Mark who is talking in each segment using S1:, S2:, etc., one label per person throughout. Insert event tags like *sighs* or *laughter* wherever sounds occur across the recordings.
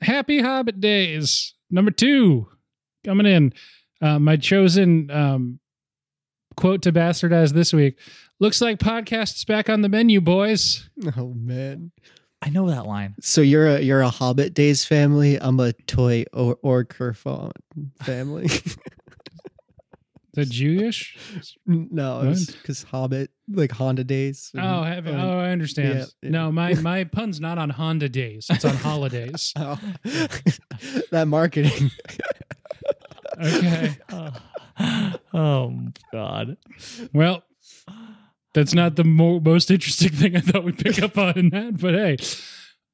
S1: Happy Hobbit Days, number two, coming in. Uh, my chosen um, quote to bastardize this week looks like podcasts back on the menu, boys.
S2: *laughs* Oh man.
S3: I know that line.
S2: So you're a you're a Hobbit Days family. I'm a toy or or Kerfon *laughs* family.
S1: Is that Jewish?
S2: no, because Hobbit like Honda Days. and-
S1: Oh, have,
S2: and-
S1: oh, I understand.
S2: Mm-hmm. Um, yeah, yeah.
S1: No, my my pun's not on Honda days; it's on
S2: *laughs*
S1: holidays.
S2: oh. that marketing. *laughs*
S1: Okay.
S3: Oh, *laughs* oh God.
S1: Well, that's not the mo- most interesting thing I thought we'd pick up on in that, but hey.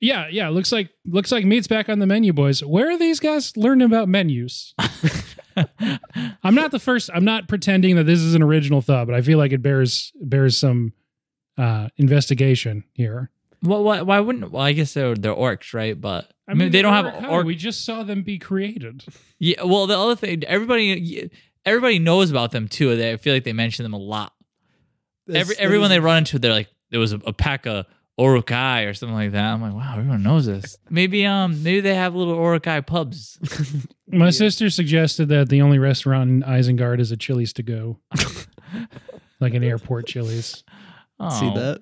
S1: Yeah, yeah, looks like looks like meat's back on the menu, boys. Where are these guys learning about menus? I'm not the first. I'm not pretending that this is an original thought, but I feel like it bears bears some uh investigation here.
S3: Well, *laughs* why, why wouldn't? Well, I guess they're they're orcs, right? But
S1: I
S3: I mean, they don't have
S1: how?
S3: orc.
S1: We just saw them be created.
S3: yeah. Well, the other thing, everybody everybody knows about them too. They I feel like they mention them a lot. Every everyone they run into, they're like, there was a, a pack of orukai or something like that. I'm like, wow, everyone knows *laughs* this. Maybe um, maybe they have little orukai *laughs* pubs.
S1: My sister suggested that the only restaurant in Isengard is a Chili's to
S3: *laughs*
S1: go, like an airport Chili's.
S3: Oh,
S2: *laughs* see that.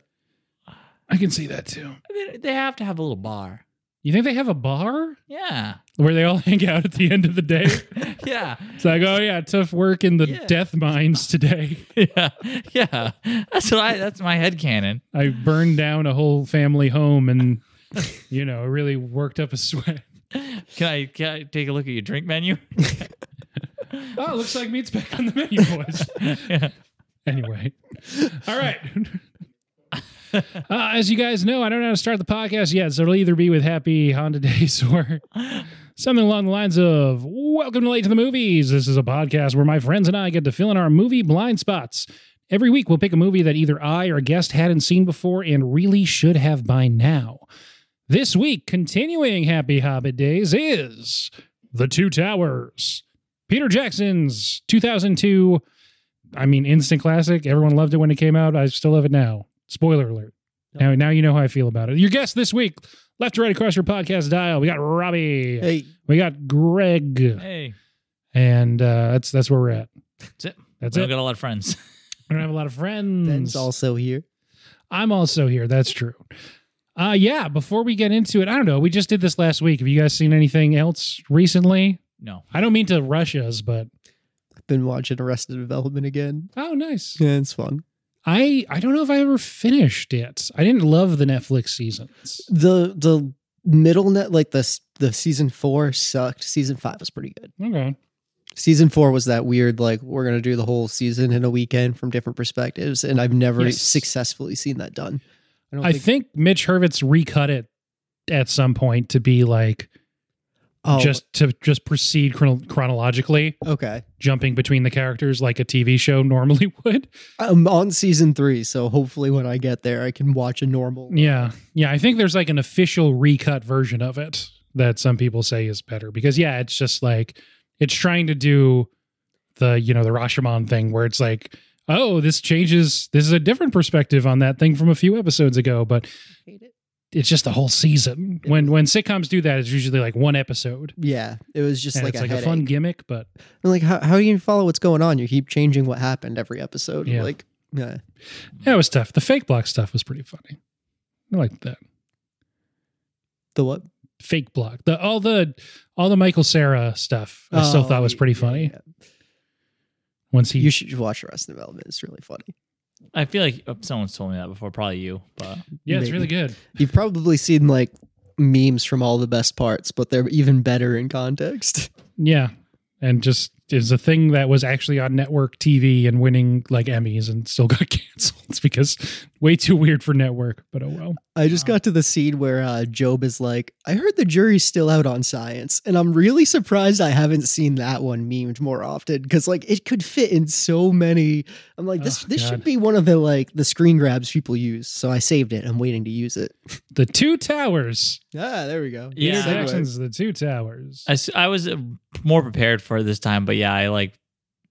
S1: I can see that too.
S3: They, they have to have a little bar.
S1: You think they have a bar
S3: Yeah, *laughs*
S1: where they all *laughs* hang out at the end of the day?
S3: yeah,
S1: it's like, oh yeah, tough work in the
S3: Yeah.
S1: death mines today.
S3: *laughs* yeah, *laughs* yeah. That's what I. That's my head cannon.
S1: I burned down a whole family home and you know, really worked up a sweat.
S3: Can I, can I take a look at your drink menu? *laughs*
S1: Oh, looks like meat's back on the menu, boys.
S3: yeah.
S1: anyway. All right. Uh, as you guys know, I don't know how to start the podcast yet, so it'll either be with happy Honda days *laughs* or something along the lines of Welcome to Late to the Movies. This is a podcast where my friends and I get to fill in our movie blind spots. Every week, we'll pick a movie that either I or a guest hadn't seen before and really should have by now. This week, continuing Happy Hobbit Days, is The Two Towers, Peter Jackson's 2002 I mean, instant classic. Everyone loved it when it came out. I still love it now. Spoiler alert. Now, now you know how I feel about it. Your guest this week, left to right across your podcast dial, we got Robbie,
S2: Hey,
S1: we got Greg,
S3: Hey,
S1: and uh, that's that's where we're at.
S3: That's it.
S1: That's
S3: we
S1: it.
S3: don't got a lot of friends. *laughs*
S1: I don't have a lot of
S3: Hmm.
S1: friends.
S2: Ben's also here.
S1: I'm also here. That's true. Uh, yeah. Before we get into it, I don't know. We just did this last week. Have you guys seen anything else recently?
S3: No.
S1: I don't mean to rush us, but
S2: Been watching Arrested Development again.
S1: oh, nice.
S2: Yeah, it's fun.
S1: I I don't know if I ever finished it. I didn't love the Netflix seasons.
S2: The the middle net like the s- the season four sucked. Season five was pretty good.
S1: Okay.
S2: Season four was that weird like we're gonna do the whole season in a weekend from different perspectives, and I've never
S1: Yes.
S2: successfully seen that done. I don't
S1: I think Mitch Hurwitz recut it at some point to be like
S2: oh,
S1: just to just proceed chrono- chronologically,
S2: okay.
S1: jumping between the characters like a TV show *laughs* normally would.
S2: I'm on season three, so hopefully when I get there, I can watch a normal.
S1: Yeah, yeah. I think there's like an official recut version of it that some people say is better because yeah, it's just like it's trying to do the you know the Rashomon thing where it's like oh this changes this is a different perspective on that thing from a few episodes ago, but it's just the whole season. When when sitcoms do that, it's usually like one episode.
S2: Yeah, it was just
S1: And
S2: like,
S1: it's
S2: a,
S1: like
S2: headache.
S1: a fun gimmick, but
S2: And, like how how do you follow what's going on? You keep changing what happened every episode.
S1: Yeah.
S2: Like yeah.
S1: yeah, it was tough. The fake block stuff was pretty funny. I liked that
S2: the what?
S1: fake block. The all the all the Michael Sarah stuff. I still
S2: Oh,
S1: thought was
S2: yeah,
S1: pretty
S2: yeah,
S1: funny.
S2: yeah.
S1: Once he,
S2: You should watch Arrested Development. It's really funny.
S3: I feel like oh, someone's told me that before, probably you, but
S1: yeah, it's
S2: maybe.
S1: really good.
S2: You've probably seen like memes from all the best parts, but they're even better in context.
S1: Yeah, and just is a thing that was actually on network TV and winning like Emmys and still got *laughs* canceled. It's because way too weird for network. But oh well.
S2: I just
S3: Wow.
S2: got to the scene where uh, Job is like, "I heard the jury's still out on science," and I'm really surprised I haven't seen that one memed more often because like it could fit in so many. I'm like, this
S1: Oh,
S2: this
S1: God.
S2: should be one of the like the screen grabs people use. So I saved it. I'm waiting to use it.
S1: The Two Towers.
S2: Ah, there we go.
S3: Yeah.
S1: Peter
S2: Segue.
S1: Jackson's The Two Towers.
S3: I, s- I was uh, more prepared for it this time. But yeah, I like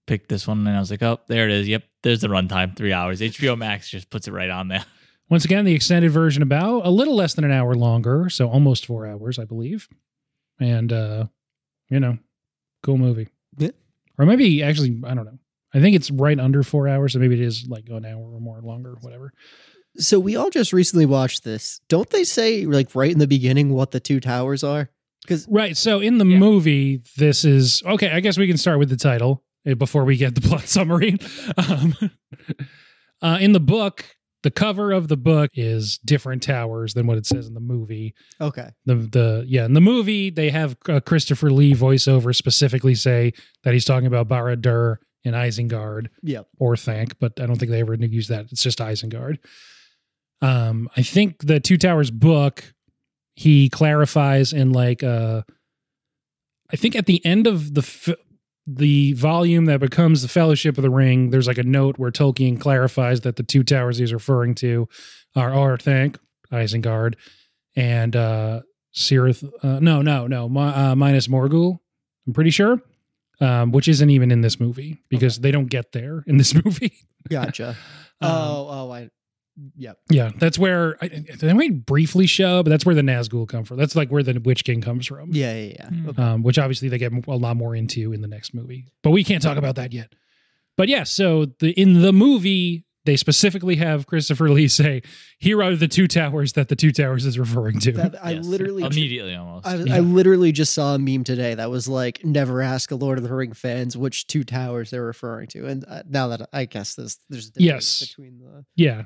S3: picked this one and I was like, oh, there it is. Yep, there's the runtime, three hours. HBO Max just puts it right
S1: *laughs*
S3: on there.
S1: Once again, the extended version about a little less than an hour longer, so almost four hours, I believe. and uh, you know, cool movie.
S2: Yeah.
S1: Or maybe actually, I don't know. I think it's right under four hours, so maybe it is like an hour or more longer, whatever.
S2: So we all just recently watched this. Don't they say like right in the beginning what the two towers are?
S1: Right. So in the
S3: Yeah.
S1: movie, this is okay. I guess we can start with the title eh, before we get the *laughs* plot summary. Um, *laughs* uh, in the book, the cover of the book is different towers than what it says in the movie.
S2: Okay.
S1: the the yeah in the movie they have uh, Christopher Lee voiceover specifically say that he's talking about Baradur and Isengard
S2: Yep.
S1: or Thank, but I don't think they ever use that. It's just Isengard. Um, I think the Two Towers book he clarifies in like uh, I think at the end of the f- the volume that becomes the Fellowship of the Ring, there's like a note where Tolkien clarifies that the two towers he's referring to are are Thank Isengard and uh, Sirith. Uh, no, no, no, mi- uh, minus Morgul. I'm pretty sure um, which isn't even in this movie because they don't get there in this *laughs* movie.
S2: Gotcha.
S1: Um,
S2: *laughs* oh, oh, I. Yep.
S1: yeah, that's where I, they might briefly show, but that's where the Nazgul come from. That's like where the Witch King comes from,
S2: Yeah, yeah, yeah.
S3: Hmm.
S1: um, which obviously they get a lot more into in the next movie. But we can't talk about that yet. But yeah, so the in the movie they specifically have Christopher Lee *laughs* say, "Here are the two towers that the two towers is referring to."
S2: That- I
S3: Yes.
S2: literally.
S3: immediately almost.
S2: I,
S1: Yeah.
S2: I literally just saw a meme today that was like, "Never ask a Lord of the Ring fans which two towers they're referring to." And uh, now that I guess there's there's a difference
S1: Yes.
S2: between the
S1: Yeah.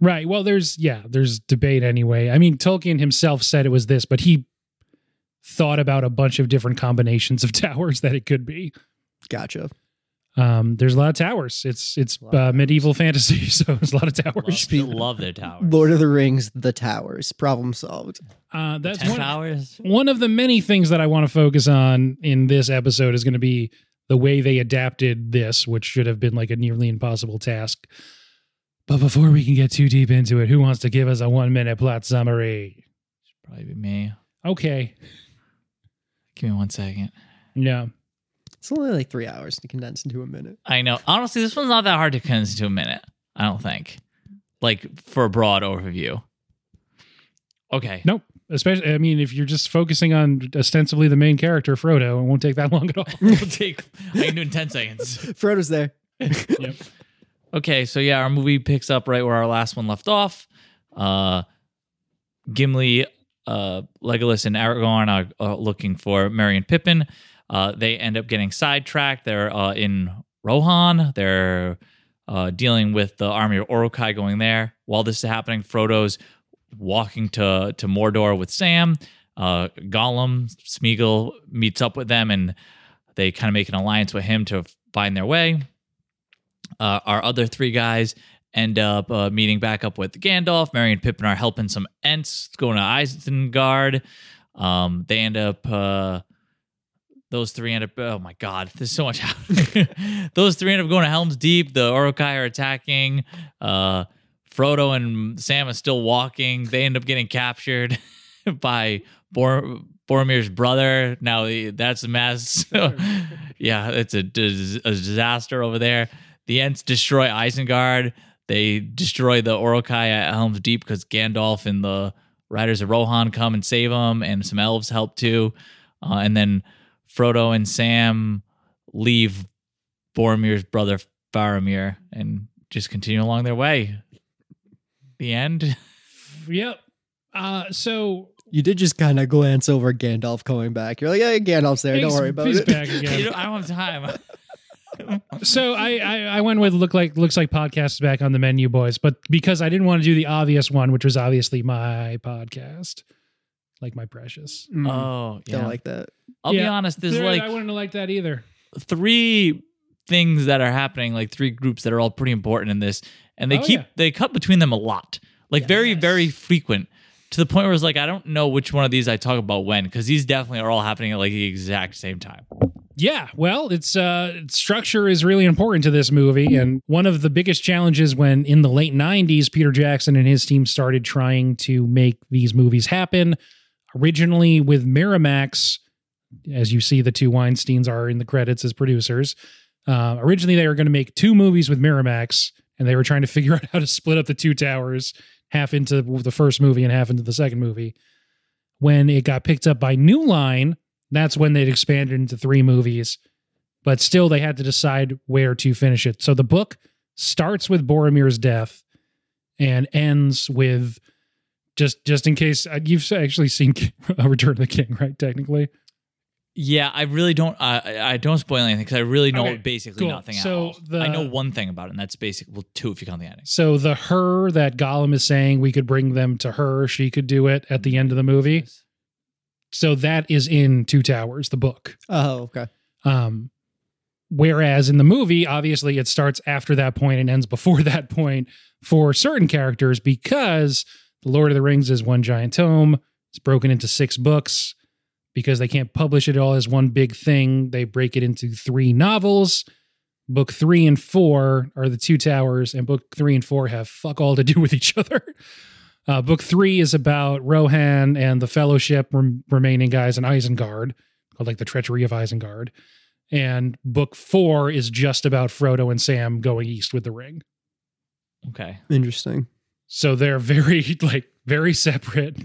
S1: Right. Well, there's yeah, there's debate anyway. I mean, Tolkien himself said it was this, but he thought about a bunch of different combinations of *laughs* towers that it could be.
S2: gotcha.
S1: Um, there's a lot of towers. It's it's
S2: Lot of
S1: uh, medieval fantasy, *laughs* so there's a lot of towers.
S3: love, they love their towers.
S2: Lord of the Rings, the towers. Problem solved.
S1: Uh, that's
S3: Ten
S1: one,
S3: towers.
S1: one of the many things that I want to focus on in this episode is going to be the way they adapted this, which should have been like a nearly impossible task. But before we can get too deep into it, who wants to give us a one minute plot summary?
S3: Probably be me.
S1: Okay.
S3: Give me one second.
S1: Yeah.
S2: It's only like three hours to condense into a minute.
S3: I know. Honestly, this one's not that hard to condense into a minute. I don't think. Like for a broad overview. *laughs* Okay.
S1: Nope. Especially, I mean, if you're just focusing on ostensibly the main character, Frodo, it won't take that *laughs* long at all.
S3: It'll take. I can do it in ten seconds.
S2: Frodo's there. *laughs*
S3: Okay, so yeah, our movie picks up right where our last one left off. Uh, Gimli, uh, Legolas, and Aragorn are, are looking for Merry and Pippin. Uh, they end up getting sidetracked. They're uh, in Rohan. They're uh, dealing with the army of Orokai going there. While this is happening, Frodo's walking to to Mordor with Sam. Uh, Gollum Smeagol meets up with them, and they kind of make an alliance with him to find their way uh, our other three guys end up uh, meeting back up with Gandalf. Merry and Pippin are helping some Ents going to Isengard. Um, they end up. Uh, those three end up. Oh my God, there's so much. *laughs* happening. those three end up going to Helm's Deep. The Orokai are attacking. Uh, Frodo and Sam are still walking. They end up getting captured *laughs* by Bor- Boromir's brother. Now he- that's a mess. *laughs* yeah, it's a, dis- a disaster over there. The Ents destroy Isengard. They destroy the Orokai at Helm's Deep because Gandalf and the Riders of Rohan come and save them, and some elves help too. Uh, and then Frodo and Sam leave Boromir's brother Faramir and just continue along their way. The end.
S1: yep. Uh, so
S2: You did just kind of glance over Gandalf coming back. You're like, "Yeah, Gandalf's there.
S1: he's-
S2: Don't worry about
S1: he's
S2: it."
S1: back
S3: *laughs* You
S1: again.
S3: know, I don't have time.
S1: so I, I I went with look like looks like podcasts back on the menu, boys. But because I didn't want to do the obvious one, which was obviously my podcast, like my precious.
S2: Mm,
S3: Oh,
S2: *laughs*
S3: yeah.
S2: Don't like that.
S3: I'll be
S1: Yeah.
S3: honest. There's
S1: Dude,
S3: like
S1: I wouldn't have liked that either.
S3: three things that are happening, like three groups that are all pretty important in this, and they
S1: Oh,
S3: keep
S1: yeah.
S3: they cut between them a lot, like very
S1: Yes.
S3: very frequent, to the point where it's like I don't know which one of these I talk about when because these definitely are all happening at like the exact same time.
S1: Yeah, well, it's uh structure is really important to this movie and one of the biggest challenges when in the late 90s Peter Jackson and his team started trying to make these movies happen originally with Miramax as you see the two Weinsteins are in the credits as producers. Uh, originally they were going to make two movies with Miramax and they were trying to figure *laughs* out how to split up the two towers half into the first movie and half into the second movie. When it got picked up by New Line That's when they'd expanded into three movies, but still they had to decide where to finish it. So the book starts with Boromir's death and ends with just just in case uh, you've actually seen *laughs* uh, Return of the King, right? Technically,
S3: Yeah, I really don't. Uh, I I don't spoil anything because I really know
S1: Okay,
S3: basically
S1: cool.
S3: nothing. at
S1: So
S3: all.
S1: the-
S3: I know one thing about it, and that's basic. Well, two if you count the ending.
S1: so the her that Gollum is saying we could bring them to her, she could do it at the end of the movie. So that is in Two Towers, the book.
S2: Oh, okay.
S1: Um, whereas in the movie, obviously it starts after that point and ends before *laughs* that point for certain characters because The Lord of the Rings is one giant tome. It's broken into six books because they can't publish it all as one big thing. They break it into three novels. Book three and four are the two towers, and book three and four have fuck all to do with each other. *laughs* Uh, book three is about Rohan and the Fellowship rem- remaining guys in Isengard, called like the Treachery of Isengard. And book four is just about Frodo and Sam going east with the ring.
S3: Okay.
S2: Interesting.
S1: So they're *laughs* very like very separate.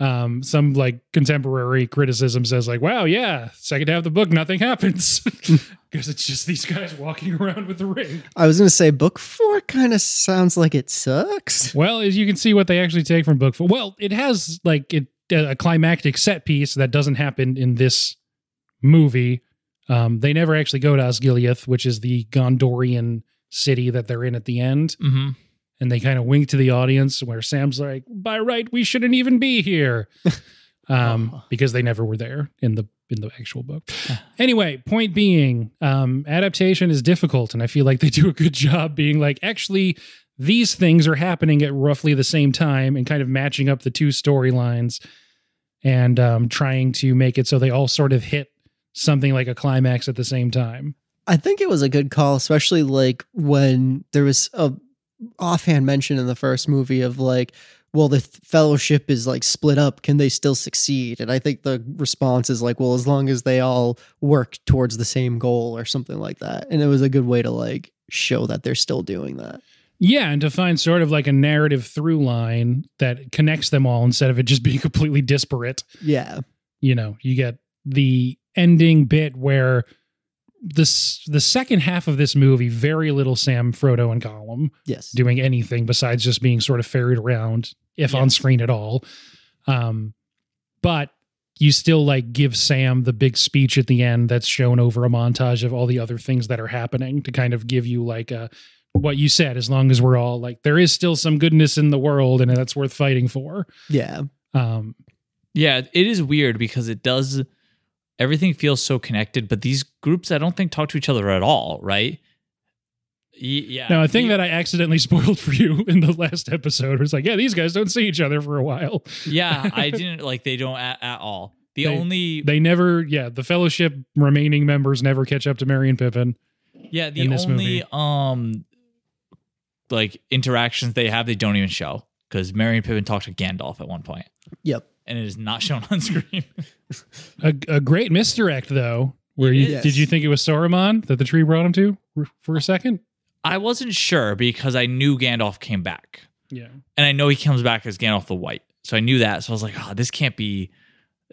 S1: Um, some like contemporary criticism says like, "Wow, yeah, second half of the book, nothing *laughs* happens because it's just these guys *laughs* walking around with the ring."
S2: I was gonna say book four kind of sounds like it sucks.
S1: Well, as you can see, what they actually take from book four. Well, it has like it, uh, a climactic set piece that doesn't happen in this movie. Um, they never actually go to Osgiliath, which is the Gondorian city that they're in at the end,
S3: Mm-hmm.
S1: and they kind of wink to the audience where Sam's like, "By right, we shouldn't even be here," um,
S2: Oh.
S1: because they never were there in the in the actual book. anyway, point being, um, adaptation is difficult, and I feel like they do a good job being like, actually, these things are happening at roughly the same time and kind of matching up the two storylines and um, trying to make it so they all sort of hit something like a climax at the same time.
S2: I think it was a good call, especially like when there was a offhand mention in the first movie of like, well, the th- fellowship is like split up. Can they still succeed? And I think the response is like, well, as long as they all work towards the same goal or something like that. And it was a good way to like show that they're still doing that.
S1: Yeah, and to find sort of like a narrative through line that connects them all instead of it just *laughs* being completely disparate.
S2: Yeah.
S1: you know you get the ending bit where this the second half of this movie very little sam frodo and gollum
S2: Yes.
S1: doing anything besides just being sort of ferried around if on
S3: Yes.
S1: screen at all um but you still like give sam the big speech at the end that's shown over a montage of all the other things that are happening to kind of give you like a what you said as long as we're all like there is still some goodness in the world and that's worth fighting for
S2: Yeah.
S1: um
S3: Yeah, it is weird because it does. Everything feels so connected, but these groups I don't think talk to each other at all, right? Y- yeah.
S1: No, a thing
S3: *laughs*
S1: that I accidentally *laughs* spoiled for you in the last episode was like, yeah, these guys don't see each other for a while.
S3: yeah,
S1: *laughs*
S3: I didn't like. They don't at, at all. The
S1: They-
S3: only
S1: They never, yeah, the Fellowship remaining members never catch up to Merry and Pippin.
S3: yeah the
S1: in this
S3: only
S1: movie.
S3: um like interactions they have they don't even show because Merry and Pippin talk to Gandalf at one point,
S2: Yep.
S3: and it is not shown
S1: *laughs*
S3: on *laughs* screen.
S1: A, a great misdirect, though. Where you
S2: Yes.
S1: did you think it was Saruman that the tree brought him to for- for a second?
S3: I wasn't sure because I knew Gandalf came back.
S1: Yeah,
S3: and I know he comes back as Gandalf the White. So I knew that. So I was like, oh, this can't be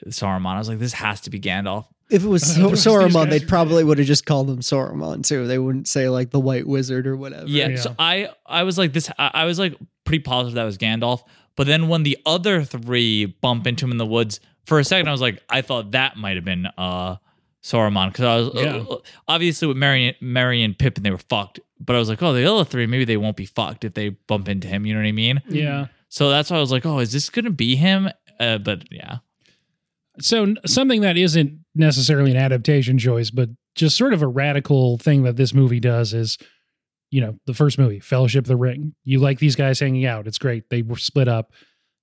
S3: Saruman. I was like, this has to be Gandalf.
S2: If it was
S1: *laughs* Uh, the rest
S2: so-
S1: of these
S2: Sauron,
S1: guys
S2: they
S1: are
S2: probably would have just called him Sauron too. They wouldn't say like the White Wizard or whatever.
S3: Yeah.
S1: Yeah.
S3: So I I was like, this I, I was like pretty positive that was Gandalf. But then when the other three bump into him in the woods, for a second I was like, I thought that might have been uh Saruman. Because I was uh,
S1: Yeah.
S3: obviously with Mary Mary and Pippin, they were fucked. But I was like, oh, the other three, maybe they won't be fucked if they bump into him. You know what I mean?
S1: yeah.
S3: So that's why I was like, oh, is this gonna be him? Uh, but yeah.
S1: So n- something that isn't necessarily an adaptation choice, but just sort of a radical thing that this movie does is, you know, the first movie, Fellowship of the Ring. You like these guys hanging out. It's great. They were split up.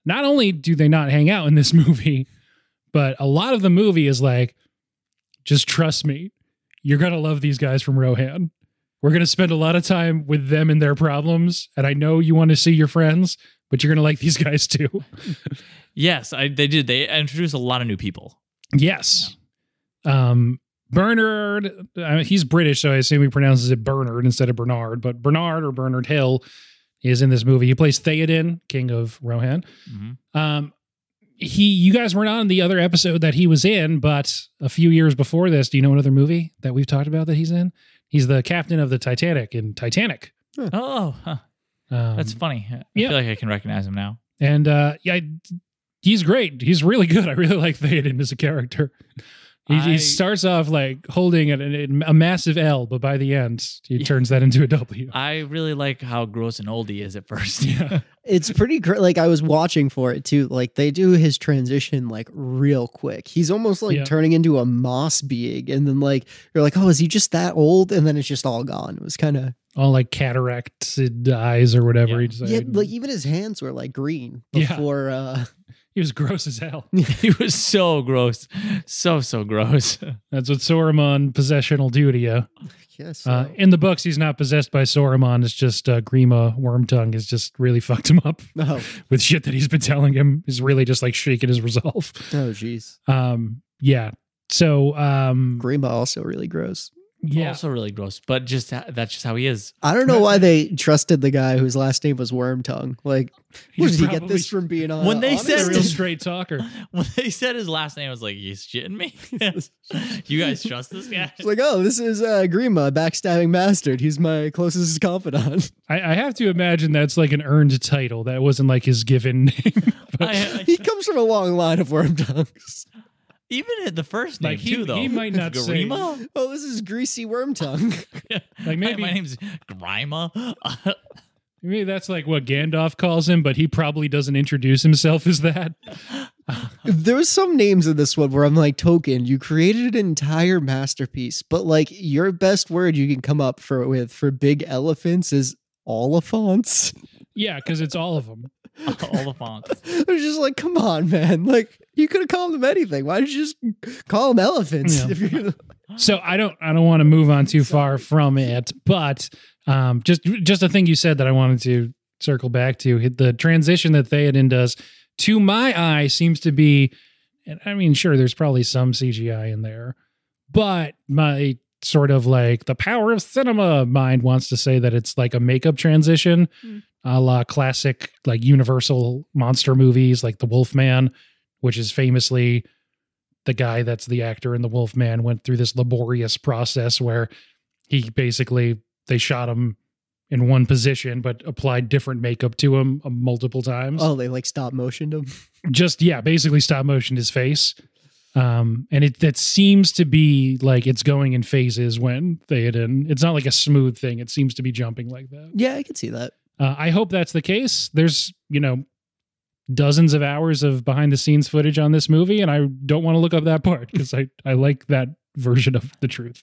S1: Not only do they not hang out in this *laughs* movie, but a lot of the movie is like, just trust me. You're going to love these guys from Rohan. We're going to spend a lot of time with them and their problems. And I know you want to see your friends, but you're going to like these *laughs* guys too.
S3: Yes, I, they did. They introduced a lot of new people.
S1: Yes. Um, Bernard, uh, he's British, so I assume he pronounces it Bernard instead of Bernard, but Bernard or Bernard Mm-hmm. Hill is in this movie. He plays Theoden, king of Rohan. Um, he, you guys weren't on the other episode that he was in, but a few years before this, do you know another movie that we've talked about that he's in? He's the captain of the Titanic in Titanic.
S3: Oh, huh.
S1: Um,
S3: that's funny. I
S1: yeah.
S3: feel like I can recognize him now.
S1: And uh, yeah, I, he's great. He's really good. *laughs* I really like Theoden as a character. He,
S3: I-
S1: he starts off like holding an, an, a massive L, but by the end, he turns that into a W.
S3: *laughs* I really like how gross and old he is at first.
S1: Yeah.
S2: It's pretty great. Like I was watching for it too. Like they do his transition like real quick. He's almost like
S1: Yeah.
S2: turning into a moss being, and then like you're like, oh, is he just that old? And then it's just all gone. It was kind of
S1: All like cataracted eyes or whatever.
S3: Yeah.
S1: He, just,
S2: yeah. Like even his hands were like green
S1: Yeah.
S2: before. uh *laughs*
S1: he was gross as hell.
S3: *laughs* he was so gross. So, so gross.
S1: That's what Soramon possessional duty. Uh,
S2: Yes.
S1: uh, in the books, he's not possessed by Soramon. It's just uh, Grima Wormtongue has just really *laughs* fucked him up
S2: oh,
S1: with shit that he's been telling him. Is really just like shaking his resolve. *laughs*
S2: oh, jeez.
S1: Um, yeah. So, um,
S2: Grima also really gross.
S1: *laughs* yeah.
S3: Also, really gross, but just ha- that's just how he is.
S2: I don't know why they trusted the guy whose last name was Wormtongue. Like, where
S1: He's
S2: did he get
S1: probably-
S2: this from being on?
S3: When they
S2: honest?
S1: He's *laughs* a
S3: said-
S1: real straight talker.
S3: When they said his last name, I was like, you shitting me? *laughs* you guys trust this guy?
S2: *laughs* It's like, oh, this is uh, Grima, backstabbing bastard. He's my closest confidant.
S1: I, I have to imagine that's like an earned title. That wasn't like his given *laughs* name. *laughs* But,
S3: I- I-
S2: he comes from a long line of worm tongues.
S3: even at the first name,
S1: Like, he-
S3: too, though.
S1: he might not say-
S3: Grima?
S2: Oh, this is greasy worm tongue.
S1: like maybe,
S3: Maybe. My name's Grima. *laughs*
S1: maybe that's like what Gandalf calls him, but he probably doesn't introduce himself as that. *laughs*
S2: there was some names in this one where I'm like, Token, you created an entire masterpiece, but like your best word you can come up for with for big elephants is *laughs* oliphants.
S1: Yeah, because it's all of them.
S3: All the fonts.
S1: *laughs*
S2: I was just like, come on, man. Like you could have called them anything. Why did you just call them elephants?
S1: Yeah.
S2: If
S1: *laughs*
S2: you're gonna-
S1: So I don't I don't want to move on too far from it, but um, just just a thing you said that I wanted to circle back to hit the transition that Theoden does to my eye seems to be, and I mean sure there's probably some CGI in there, but my sort of like the power of cinema mind wants to say that it's like a makeup transition,
S2: Mm.
S1: a la classic like Universal monster movies like The Wolfman, which is famously the guy that's the actor in the Wolfman went through this laborious process where he basically they shot him in one position but applied different makeup to him uh, multiple times.
S2: Oh, they like stop motioned them.
S1: Just yeah, basically stop motion his face. Um, and it that seems to be like it's going in phases when Theoden. It's not like a smooth thing. It seems to be jumping like that.
S2: Yeah, I could see that.
S1: Uh, I hope that's the case. There's, you know, dozens of hours of behind the scenes footage on this movie, and I don't want to look up that part because I, I like that version of the truth.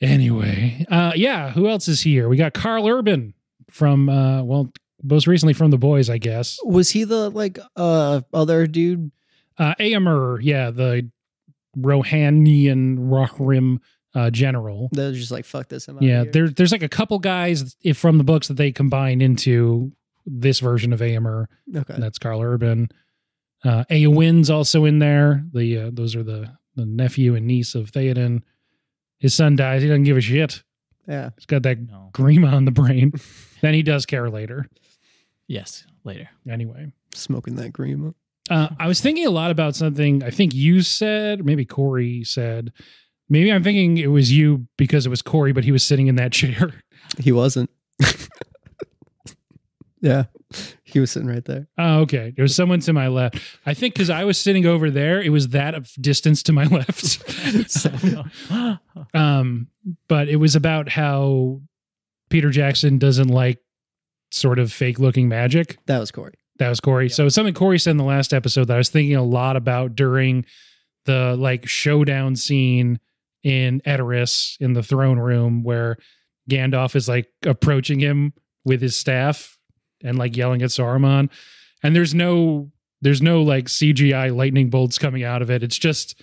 S1: Anyway, uh, yeah, who else is here? We got Carl Urban from, uh, well, most recently from The Boys, I guess.
S2: Was he the like uh other dude?
S1: Uh, Aemir, yeah, the Rohanian Rohrim uh, general.
S2: That was just like fuck this. I'm outta
S1: Yeah,
S2: here.
S1: there, there's like a couple guys if, from the books that they combine into this version of Aemir.
S2: Okay.
S1: That's Carl Urban. Uh, Aya Wynn's also in there. The uh, those are the the nephew and niece of Theoden. His son dies. He doesn't give a shit.
S2: Yeah.
S1: He's got that *laughs*
S3: No.
S1: grima on the brain. then he does care later.
S3: Yes,
S1: *laughs*
S3: later.
S1: Anyway,
S2: Smoking that green. up.
S1: uh, I was thinking a lot about something. I think you said, maybe Corey said. Maybe I'm thinking it was you because it was Corey, but he was sitting in that *laughs* chair.
S2: He wasn't. yeah. He was sitting
S1: *laughs*
S2: right there.
S1: Oh, okay. There was someone to my left. I think because I was sitting over there, it was that of distance to my *laughs* left.
S2: So-
S3: *laughs*
S1: um, but it was about how Peter Jackson doesn't like sort of fake looking magic.
S2: that was Corey.
S1: That was Corey. So it's something Corey said in the last episode that I was thinking a lot about during the like showdown scene in Edoras in the throne room where Gandalf is like approaching him with his staff and like yelling at Saruman. And there's no there's no like CGI lightning bolts coming out of it. It's just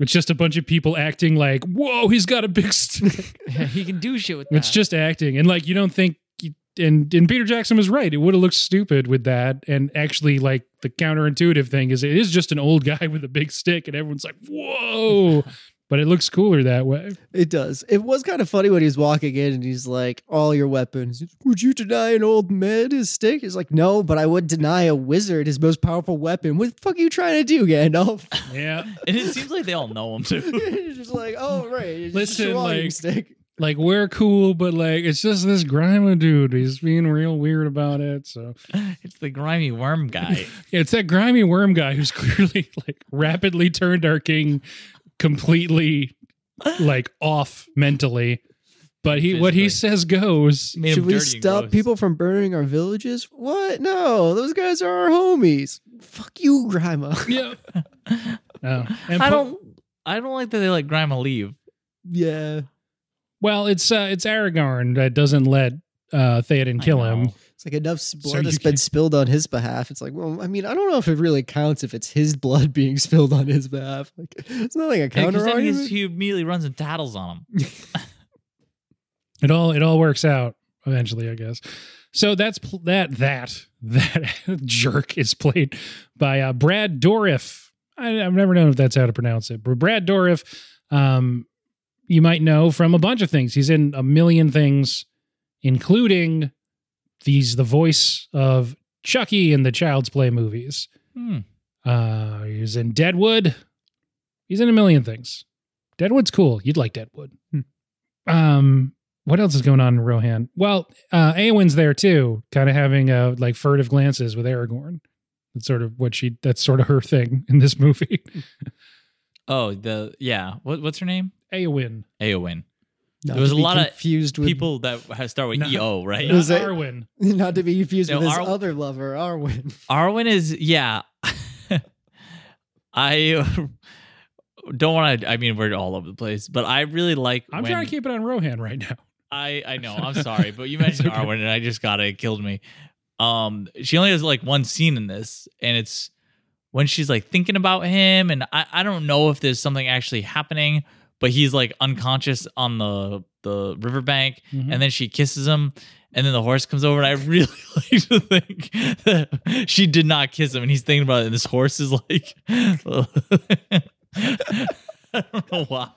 S1: it's just a bunch of people acting like, whoa, he's got a big stick.
S3: Yeah, he can do shit with that.
S1: It's just acting, and like you don't think. And and Peter Jackson was right. It would have looked stupid with that. And actually, like *laughs* the counterintuitive thing is, it is just an old guy with a big stick, and everyone's like, "Whoa!" but it looks cooler that way.
S2: It does. It was kind of funny when he was walking in and he's like, All your weapons. Would you deny an old man his stick? He's like, No, but I would deny a wizard his most powerful weapon. What the fuck are you trying to do, Gandalf? *laughs*
S1: Yeah.
S3: And it seems like they all know him too.
S2: He's just like, Oh, right. It's just
S1: Listen,
S2: a walking
S1: like-
S2: stick.
S1: like we're cool, but like it's just this grimy dude. He's being real weird about it. So
S3: *laughs* it's the grimy worm *laughs* guy.
S1: yeah, it's that grimy worm guy who's *laughs* clearly like rapidly turned our king completely like off mentally. But he what he
S3: Physically.
S1: says
S3: *laughs*
S1: goes.
S3: Made
S2: Should
S3: him
S2: we
S3: dirty and
S2: stop
S3: gross. *laughs*
S2: people from burning our villages? What? No, those guys are our homies. Fuck you, Grima. *laughs*
S1: Yeah. Oh. And
S3: I
S1: Pol-
S3: don't. I don't like that they let Grima leave.
S2: yeah.
S1: Well, it's uh, it's Aragorn that doesn't let uh, Theoden
S3: I
S1: kill
S3: know.
S1: him.
S2: It's like enough blood
S1: you
S2: has been
S1: can-
S2: spilled on his behalf. It's like, well, I mean, I don't know if it really counts if it's his blood *laughs* being spilled on his behalf. Like, it's not like a
S3: Yeah, 'cause
S2: counter
S3: then he's-
S2: argument.
S3: he immediately runs and tattles on him.
S1: It all it all works out eventually, I guess. So that's pl- that that *laughs* that jerk is played by uh, Brad Dourif. I, I've never known if that's how to pronounce it, but Brad Dourif, um, you might know from a bunch of things. He's in a million things, including these the voice of Chucky in the Child's Play movies.
S3: Hmm.
S1: Uh, he was in Deadwood. He's in a million things. Deadwood's cool. You'd like Deadwood.
S2: Hmm.
S1: Um, what else is going on in Rohan? Well, uh, Awen's there too, kind of having uh like furtive glances with Aragorn. That's sort of what she. That's sort of her thing in this movie. *laughs*
S3: Oh, the yeah. What, what's her name?
S1: Awen,
S3: Eowyn.
S2: Not
S3: there was
S2: to
S3: a
S2: be
S3: lot of
S2: confused with
S3: People that ha- start with
S1: No.
S3: EO, right?
S1: not
S2: was it-
S1: Arwen.
S2: *laughs* Not to be confused
S3: No,
S2: with his
S3: Ar-
S2: other lover, Arwen. *laughs*
S3: Arwen is yeah. *laughs* I *laughs* uh, don't want to. I mean, we're all over the place, but I really like.
S1: I'm
S3: when-
S1: trying to keep it on Rohan right now.
S3: I I know.
S1: *laughs*
S3: I'm sorry, but you mentioned
S1: It's okay.
S3: Arwen, and I just got it. it Killed me. Um, she only has like one scene in this, and it's when she's like thinking about him, and I I don't know if there's something actually happening, but he's like unconscious on the the riverbank,
S1: Mm-hmm.
S3: and then she kisses him and then the horse comes over and i *laughs* really like to think that she did not kiss him and he's thinking about it and this horse is like *laughs* i don't know why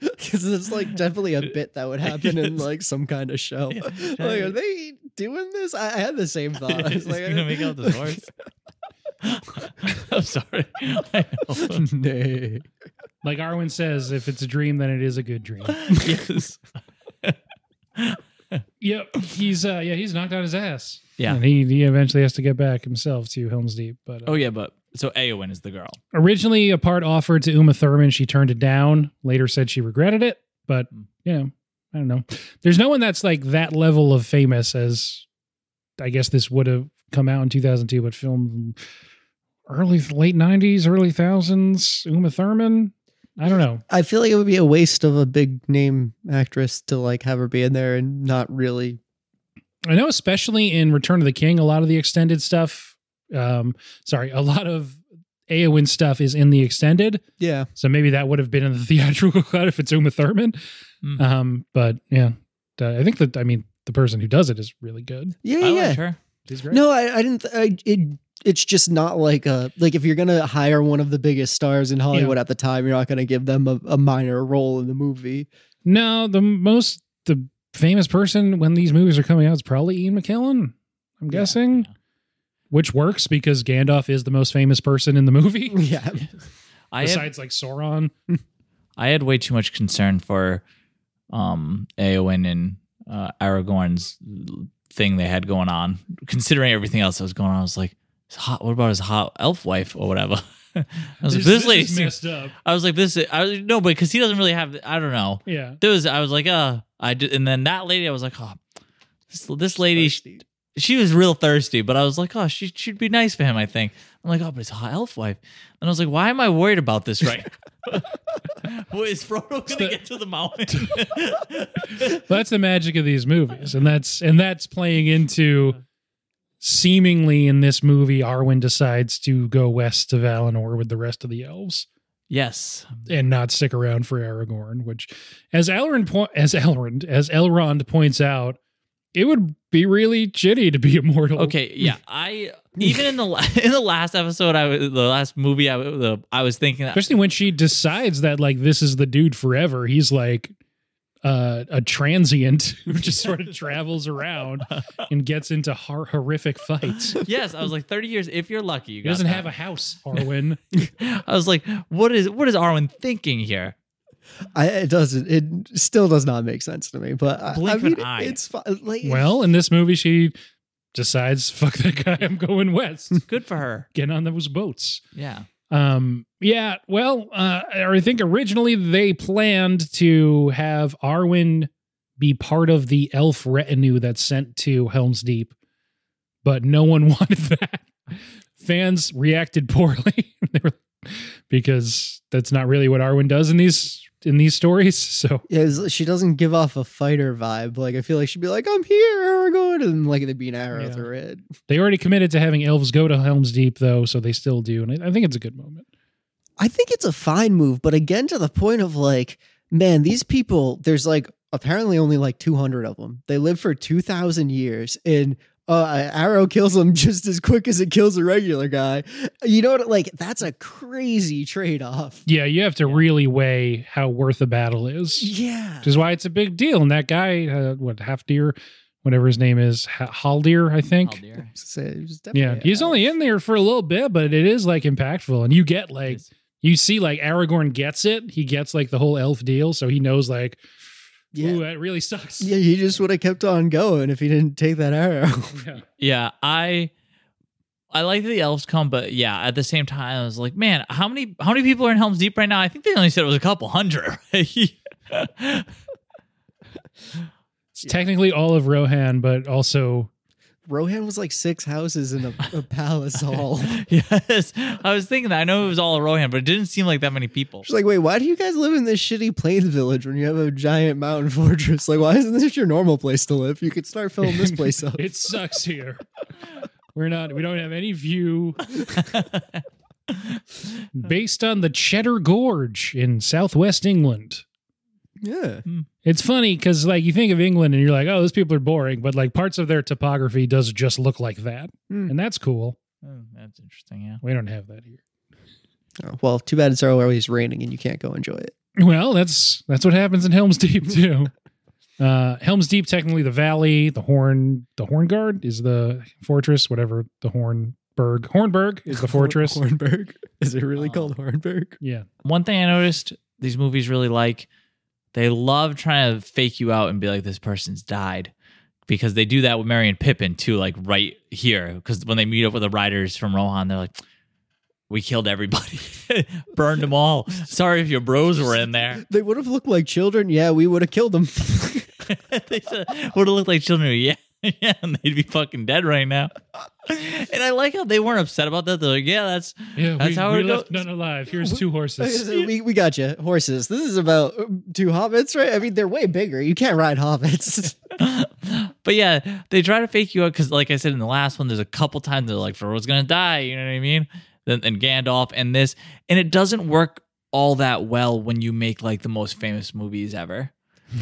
S2: Because it's like definitely a bit that would happen
S3: *laughs*
S2: in like some kind of show.
S3: Yeah.
S2: *laughs* Like, are they doing this? I, I had the
S3: *laughs*
S2: same thought. I
S3: He's
S2: was like,
S3: gonna make out
S2: *laughs*
S3: with this horse *laughs* i'm sorry I know. *laughs*
S2: Nay.
S1: like Arwen says, if it's a dream, then it is a good
S3: *laughs*
S1: dream.
S3: yes
S1: Yep, he's uh yeah he's knocked out his ass.
S3: Yeah.
S1: and he he eventually has to get back himself to Helm's Deep. But uh,
S3: oh yeah but so Eowyn is the girl
S1: originally a part offered to Uma Thurman. She turned it down. Later said she regretted it, but you know, I don't know. There's no one that's like that level of famous as I guess this would have come out in 2002, but filmed early late 90s, early thousands. Uma Thurman. I don't know.
S2: I feel like it would be a waste of a big name actress to like have her be in there and not really.
S1: I know, especially in Return of the King, a lot of the extended stuff. Um, sorry, a lot of Eowyn stuff is in the extended.
S2: Yeah.
S1: So maybe that would have been in the *laughs* theatrical cut if it's Uma Thurman.
S3: Mm.
S1: Um, but yeah, uh, I think that I mean the person who does it is really good.
S2: Yeah.
S3: i
S2: yeah.
S3: liked her
S1: She's great.
S2: No, I, I didn't. I, it, it's just not like a like if you're gonna hire one of the biggest stars in Hollywood at the time, you're not gonna give them a, a minor role in the
S3: *laughs*
S2: movie.
S1: no, the most the famous person when these movies are coming out is probably Ian McKellen. I'm
S2: Yeah,
S1: guessing, which works because Gandalf is the most famous person in the
S2: *laughs*
S1: movie.
S2: Yeah,
S3: i had
S1: Besides, like Sauron,
S3: I had way too much concern for um Eowyn and uh, Aragorn's thing they had going on. Considering everything else that was going on, I was like, his hot. What about his hot elf wife or whatever? *laughs* I was like, *laughs* this, lady.
S1: is
S3: seems-
S1: messed up.
S3: I was like, this. Is, I was no, but because he doesn't really have. I don't know.
S1: Yeah,
S3: There was. I was like, uh, I did, and then that lady. I was like, oh, this, this lady. She, she was real thirsty, but I was like, oh, she should be nice for him. I think. I'm like, oh, but it's a hot elf wife, and I was like, why am I worried about this right? now? *laughs* Well, is Frodo gonna
S1: the-
S3: get to the mountain? *laughs*
S1: Well, that's the magic of these movies, and that's and that's playing into seemingly in this movie, Arwen decides to go west to Valinor with the rest of the elves
S3: yes,
S1: and not stick around for Aragorn. Which, as Elrond po- as Elrond as Elrond points out, it would be really shitty to be immortal.
S3: Okay, yeah, I even in the la- *laughs* in the last episode, I was, the last movie, I was- the, I was thinking that
S1: Especially when she decides that like this is the dude forever. He's like uh, a transient *laughs* who just sort of travels around and gets into hor- horrific fights.
S3: yes, I was like thirty years if you're lucky. You
S1: He doesn't have a house, Arwen.
S3: a. *laughs* I was like, what is what is Arwen thinking here?
S2: I, it doesn't. It still does not make sense to me. But I, I
S3: Blink an
S2: mean,
S3: eye.
S2: it's fine. Like,
S1: well, in this movie, she decides, "Fuck that guy, I'm going west."
S3: Good for her.
S1: Get on those boats.
S3: Yeah,
S1: Um, yeah, well, uh, I think originally they planned to have Arwen be part of the elf retinue that's sent to Helm's Deep, but no one *laughs* wanted that. Fans reacted poorly *laughs* They were- because that's not really what Arwen does in these in these stories. *laughs* So
S2: Yeah, it's- she doesn't give off a fighter vibe. Like I feel like she'd be like, "I'm here, we're going," and like there'd be an arrow
S1: Yeah.
S2: through it.
S1: they already committed to having elves go to Helm's Deep, though, so they still do, and I, I think it's a good moment.
S2: I think it's a fine move, but again, to the point of like, man, these people. There's like apparently only like 200 of them. They live for 2,000 years, and uh, an arrow kills them *laughs* just as quick as it kills a regular guy. You know what? Like that's a crazy trade off.
S1: Yeah, you have to really weigh how worth a battle is.
S2: Yeah.
S1: which is why it's a big deal. And that guy, uh, what half deer, whatever his name is, ha- Haldir, I think.
S3: Oh, dear.
S2: So it was
S1: Yeah,
S2: uh, definitely
S1: he's
S2: a-
S1: only in there for a little bit, but it is like impactful, and you get like
S3: It's-
S1: you see like Aragorn gets it. He gets like the whole elf deal, so he knows like,
S2: *laughs* Yeah.
S1: ooh, that really sucks.
S2: Yeah, he just would have kept on going if he didn't take that arrow.
S1: *laughs*
S2: *laughs*
S1: Yeah.
S3: Yeah, I I like that the elves come, but yeah, at the same time, I was like, man, how many how many people are in Helm's Deep right now? I think they only said it was a couple hundred. *laughs* right?
S1: It's technically all of Rohan, but
S2: *laughs*
S1: also
S2: Rohan was like six houses in a,
S1: *laughs*
S2: a palace all.
S3: yes, I was thinking that. I know it was all Rohan, but it didn't seem like that many people.
S2: She's like, wait, why do you guys live in this shitty plains village when you have a giant mountain *laughs* fortress? Like, why isn't this your normal place to live? You could start filling this
S1: *laughs*
S2: place up.
S1: it sucks here. We're not. We don't have any view. Based on the Cheddar Gorge in southwest England.
S2: Yeah.
S1: It's funny because like you think of England and you're like, oh, those people are boring, but like parts of their topography does just look like that,
S2: Hmm.
S1: and that's cool.
S3: *laughs* Oh, that's interesting. Yeah.
S1: We don't have that here.
S2: Oh, well, too bad it's always raining and you can't go enjoy it.
S1: Well, that's that's what happens in Helm's Deep *laughs* too. uh, Helm's Deep, technically the valley, the Horn, the Hornguard is the fortress, whatever the Hornberg, Hornberg
S2: *laughs*
S1: is the fortress.
S2: Hornberg. *laughs* Is it really
S3: Oh.
S2: called Hornberg?
S1: yeah,
S3: One thing I noticed these movies really like, they love trying to fake you out and be like, this person's died. Because they do that with Mary and Pippin too, like right here. Because when they meet up with the riders from Rohan, they're like, we killed everybody, *laughs* burned them all. Sorry if your bros were in there. *laughs*
S2: They would have looked like children. Yeah, we would have
S1: *laughs*
S2: killed them. *laughs*
S3: they would have looked like children. *laughs* Yeah, yeah, and they'd be fucking dead right now. And I like how they weren't upset about that. They're like, yeah, that's
S1: yeah.
S3: That's
S1: we,
S3: how
S1: we
S3: it
S1: left
S3: goes.
S1: none alive. Here's two horses. *laughs*
S2: we, we got you. Horses. This is about um, two hobbits, right? I mean, they're way bigger. You can't
S1: *laughs*
S2: ride hobbits. *laughs*
S3: *laughs* but yeah, they try to fake you out because, like I said in the last one, there's a couple times they're like, "Frodo's gonna die," you know what I mean? Then and Gandalf and this, and it doesn't work all that well when you make like the most famous
S1: *laughs*
S3: movies ever.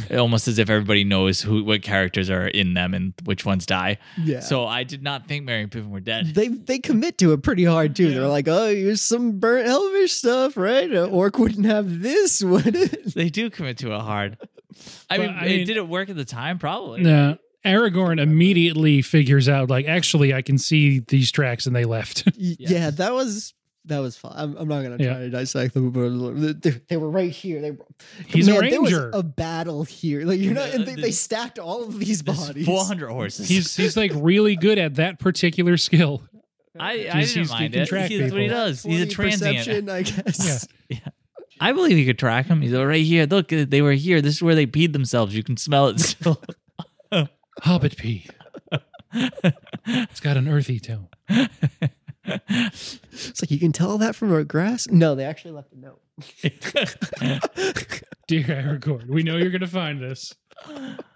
S3: It almost as if everybody knows who what characters are in them and which ones die.
S2: yeah.
S3: So I did not think Mary and Pippin were dead.
S2: they they commit to it pretty hard too. They're like, oh, here's some burnt elvish stuff, right? Uh, An orc wouldn't have this, *laughs* would it?
S3: *laughs* They do commit to
S1: *laughs*
S3: it hard. I,
S1: But,
S3: mean,
S1: I
S3: it
S1: mean-
S3: didn't work at the time, probably.
S1: No. Aragorn immediately figures out, like, actually, I can see these tracks, and they left. *laughs*
S2: Y-
S3: Yeah.
S2: Yeah, that was that was fun. I'm, I'm not gonna try
S1: Yeah.
S2: to dissect them, but they, they were right here. They were,
S1: He's a
S2: Man,
S1: ranger.
S2: There was a battle here. Like you're not. And they,
S3: Yeah,
S2: they stacked all of these
S3: There's
S2: bodies. *laughs*
S3: 400 horses.
S1: He's he's like really good at that particular skill.
S3: I, I
S1: He's-
S3: didn't
S1: he's- he
S3: mind
S1: can
S3: it.
S1: track
S3: He's what he
S1: people.
S3: does. He's a
S2: 20
S3: transient.
S1: *laughs*
S2: perception, I guess.
S3: I believe you could track them. He's like, right here. Look, uh, they were here. This is where they peed themselves. You can smell
S1: *laughs*
S3: it still.
S1: Hobbit pee. it's got an earthy tone.
S2: It's like you can tell that from our grass. No, they actually left a note.
S1: Dear Aragorn, we know you're gonna find this.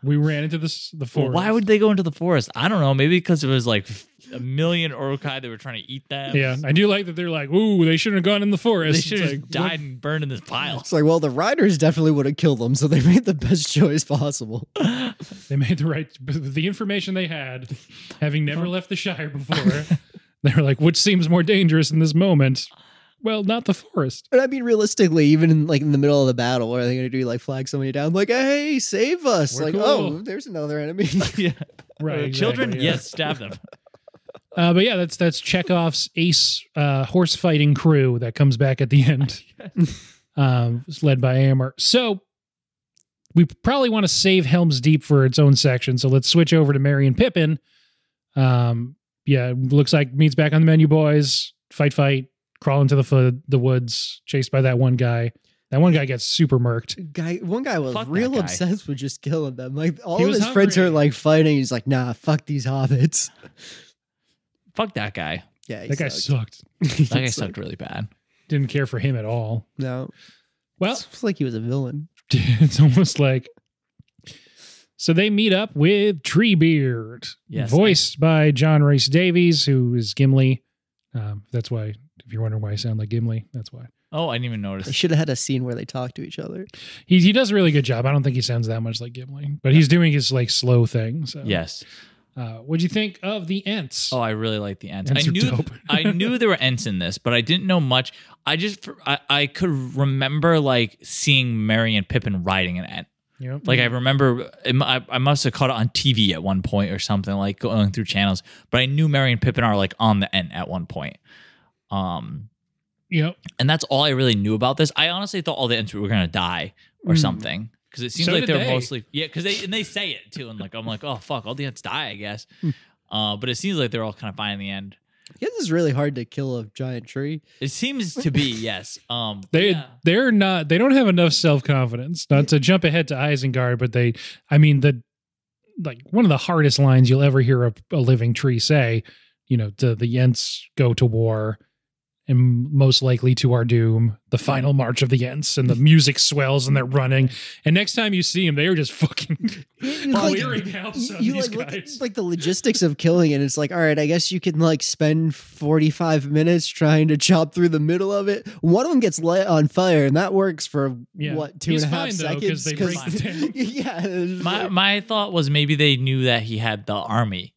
S1: We ran into this the
S3: Well,
S1: forest.
S3: why would they go into the forest? I don't know. Maybe because it was like a million Urukai that were trying to eat them.
S1: Yeah, I do like that they're like, ooh, they shouldn't have gone in the forest.
S3: They
S1: It's
S3: should have
S1: like,
S3: just died and burned in this
S2: *laughs*
S3: pile.
S2: It's like, well, the riders definitely would have killed them, so they made the best choice possible.
S1: They made the right, with the information they had, having never left the Shire before, they were like, which seems more dangerous in this moment? Well, not the forest.
S2: But I mean, realistically, even in, like in the middle of the battle, what are they going to do? Like flag somebody down? Like, hey, save us!
S1: We're
S2: like,
S1: cool.
S2: oh, there's another enemy. *laughs*
S3: yeah.
S1: Right. exactly,
S3: Children,
S1: yeah.
S3: yes, stab
S1: *laughs*
S3: them.
S1: Uh, but yeah, that's that's Chekhov's ace uh, horse fighting crew that comes back at the end. *laughs* um, it's led by Amor. So we probably want to save Helm's Deep for its own section. So let's switch over to Mary and Pippin. Um, yeah, looks like meat's back on the menu, boys. Fight, fight, crawl into the fo- the woods, chased by that one guy. That one guy gets super murked.
S2: guy, one guy was
S3: Fuck that
S2: real
S3: guy.
S2: obsessed with just killing them. Like all
S1: He
S2: of
S1: was
S2: his friends
S1: hungry.
S2: are like fighting. He's like, nah, fuck these hobbits. *laughs*
S3: Fuck that guy.
S2: Yeah, he
S1: That guy
S2: *laughs* sucked.
S1: sucked.
S2: He
S3: That guy
S2: sucked.
S3: sucked really bad.
S1: Didn't care for him at all.
S2: No,
S1: Well,
S2: it's like he was a villain.
S1: *laughs* it's almost like so they meet up with Treebeard,
S3: Yes,
S1: voiced by John Race Davies, who is Gimli. Um, that's why, if you're wondering why I sound like Gimli, that's why.
S3: Oh, I didn't even
S2: They
S3: notice.
S2: should have had a scene where they talk to each other.
S1: He he does a really good job. I don't think he sounds that much like Gimli, but he's doing his like slow thing. So
S3: Yes.
S1: uh, what'd you think of the Ents?
S3: Oh, I really like the ants.
S1: Ents
S3: I
S1: are
S3: knew
S1: dope.
S3: I knew there were ents in this, but I didn't know much. I just I, I could remember like seeing Mary and Pippin riding an ent.
S1: Yep.
S3: Like I remember, it mu- I, I must have caught it on TV at one point or something, like going through channels. But I knew Mary and Pippin are like on the end at one point. Um,
S1: yep.
S3: and that's all I really knew about this. I honestly thought all the ends were gonna die or
S2: Mm.
S3: something because it seems
S1: So
S3: like
S1: did
S3: they're
S1: they.
S3: mostly yeah. Because they and they say it too, and like I'm like, oh fuck, all the ends die, I guess.
S1: Hmm.
S3: Uh, but it seems like they're all kind of fine in the end.
S2: Yeah, this is really hard to kill a giant tree.
S3: It seems
S1: *laughs*
S3: to be yes. Um,
S1: They
S3: yeah.
S1: they're not they don't have enough self confidence. Not to jump ahead to Isengard, but they I mean the like one of the hardest lines you'll ever hear a, a living tree say, you know, the the Ents go to war and most likely to our doom, the final march of the Ents
S2: *laughs*
S1: and the music swells and they're running. And next time you see them, they are just fucking *laughs*
S2: It's *laughs* like-
S1: clearing house
S2: you,
S1: on
S2: you,
S1: these
S2: like, look at,
S1: guys.
S2: like the logistics of killing it. It's like, all right, I guess you can like spend 45 minutes trying to chop through the middle of it. One of them gets lit on fire, and that works for
S1: Yeah.
S2: what two
S1: He's
S2: and a half
S1: fine, though, 'cause
S2: seconds?
S1: they break the dam.
S2: *laughs* yeah, it's
S3: My
S2: like-
S3: my thought was maybe they knew that he had the army,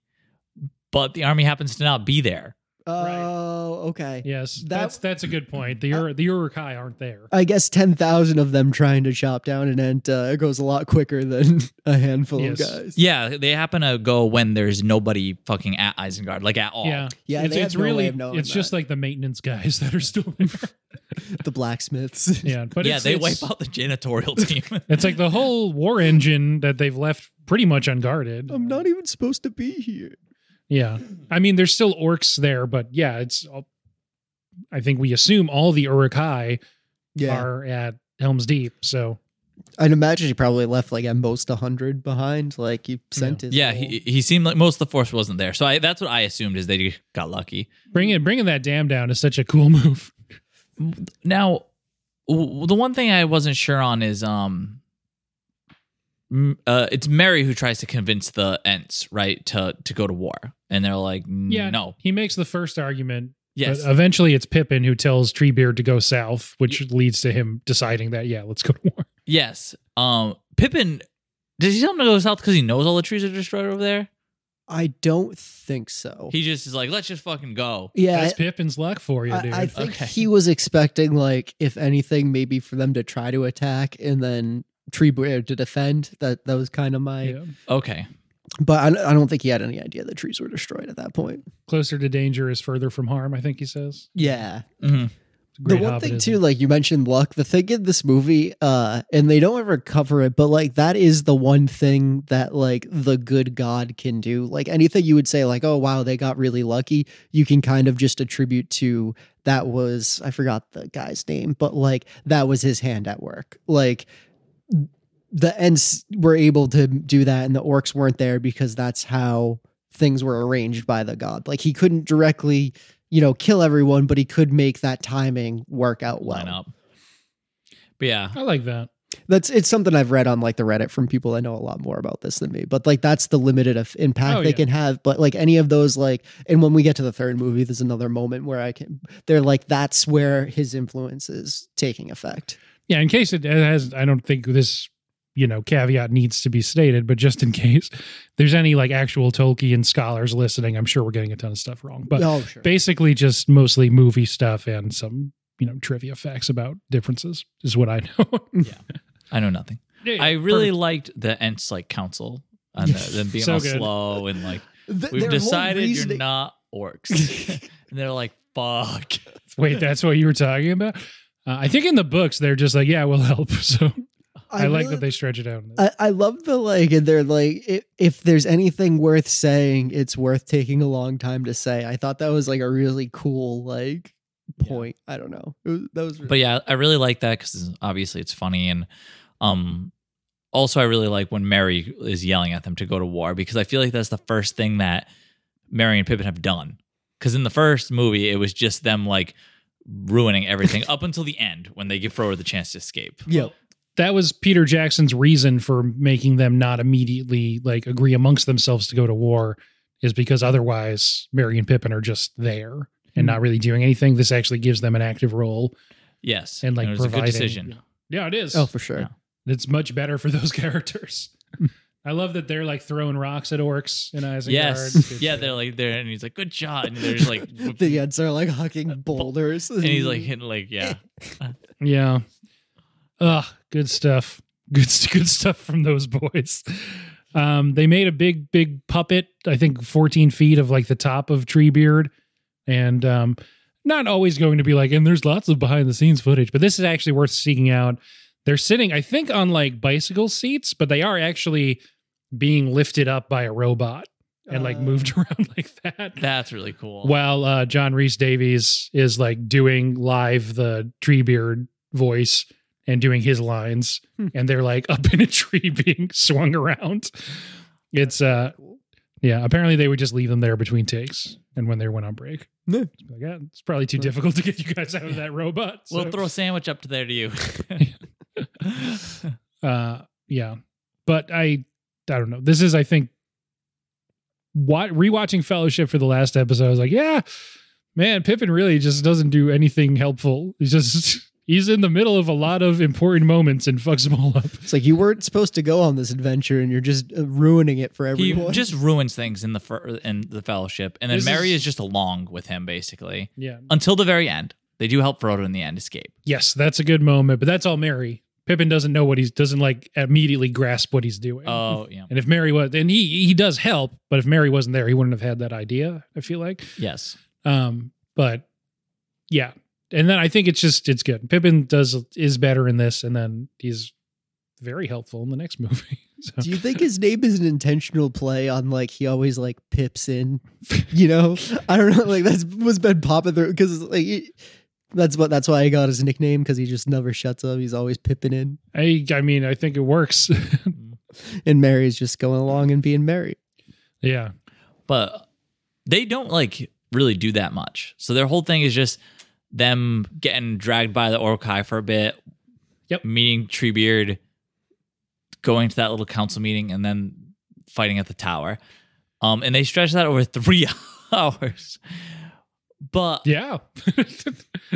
S3: but the army happens to not be there.
S2: oh, okay.
S1: yes,
S2: that-
S1: that's that's a good point. The Ur, the Urukai aren't there.
S2: I guess 10,000 of them trying to chop down an ant uh, goes a lot quicker than *laughs* a handful
S1: Yes.
S2: of guys.
S3: Yeah, they happen to go when there's nobody fucking at Isengard, like at all.
S1: Yeah,
S2: Yeah,
S1: it's,
S2: they
S1: it's
S2: have no way
S1: really
S2: of knowing
S1: it's just
S2: that.
S1: like the maintenance guys *laughs* that are still there.
S2: *laughs* the blacksmiths.
S1: *laughs* Yeah, but
S3: yeah,
S1: it's,
S3: they
S1: it's-
S3: wipe out the janitorial
S1: *laughs*
S3: team.
S1: It's like the whole war engine that they've left pretty much unguarded.
S2: *laughs* I'm not even supposed to be here.
S1: Yeah, I mean, there's still orcs there, but yeah, it's. all- I think we assume all the Urukai
S2: Yeah.
S1: are at Helm's Deep, so
S2: I'd imagine he probably left like at most 100 behind. Like he sent his.
S3: *laughs* yeah,
S2: whole-
S3: he, he seemed like most of the force wasn't there, so I, that's what I assumed is they just got lucky.
S1: bringing bringing that dam down is such a cool *laughs* move.
S3: Now, w- the one thing I wasn't sure on is um, m- uh, it's Mary who tries to convince the Ents right to to go to war, and they're like,
S1: Yeah. uh,
S3: no,
S1: He makes the first argument,
S3: yes,
S1: but eventually it's Pippin who tells Treebeard to go south, which leads to him deciding that yeah, let's go to war.
S3: Yes. Um, Pippin, does he tell him to go south because he knows all the trees are destroyed over there?
S2: I don't think so.
S3: He just is like, let's just fucking go.
S2: yeah.
S1: That's
S2: I-
S1: Pippin's luck for you,
S2: I,
S1: dude.
S2: I think
S3: Okay.
S2: he was expecting, like, if anything, maybe for them to try to attack and then Treebeard to defend. That that was kind of my.
S1: Yeah.
S3: Okay.
S2: But I, I don't think he had any idea the trees were destroyed at that point.
S1: Closer to danger is further from harm. I think he says.
S2: Yeah.
S1: Mm-hmm.
S3: Mhm.
S2: the
S1: Great
S2: one thing
S1: Hobbitism.
S2: too like you mentioned luck the thing in this movie uh and they don't ever cover it but like that is the one thing that like the good god can do like anything you would say like oh wow they got really lucky you can kind of just attribute to that was i forgot the guy's name but like that was his hand at work like the ents were able to do that and the orcs weren't there because that's how things were arranged by the god like he couldn't directly you know kill everyone but he could make that timing work out well
S3: Line up. But yeah.
S1: I like that.
S2: that's it's something i've read on like the reddit from people that know a lot more about this than me but like that's the limited of impact
S1: Oh,
S2: they
S1: yeah.
S2: can have but like any of those like and when we get to the third movie there's another moment where i can they're like that's where his influence is taking effect
S1: Yeah, in case it has, I don't think this you know, caveat needs to be stated, but just in case *laughs* there's any like actual Tolkien scholars listening, I'm sure we're getting a ton of stuff wrong. But
S2: oh, sure.
S1: basically just mostly movie stuff and some, you know, trivia facts about differences is what I *laughs* know.
S3: I know nothing.
S1: Yeah,
S3: I really
S1: perfect.
S3: liked the Ents like council and
S1: *laughs*
S3: the, them being
S1: So
S3: all
S1: good.
S3: slow
S1: *laughs*
S3: and like
S2: Th-
S3: we've
S2: their whole
S3: decided you're
S2: *laughs* reasoning-
S3: not orcs, and they're like fuck.
S1: Wait, that's what you were talking about? Uh, I think in the books they're just like, yeah, we'll help. *laughs* So I, like
S2: really-
S1: that they stretch it out.
S2: I, I love the like, and they're like, if, if there's anything worth saying, it's worth taking a long time to say. I thought that was like a really cool like
S3: Yeah.
S2: point. I don't know. It was, that was really,
S3: But yeah, I really like that because obviously it's funny and um also I really like when Mary is yelling at them to go to war because I feel like that's the first thing that Mary and Pippin have done. Because in the first movie, it was just them like
S1: *laughs*
S3: ruining everything up until the end when they give Frodo the chance to escape.
S2: yeah.
S1: that was Peter Jackson's reason for making them not immediately like agree amongst themselves to go to war is because otherwise Mary and Pippin are just there and not really doing anything. This actually gives them an active role.
S3: Yes,
S1: And, like,
S3: it was a good
S1: providing-
S3: decision.
S1: Yeah, it is.
S2: Oh, for sure.
S3: Yeah.
S1: It's much better for those *laughs* characters. I love that they're like throwing rocks at orcs and Isengard.
S3: Yes,
S1: It's,
S3: *laughs* yeah,
S1: uh,
S3: they're like there, and he's like, "Good shot," and they're just
S2: *laughs*
S3: like,
S1: *laughs*
S3: Uh,
S2: The Ents are like hucking boulders,
S3: and
S2: *laughs*
S3: he's like hitting like, yeah,
S1: Yeah. Ugh, good stuff. *laughs* Good good stuff from those boys. Um, they made a big, big puppet, I think 14 feet of like the top of Treebeard. And um, not always going to be like, and there's lots of behind the scenes footage, but this is actually worth seeking out. They're sitting, I think, on like bicycle seats, but they are actually being lifted up by a robot and like
S2: Uh.
S1: moved *laughs* around like that.
S3: that's really cool.
S1: While uh, John Reese Davies is like doing live the Treebeard voice and doing his lines,
S2: Hmm.
S1: and they're like *laughs* up in a tree being swung around. It's uh, yeah. Apparently, they would just leave them there between takes, and when they went on break,
S2: Yeah.
S1: It's like, "Yeah, it's probably too
S2: Right.
S1: difficult to get you guys out of that robot. so-
S3: We'll throw a sandwich up to there
S1: *laughs*
S3: to you.
S1: uh yeah but i i don't know this is i think what rewatching fellowship for the last episode i was like yeah man pippin really just doesn't do anything helpful he's just *laughs* he's in the middle of a lot of important moments and fucks them all up
S2: it's like you weren't supposed to go on this adventure, and you're just uh, ruining it for
S3: he
S2: everyone.
S3: just ruins things in the fir- in the fellowship, and then
S1: This
S3: Mary
S1: is-
S3: is just along with him basically
S1: yeah
S3: until the very end. They do help Frodo in the end escape.
S1: yes that's a good moment but that's all mary pippin doesn't know what he's doesn't like immediately grasp what he's doing
S3: Oh yeah,
S1: and if mary was and he he does help but if mary wasn't there he wouldn't have had that idea i feel like
S3: yes,
S1: Um, but yeah, and then I think it's just it's good. Pippin does is better in this, and then he's very helpful in the next *laughs* movie.
S2: Do
S1: So,
S2: you think his name is an intentional play on like he always like pips in? You know, I don't know. Like that's what's been popping through because like he- that's what that's why I got his nickname because he just never shuts up. He's always pipping in,
S1: I I mean I think it works. *laughs*
S2: and Mary's just going along and being merry.
S1: yeah,
S3: but they don't like really do that much. So their whole thing is just them getting dragged by the Orokai for a bit.
S1: Yep.
S3: Meeting Treebeard, going to that little council meeting, and then fighting at the tower. Um, and they stretch that over *laughs* three hours. But
S1: yeah. *laughs*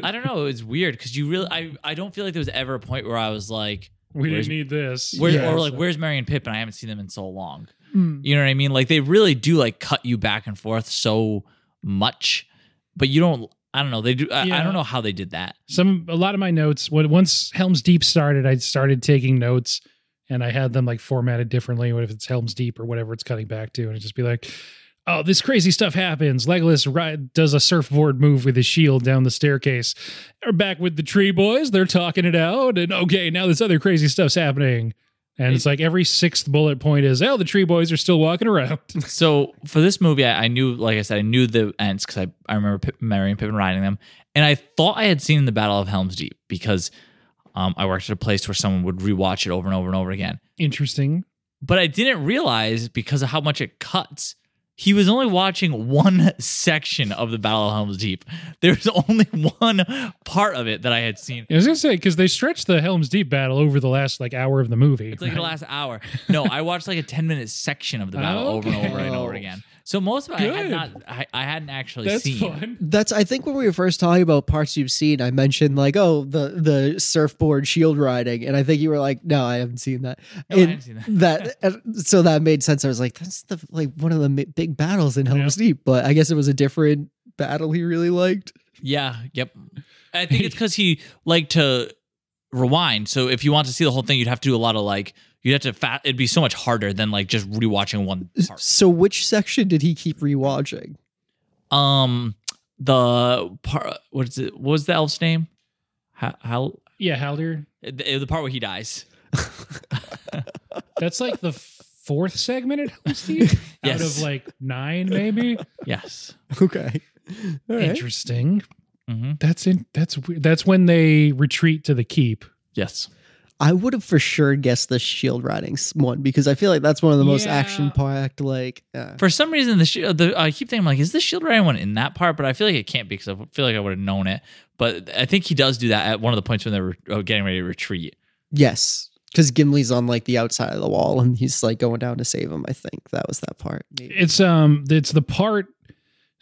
S3: I don't know. It's weird because you really, I, I don't feel like there was ever a point where I was like,
S1: we
S3: Where's-
S1: didn't need this.
S3: where,
S2: Yeah.
S3: or like, where's Marion Pippin? I haven't seen them in so long. You know what I mean? Like they really do like cut you back and forth so much, but you don't. I don't know. They do. I, I
S1: Yeah.
S3: don't know how they did that.
S1: some a lot of my notes when once Helm's Deep started, I started taking notes and I had them like formatted differently. What if it's Helm's Deep or whatever it's cutting back to, and it'd just be like, oh, this crazy stuff happens. Legolas ri- does a surfboard move with his shield down the staircase. They're back with the tree boys. They're talking it out, and okay, now this other crazy stuff's happening. And it's like every sixth bullet point is, oh, the tree boys are still walking around.
S3: So for this movie, I, I knew, like I said, I knew the ends because I, I remember Pip, Mary and Pippin riding them, and I thought I had seen the Battle of Helm's Deep because um, I worked at a place where someone would rewatch it over and over and over again.
S1: *laughs* Interesting.
S3: But I didn't realize because of how much it cuts. He was only watching one *laughs* section of the Battle of Helm's Deep. There's only *laughs* one part of it that I had seen.
S1: I was gonna say because they stretched the Helm's Deep battle over the last like hour of the movie.
S3: It's like
S1: right?
S3: the last hour. No, I watched like a 10 minute section of the battle over and over and over
S2: Okay.
S3: again. So most of it I had
S1: Good.
S3: not I, I hadn't actually
S1: That's
S3: seen.
S1: fun.
S2: That's I think when we were first talking about parts you've seen, I mentioned like, oh, the the surfboard shield riding, and I think you were like, no, I haven't seen that.
S3: No,
S2: And *laughs*
S3: I haven't seen that.
S2: and so that made sense. I was like, that's the like one of the mi- big battles in Helm's Deep, but I guess it was a different battle he really liked.
S3: Yeah, yep. I think it's because he liked to rewind. So if you want to see the whole thing, you'd have to do a lot of like you'd have to fat it'd be so much harder than like just rewatching one part.
S2: So which section did he keep rewatching?
S3: Um the part what is it what was the elf's name? How, how
S1: Yeah, Halder.
S3: the, the part where he dies.
S1: That's like the fourth segment at Helm's Deep out
S3: Yes.
S1: of like nine, maybe.
S3: Yes.
S2: *laughs* Okay, all right.
S1: Interesting.
S3: hmm
S1: That's in. That's weird. That's when they retreat to the keep.
S3: Yes.
S2: I would have for sure guessed the shield riding s- E one because I feel like that's one of the most
S1: Yeah.
S2: action packed. Like, uh,
S3: For some reason, the, shi the I keep thinking like, is this shield riding one in that part? But I feel like it can't be because I feel like I would have known it. But I think he does do that at one of the points when they're re- uh, getting ready to retreat.
S2: yes, because Gimli's on like the outside of the wall and he's like going down to save him. I think that was that part. maybe.
S1: It's um. It's the part.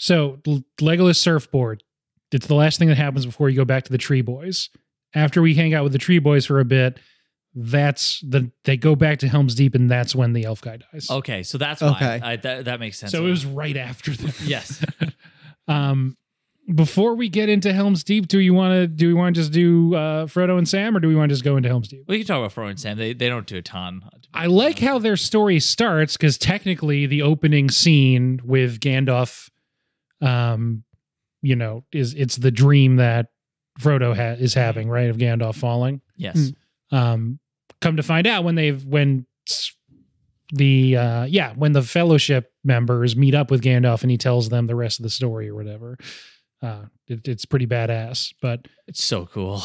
S1: So L- Legolas surfboard. It's the last thing that happens before you go back to the Tree Boys. After we hang out with the Tree Boys for a bit, that's the they go back to Helm's Deep, and that's when the elf guy dies.
S3: Okay, so that's why
S2: Okay.
S3: I, that that makes sense.
S1: so it was right after that.
S3: yes.
S1: *laughs* um. Before we get into Helm's Deep, do you want to do we want to just do uh, Frodo and Sam, or do we want to just go into Helm's Deep?
S3: We can talk about Frodo and Sam. They they don't do a ton.
S1: I like how their story starts because technically the opening scene with Gandalf, um, you know, is it's the dream that Frodo ha- is having, right, of Gandalf falling.
S3: yes.
S2: Mm.
S1: Um, come to find out when they've when s- the uh, yeah when the Fellowship members meet up with Gandalf and he tells them the rest of the story or whatever. Uh, it, it's pretty badass, but
S3: It's so cool.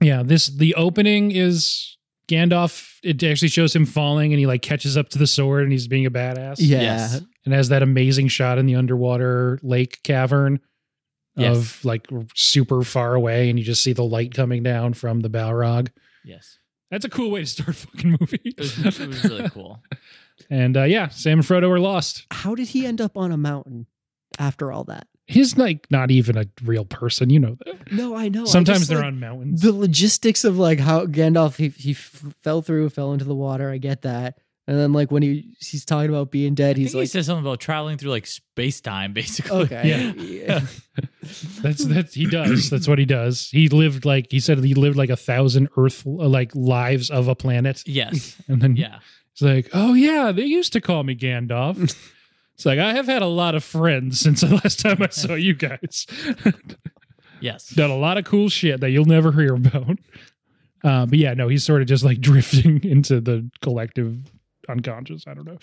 S1: yeah, this the opening is Gandalf. It actually shows him falling, and he like catches up to the sword, and he's being a badass.
S2: yeah,
S3: *laughs* Yes.
S1: and has that amazing shot in the underwater lake cavern
S3: Yes.
S1: of like super far away, and you just see the light coming down from the Balrog.
S3: Yes.
S1: That's a cool way to start a fucking movie.
S3: *laughs* It was, it was
S2: *laughs*
S3: really cool.
S1: and uh, yeah, Sam and Frodo are lost.
S2: How did he end up on a mountain after all that?
S1: He's like not even a real person, you know. That.
S2: No, I know. I
S1: Sometimes
S2: just,
S1: they're
S2: like,
S1: on mountains.
S2: the logistics of like how Gandalf he he f- fell through, fell into the water. I get that. And then like when he he's talking about being dead,
S3: He's
S2: he's
S3: he
S2: like,
S3: says something about traveling through like space
S1: *laughs*
S3: time,
S2: *laughs*
S3: basically.
S2: okay,
S1: Yeah. That's that he does. That's what he does. He lived like he said he lived like a thousand Earth uh, like lives of a planet,
S3: *laughs*
S2: *laughs*
S3: Yes.
S1: and then
S3: Yeah.
S1: he's like, "Oh yeah, they used to call me Gandalf."
S3: *laughs*
S1: it's like I have had a lot of friends since the last time
S3: *laughs*
S1: I saw you guys.
S3: Yes.
S1: Done a lot of cool shit that you'll never hear about. Uh, but yeah, no, he's sort of just like *laughs* drifting into the collective unconscious. I don't know,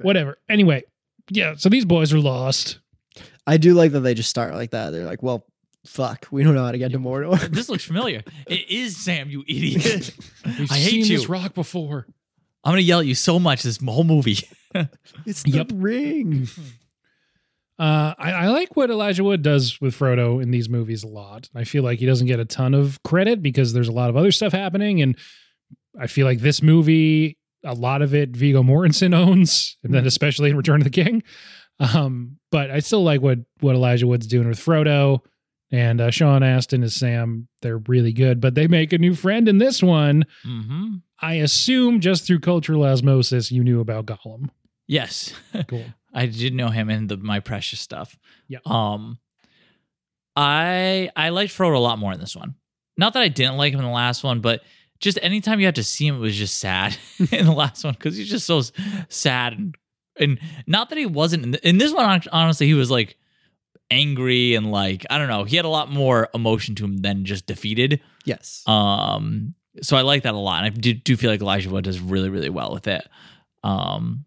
S1: whatever. Anyway, yeah. So these boys are lost.
S2: I do like that they just start like that. They're like, well, fuck, we don't know how to get to Mordor. *laughs*
S3: This looks familiar. It is Sam, you idiot.
S1: We've
S3: I hate
S1: seen
S3: you.
S1: this rock before.
S3: I'm gonna yell at you so much this whole movie.
S2: It's the
S1: Yep. *laughs*
S2: ring.
S1: Uh, I, I like what Elijah Wood does with Frodo in these movies a lot. I feel like he doesn't get a ton of credit because there's a lot of other stuff happening, and I feel like this movie, a lot of it Vigo Mortensen owns, and then especially in Return of the King. Um, but I still like what what Elijah Wood's doing with Frodo, and uh, Sean Astin as Sam. They're really good, but they make a new friend in this one.
S3: Mm-hmm.
S1: I assume just through cultural osmosis, you knew about Gollum.
S3: Yes. *laughs*
S1: Cool.
S3: I did know him in the My Precious stuff.
S1: Yeah.
S3: Um I I liked Frodo a lot more in this one. Not that I didn't like him in the last one, but just anytime you had to see him, it was just sad *laughs* in the last one because he's just so s- sad and and not that he wasn't in, th- in this one. hon- Honestly, he was like angry and like I don't know. He had a lot more emotion to him than just defeated.
S2: Yes.
S3: Um, so I like that a lot, and I do, do feel like Elijah Wood does really, really well with it. Um,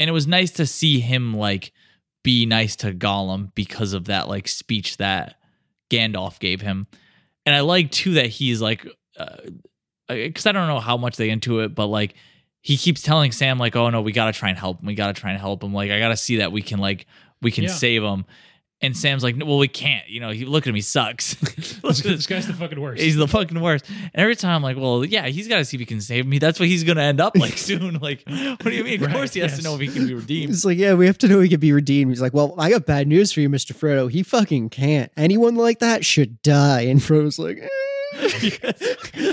S3: and it was nice to see him like be nice to Gollum because of that like speech that Gandalf gave him, and I like too that he's like, because I don't know how much they into it, but like he keeps telling Sam like, oh no, we gotta try and help him, we gotta try and help him, like I gotta see that we can like we can
S1: Yeah.
S3: save him, And Sam's like, "No, well, we can't. You know, he look at him, he sucks. *laughs* Look
S1: This,
S3: at this
S1: this guy's the fucking worst.
S3: He's the fucking worst. And every time I'm like, well, yeah, he's got to see if he can save me. That's what he's going to end up like *laughs* soon. Like, what do you mean? Of
S1: Right,
S3: course he has
S1: yes.
S3: to know if he can
S1: *laughs*
S3: be redeemed.
S2: He's like, yeah, we have to know he can be redeemed. He's like, well, I got bad news for you, Mister Frodo. He fucking can't. Anyone like that should die. *laughs* And Frodo's like, eh.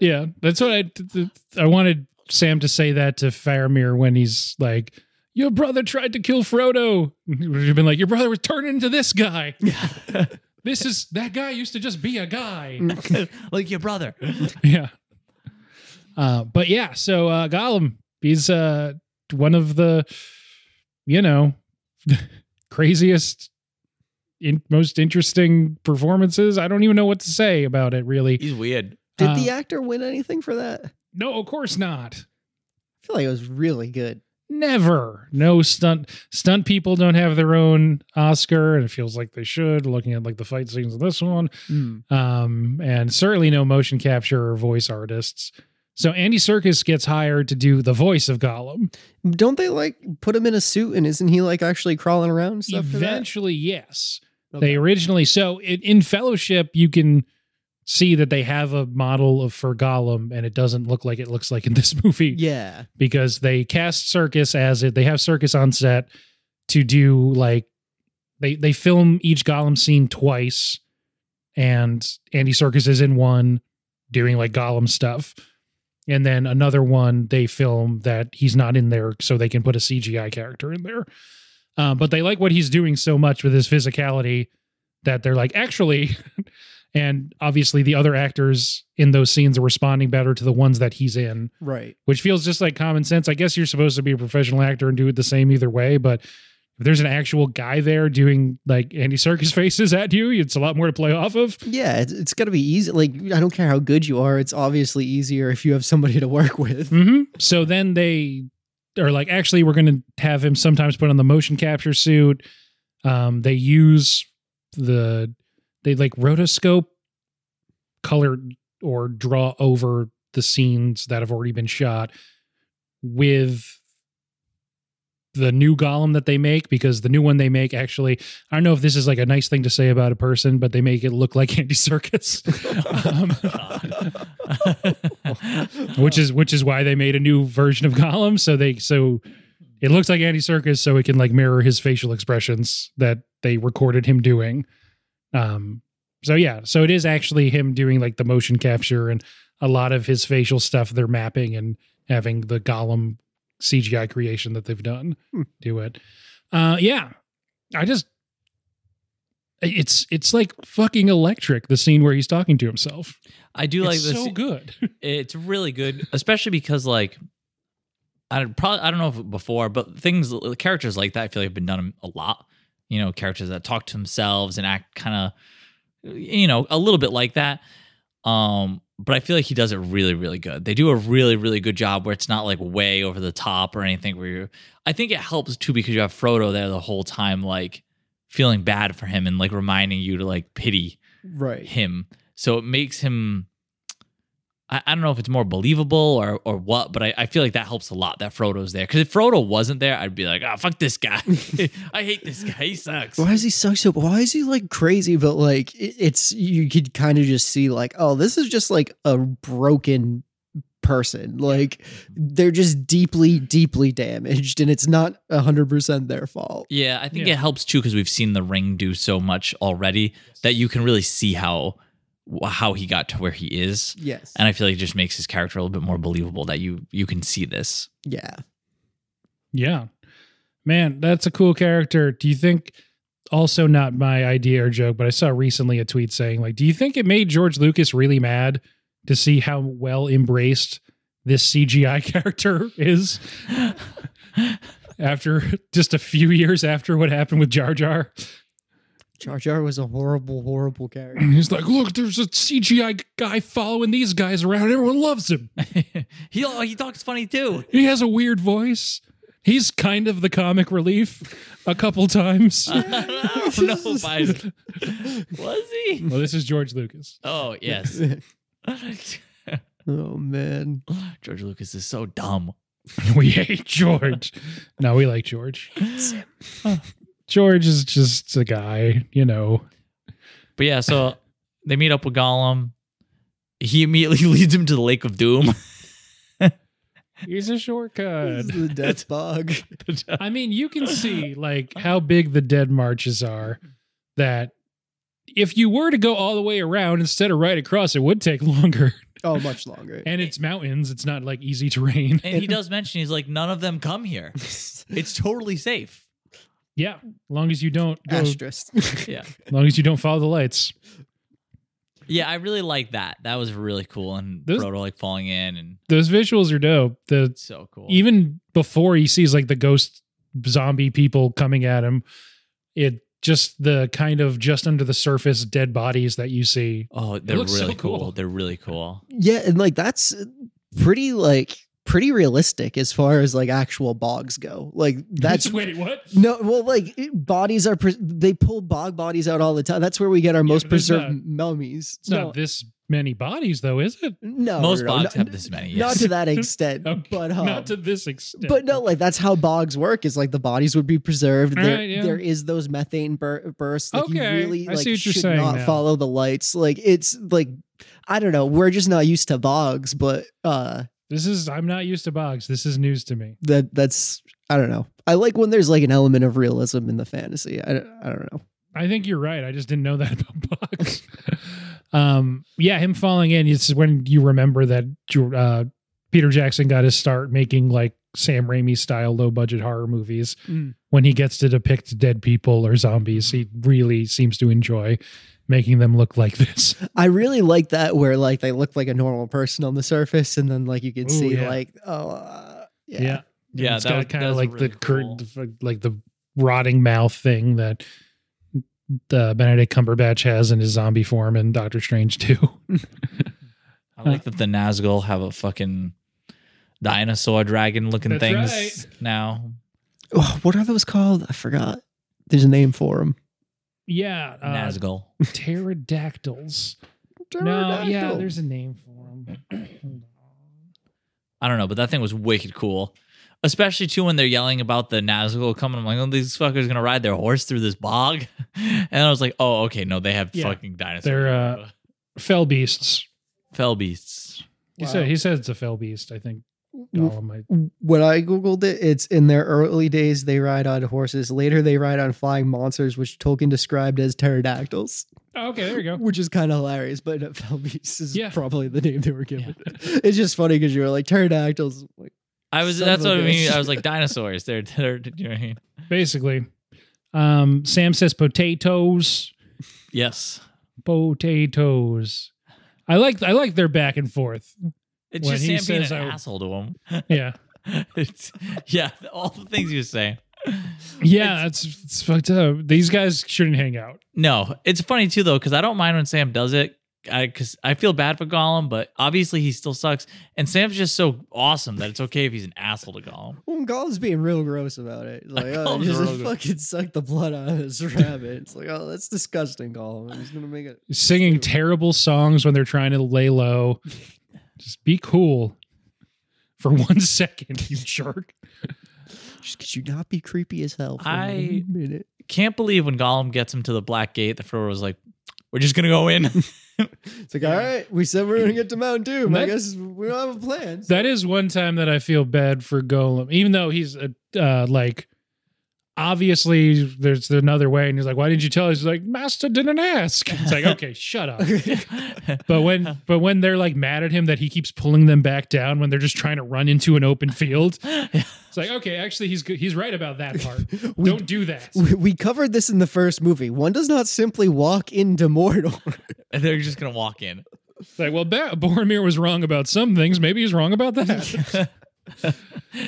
S1: yeah, that's what I th- th- I wanted Sam to say that to Faramir when he's like, "Your brother tried to kill Frodo." He would have been like, "Your brother was turned into this guy. this is that guy used to just be a guy."
S3: *laughs* like your brother.
S1: yeah. Uh, but yeah, so uh, Gollum, he's uh, one of the, you know, *laughs* craziest, in, most interesting performances. I don't even know what to say about it, really.
S3: He's *laughs* weird.
S2: did
S1: Uh,
S2: the actor win anything for that? I
S1: No, of course not.
S2: feel like it was really good.
S1: Never. No stunt. Stunt people don't have their own Oscar, and it feels like they should. Looking at like the fight scenes in this one, um, and certainly no motion capture or voice artists. So Andy Circus gets hired to do the voice of Gollum.
S2: Don't they like put him in a suit and isn't he like actually crawling around and stuff? for that?
S1: Eventually, yes.
S2: Okay.
S1: They originally so it, in Fellowship you can see that they have a model of for Gollum, and it doesn't look like it looks like in this *laughs* movie
S2: yeah.
S1: because they cast Circus as it. They have Circus on set to do like they they film each Gollum scene twice, and Andy Circus is in one doing like Gollum stuff. And then another one they film that he's not in there, so they can put a CGI character in there. Um, but they like what he's doing so much with his physicality that they're like, actually, *laughs* and obviously the other actors in those scenes are responding better to the ones that he's in
S2: Right.
S1: which feels just like common sense. I guess you're supposed to be a professional actor and do it the same either way, but if there's an actual guy there doing like Andy Circus *laughs* faces at you, it's a lot more to play off of.
S2: Yeah, it's, it's got to be easy. Like, I don't care how good you are. It's obviously easier if you have somebody to work with.
S1: hmm So then they are like, actually, we're going to have him sometimes put on the motion capture suit. Um, they use the they like rotoscope color or draw over the scenes that have already been shot with the new golem that they make because the new one they make actually i don't know if this is like a nice thing to say about a person but they make it look like *laughs* andy Um, circus which is which is why they made a new version of *laughs* Gollum. So they so it looks like Andy Circus, so it can like mirror his facial expressions that they recorded him doing. Um, so yeah, so it is actually him doing like the motion capture and a lot of his facial stuff. They're mapping and having the Gollum CGI creation that they've done
S2: Hmm.
S1: do it. Uh, yeah, I just it's it's like fucking electric. The scene where he's talking to himself.
S3: I do like
S1: it's
S3: this.
S1: so good.
S3: It's really good, especially because like I probably I don't know if before, but things characters like that I feel like have been done a lot. You know, characters that talk to themselves and act kind of you know a little bit like that. Um, but I feel like he does it really, really good. They do a really, really good job where it's not like way over the top or anything. Where you, I think it helps too because you have Frodo there the whole time, like feeling bad for him and like reminding you to like pity
S2: Right.
S3: him. So it makes him. I, I don't know if it's more believable or or what, but I, I feel like that helps a lot that Frodo's there. Because if Frodo wasn't there, I'd be like, ah, fuck this guy. *laughs* I hate this guy. He sucks.
S2: Why is he so so? Why is he like crazy? But like, it- it's you could kind of just see like, oh, this is just like a broken person. Like, they're just deeply, deeply damaged, and it's not hundred percent their fault.
S3: Yeah, I think
S1: Yeah.
S3: it helps too because we've seen the ring do so much already *laughs* that you can really see how wh- how he got to where he is.
S2: Yes.
S3: And I feel like it just makes his character a little bit more believable that you you can see this.
S2: yeah.
S1: Yeah. Man, that's a cool character. Do you think also not my idea or joke, but I saw recently a tweet saying like, do you think it made George Lucas really mad to see how well embraced this CGI *laughs* character *laughs* is after just a few years after what happened with Jar Jar?
S2: Jar Jar was a horrible, horrible character.
S1: He's like, look, there's a CGI guy following these guys around. Everyone loves him.
S3: he oh, he talks funny too. *laughs*
S1: He has a weird voice. He's kind of the comic relief a couple *laughs* times.
S3: I don't know if I-
S1: *laughs*
S3: was he?
S1: Well, this is George Lucas.
S3: Oh yes.
S2: *laughs* oh man.
S3: *sighs* George Lucas is so dumb.
S1: *laughs* we hate George. No, we like George. George is just a guy, you know.
S3: But yeah, so they meet up with Gollum. He immediately *laughs* leads him to the Lake of Doom. *laughs*
S1: He's a shortcut.
S2: *laughs* This is the
S3: *laughs*
S2: death bog.
S1: I mean, you can see like how big the dead marches are. That if you were to go all the way around instead of right across, it would take *laughs* longer.
S2: Oh, much longer.
S3: *laughs*
S2: *laughs*
S1: And it's mountains; it's not like easy terrain. *laughs*
S3: and he does mention he's like, none of them come here. It's totally safe.
S1: Yeah, long as you don't go,
S2: Asterisk.
S3: Yeah.
S1: long as you don't follow the lights.
S3: Yeah, I really like that. That was really cool. And
S1: Those-
S3: Frodo like falling in and
S1: Those visuals are dope. The
S3: it's so cool.
S1: even before he sees like the ghost zombie people coming at him, it just the kind of just under the surface dead bodies that you see.
S3: oh, they're really
S1: looks so
S3: cool.
S1: cool.
S3: They're really cool.
S2: *laughs* Yeah, and like that's pretty like pretty realistic as far as like actual bogs go.
S3: *laughs*
S2: Like that's
S1: *laughs* wait, what?
S2: no, well, like it- bodies are pres- they pull bog bodies out all the time. That's where we get our most
S1: but there's
S2: preserved mummies.
S1: It's not this many bodies though, is it?
S2: no,
S3: Most
S2: no, no,
S3: bogs
S2: no,
S3: have this many.
S2: Not
S3: *laughs* Yes.
S2: to that extent,
S1: Okay,
S2: but
S1: *laughs*
S2: um,
S1: not to this extent.
S2: But no, like that's how bogs work. Is like the bodies would be preserved.
S1: All
S2: there,
S1: right, yeah.
S2: there is those methane bur- bursts. Like you
S1: Okay,
S2: really
S1: I
S2: like
S1: see what you're
S2: should
S1: saying
S2: not
S1: now.
S2: follow the lights. Like it's like I don't know. We're just not used to bogs, but uh,
S1: this is I'm not used to bogs. This is news to me.
S2: that that's I don't know. I like when there's like an element of realism in the fantasy. I, I don't know.
S1: I think you're right. I just didn't know that *laughs* about bogs. um, yeah, him falling in. It's when you remember that Ju- uh, Peter Jackson got his start making like Sam Raimi style low budget horror movies.
S2: Mm.
S1: When he gets to depict dead people or zombies, he really seems to enjoy making them look like this.
S2: I really like that where like they look like a normal person on the surface, and then like you can
S1: Ooh,
S2: see
S1: yeah.
S2: like oh uh, yeah.
S3: Yeah,
S1: it's
S3: that was-
S1: got kind
S3: that
S1: of
S3: was
S1: like
S3: really
S1: the cur-
S3: cool.
S1: the- like the rotting mouth thing that uh, Benedict Cumberbatch has in his zombie form in Doctor Strange too.
S3: I like that the Nazgul have a fucking dinosaur dragon looking
S1: That's
S3: things
S1: right.
S3: now.
S2: Oh, what are those called? I forgot. There's a name for them.
S1: yeah, uh,
S3: Nazgul.
S1: pterodactyls. No, yeah, there's a name for them.
S3: I don't know, but that thing was wicked cool. Especially too when they're yelling about the Nazgul coming. I'm like, oh, these fuckers gonna ride their horse through this bog. *laughs* And I was like, oh, okay, no, they have
S1: Yeah.
S3: fucking dinosaurs.
S1: They're, uh, *clears throat* Fell beasts.
S3: *laughs* fell beasts.
S1: He
S2: Wow.
S1: said he said it's a fell beast. I think
S2: W-
S1: Gollum might-
S2: when I googled it, it's in their early days they ride on horses. Later they ride on flying monsters, which Tolkien described as pterodactyls,
S1: Oh, okay, there you go.
S2: which is kind of hilarious. But uh, Felbies is
S1: Yeah.
S2: probably the name they were given. *laughs* It's just funny because you were like pterodactyls. Like,
S3: I was
S2: Son
S3: that's
S2: of a
S3: what I mean.
S2: bitch.
S3: I was like dinosaurs. They're they're you know what I mean?
S1: Basically, um, Sam says potatoes,
S3: Yes.
S1: potatoes. I like I like their back and *laughs* forth.
S3: It's
S1: When
S3: just
S1: he
S3: Sam being
S1: says
S3: an
S1: I-
S3: asshole to him. *laughs*
S1: Yeah,
S3: it's, yeah, all the things you say.
S1: yeah, that's it's fucked up. These guys shouldn't hang out.
S3: No, it's funny too though because I don't mind when Sam does it. I because I feel bad for Gollum, but obviously he still sucks. And Sam's just so awesome that it's okay if he's an asshole to Gollum.
S2: well, "Oh, Gollum's being real gross about it. He's *laughs* Like, oh,
S3: Gollum's
S2: he
S3: real
S2: just
S3: gross.
S2: fucking suck the blood out of this rabbit. It's like, oh, that's disgusting, Gollum. He's gonna make it.
S1: Singing terrible songs when they're trying to lay *laughs* low. Just be cool for *laughs* one second, you jerk.
S2: *laughs* Just could you not be creepy as hell? For
S3: I-
S2: one minute.
S3: Can't believe when Gollum gets him to the Black Gate, the Frodo's like, "We're just gonna go in." *laughs*
S2: It's like, all right, we said we we're gonna get to Mount Doom. I
S1: That-
S2: guess we don't have a plan. so-
S1: That is one time that I feel bad for Golem, even though he's uh, uh, like obviously there's another way, and he's like, "Why didn't you tell?" us?" He's like, "Master didn't ask." It's like, okay, shut up. But when but when they're like mad at him that he keeps pulling them back down when they're just trying to run into an open field, it's like, okay, actually he's good. he's right about that part.
S2: We-
S1: Don't do that.
S2: *laughs* We we covered this in the first movie. One does not simply walk into Mordor. *laughs*
S3: they're just gonna walk in.
S1: It's like, well, Ba- Boromir was wrong about some things. Maybe he's wrong about that.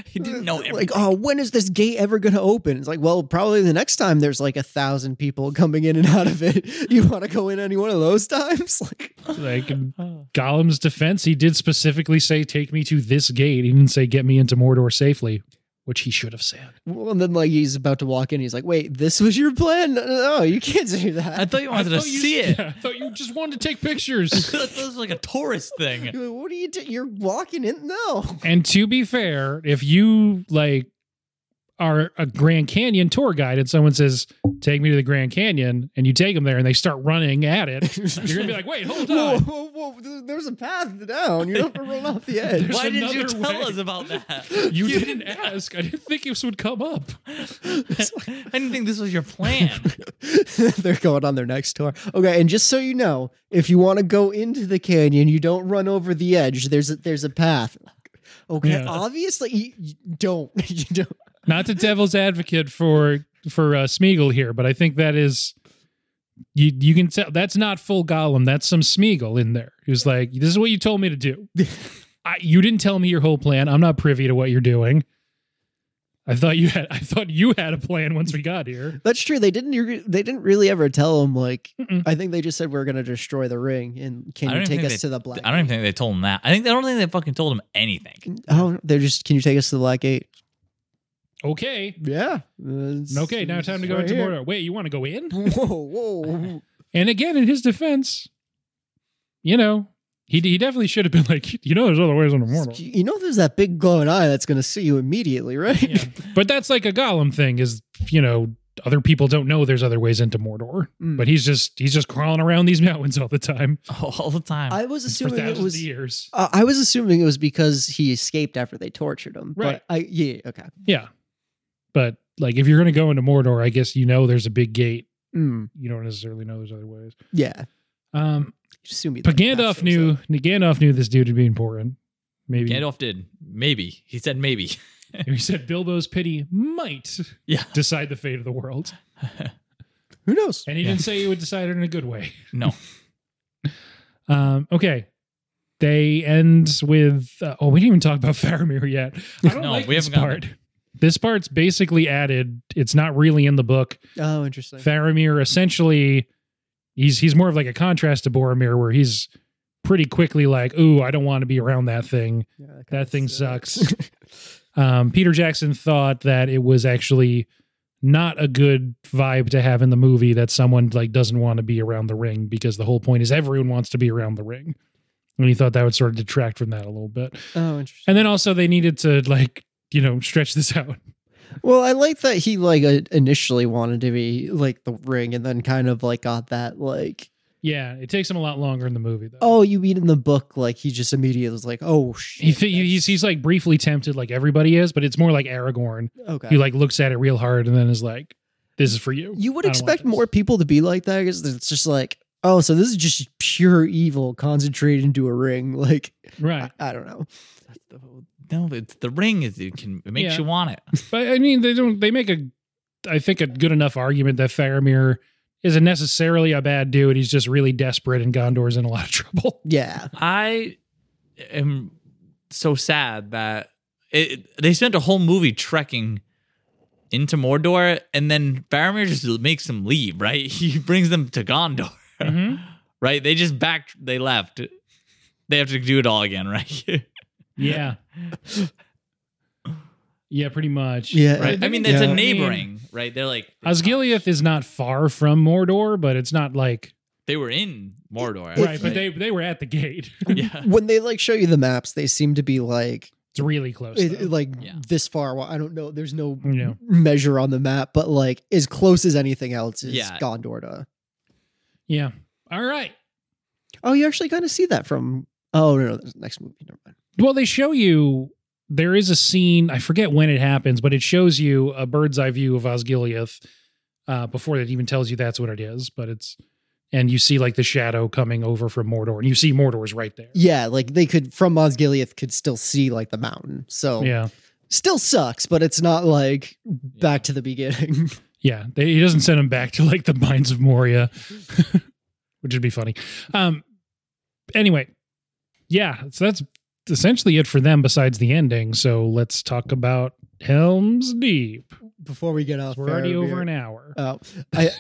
S3: he didn't know everything.
S2: like, oh, when is this gate ever going to open? It's like, well, probably the next time there's like a thousand people coming in and out of it. *laughs* You want to go in any one of those times? *laughs* Like,
S1: like in Gollum's defense, he did specifically say, "Take me to this gate." He didn't say, "Get me into Mordor safely," which he should have said.
S2: well, and then like he's about to walk in. He's like, wait, this was your plan? No, no, no, you can't do
S3: I
S2: that.
S3: thought you wanted to
S1: you,
S3: see *laughs* it.
S1: I thought you just wanted to take
S3: I
S1: *laughs* pictures.
S3: thought this was like a tourist thing.
S2: *laughs* You're like, what are you doing? You're walking in? No.
S1: and to be fair, if you like, are a Grand Canyon tour guide and someone says, "Take me to the Grand Canyon," and you take them there and they start running at it, you're gonna be like, "Wait, *laughs* hold
S2: *laughs* Whoa,
S1: on."
S2: whoa, whoa. th- There's a path down. You don't have to run off the edge.
S1: There's
S3: Why didn't you
S1: another
S3: tell
S1: way.
S3: us about that? *laughs*
S1: You, didn't ask. I didn't think this would come up.
S3: *laughs* I didn't think this was your *laughs* plan.
S2: *laughs* They're going on their next tour. Okay, and just so you know, if you want to go into the canyon, you don't run over the edge. There's a, there's a path. Okay,
S1: Yeah.
S2: obviously you, you don't. *laughs* You don't.
S1: Not the devil's advocate for for uh, Smeagol here, but I think that is you. You can tell that's not full Gollum. That's some Smeagol in there. He was like, "This is what you told me to do. I, you didn't tell me your whole plan. I'm not privy to what you're doing." I thought you had. I thought you had a plan once we got here.
S2: That's true. They didn't. re- They didn't really ever tell him. Like
S1: Mm-mm.
S2: I think they just said we're gonna destroy the ring, and
S3: I
S2: can
S3: don't
S2: you take
S3: think
S2: us
S3: they-
S2: to the black?
S3: I don't even think they told him that. I think I don't think they fucking told him anything.
S2: Oh, they're just. Can you take us to the black gate?
S1: Okay.
S2: Yeah.
S1: Okay. Now time to go into Mordor. Wait, you want to go in?
S2: *laughs* Whoa, whoa.
S1: And again, in his defense, you know, he he definitely should have been like, you know, there's other ways into Mordor.
S2: You know, there's that big glowing eye that's gonna see you immediately, right?
S1: yeah. *laughs* But that's like a Gollum thing is, you know, other people don't know there's other ways into Mordor.
S2: Mm.
S1: But he's just he's just crawling around these *laughs* mountains all the time
S3: *laughs* all the
S2: *laughs*
S3: time.
S2: I was
S1: for
S2: assuming it
S1: thousands of
S2: was.
S1: years.
S2: Uh, I was assuming it was because he escaped after they tortured him.
S1: Right.
S2: But I yeah okay.
S1: Yeah. But like if you're gonna go into Mordor, I guess you know there's a big gate.
S2: Mm,
S1: You don't necessarily know there's other ways.
S2: yeah.
S1: Um
S2: Assume he.
S1: but
S2: like, passed
S1: Gandalf
S2: those
S1: knew
S2: up.
S1: Gandalf knew this dude would be important. Maybe
S3: Gandalf did. Maybe he said maybe.
S1: *laughs*
S3: *laughs*
S1: he said Bilbo's pity might *laughs*
S3: Yeah.
S1: decide the fate of the world.
S2: Who knows?
S1: And he
S3: Yeah.
S1: didn't say he would decide it in a good way.
S3: *laughs* No.
S1: Um, okay. They end with uh, oh, we didn't even talk about *laughs* Faramir yet. I don't
S3: No,
S1: like
S3: we
S1: this
S3: haven't
S1: part.
S3: gotten
S1: This part's basically added. It's not really in the book.
S2: Oh, interesting.
S1: Faramir essentially he's he's more of like a contrast to Boromir where he's pretty quickly like, "Ooh, I don't want to be around that thing."
S2: Yeah, kinda
S1: That thing sucks. *laughs* Um, Peter Jackson thought that it was actually not a good vibe to have in the movie that someone like doesn't want to be around the ring because the whole point is everyone wants to be around the ring. And he thought that would sort of detract from that a little bit.
S2: *laughs* oh, interesting.
S1: And then also they needed to like, you know, stretch this *laughs* out.
S2: Well, I like that he like uh, initially wanted to be like the ring, and then kind of like got that like,
S1: Yeah, it takes him a lot longer in the movie though.
S2: oh, you mean in the book, like he just immediately was like, oh shit,
S1: He, thi-
S2: that's-
S1: he's he's like briefly tempted like everybody is, but it's more like Aragorn.
S2: okay.
S1: He like looks at it real hard and then is like, "This is for you."
S2: you would
S1: I don't want
S2: expect
S1: this.
S2: more people to be like that because it's just like, oh, so this is just pure evil concentrated into a ring. *laughs* Like,
S1: right?
S2: I, I don't know.
S3: No, it's the ring. Is it can it makes
S1: Yeah.
S3: you want it.
S1: But I mean, they don't. They make a, I think, a good enough argument that Faramir isn't necessarily a bad dude. He's just really desperate, and Gondor's in a lot of
S3: *laughs*
S1: trouble. *laughs*
S2: Yeah,
S3: I am so sad that it, they spent a whole movie trekking into Mordor, and then Faramir just makes them leave. Right, *laughs* he brings them to Gondor. Right, they just back. They left. They have to do it all again. *laughs*
S1: Uh,
S3: Right.
S1: Yeah. yeah, pretty much.
S2: Yeah.
S3: right. I
S1: They
S3: mean,
S1: make-
S3: that's
S2: Yeah.
S3: a neighboring. right. They're like
S1: I mean, Osgiliath is not far from Mordor, but it's not like
S3: They were in Mordor.
S1: right. But they they were at the gate.
S3: *laughs*
S1: *laughs*
S3: Yeah.
S2: when they like show you the maps, they seem to be like,
S1: it's really close.
S2: it,
S1: though.
S2: it, like
S3: Yeah.
S2: this far. Well, I don't know. There's no
S1: you know.
S2: measure on the map, but like as close as anything else is
S3: Yeah.
S2: Gondor to.
S1: Yeah. All right.
S2: Oh, you actually kind of see that from. Oh no, no, that's the next movie. Never mind.
S1: Well, they show you there is a scene. I forget when it happens, but it shows you a bird's eye view of Osgiliath uh, before it even tells you that's what it is. But it's and you see like the shadow coming over from Mordor, and you see Mordor's right there.
S2: Yeah, like they could from Osgiliath could still see like the mountain. So
S1: Yeah,
S2: still sucks, but it's not like back to the beginning. *laughs*
S1: yeah. They, he doesn't send him back to like the mines of Moria, *laughs* which would be funny. Um. Anyway, yeah. So that's essentially it for them. Besides the ending, so let's talk about Helm's Deep.
S2: Before we get off,
S1: We're already
S2: Faramir-
S1: over an hour.
S2: Oh, I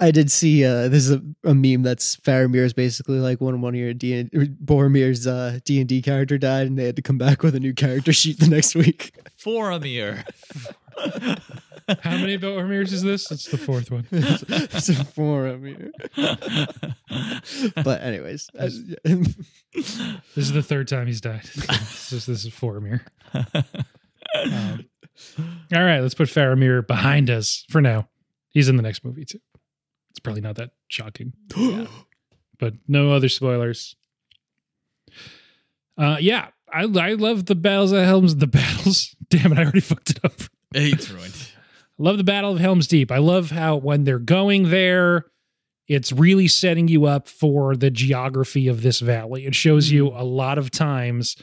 S2: I did see uh this is a, a meme that's Faramir is basically like when one of your D and Boromir's uh D and D character died and they had to come back with a new character sheet the next week. *laughs*
S3: Faramir. *laughs*
S1: How many Belramirs is this? It's the fourth one.
S2: it's a Faramir. But anyways, I- *laughs*
S1: This is the third time he's died. this, is, this is Faramir. Um, All right, let's put Faramir behind us for now. He's in the next movie too. It's probably not that shocking, but no other spoilers. Uh, yeah, I I love the battles of Helms. The *laughs* battles. Damn it, I already fucked it up.
S3: it's ruined.
S1: *laughs* Love the Battle of Helm's Deep. I love how when they're going there, it's really setting you up for the geography of this valley. It shows you a lot of times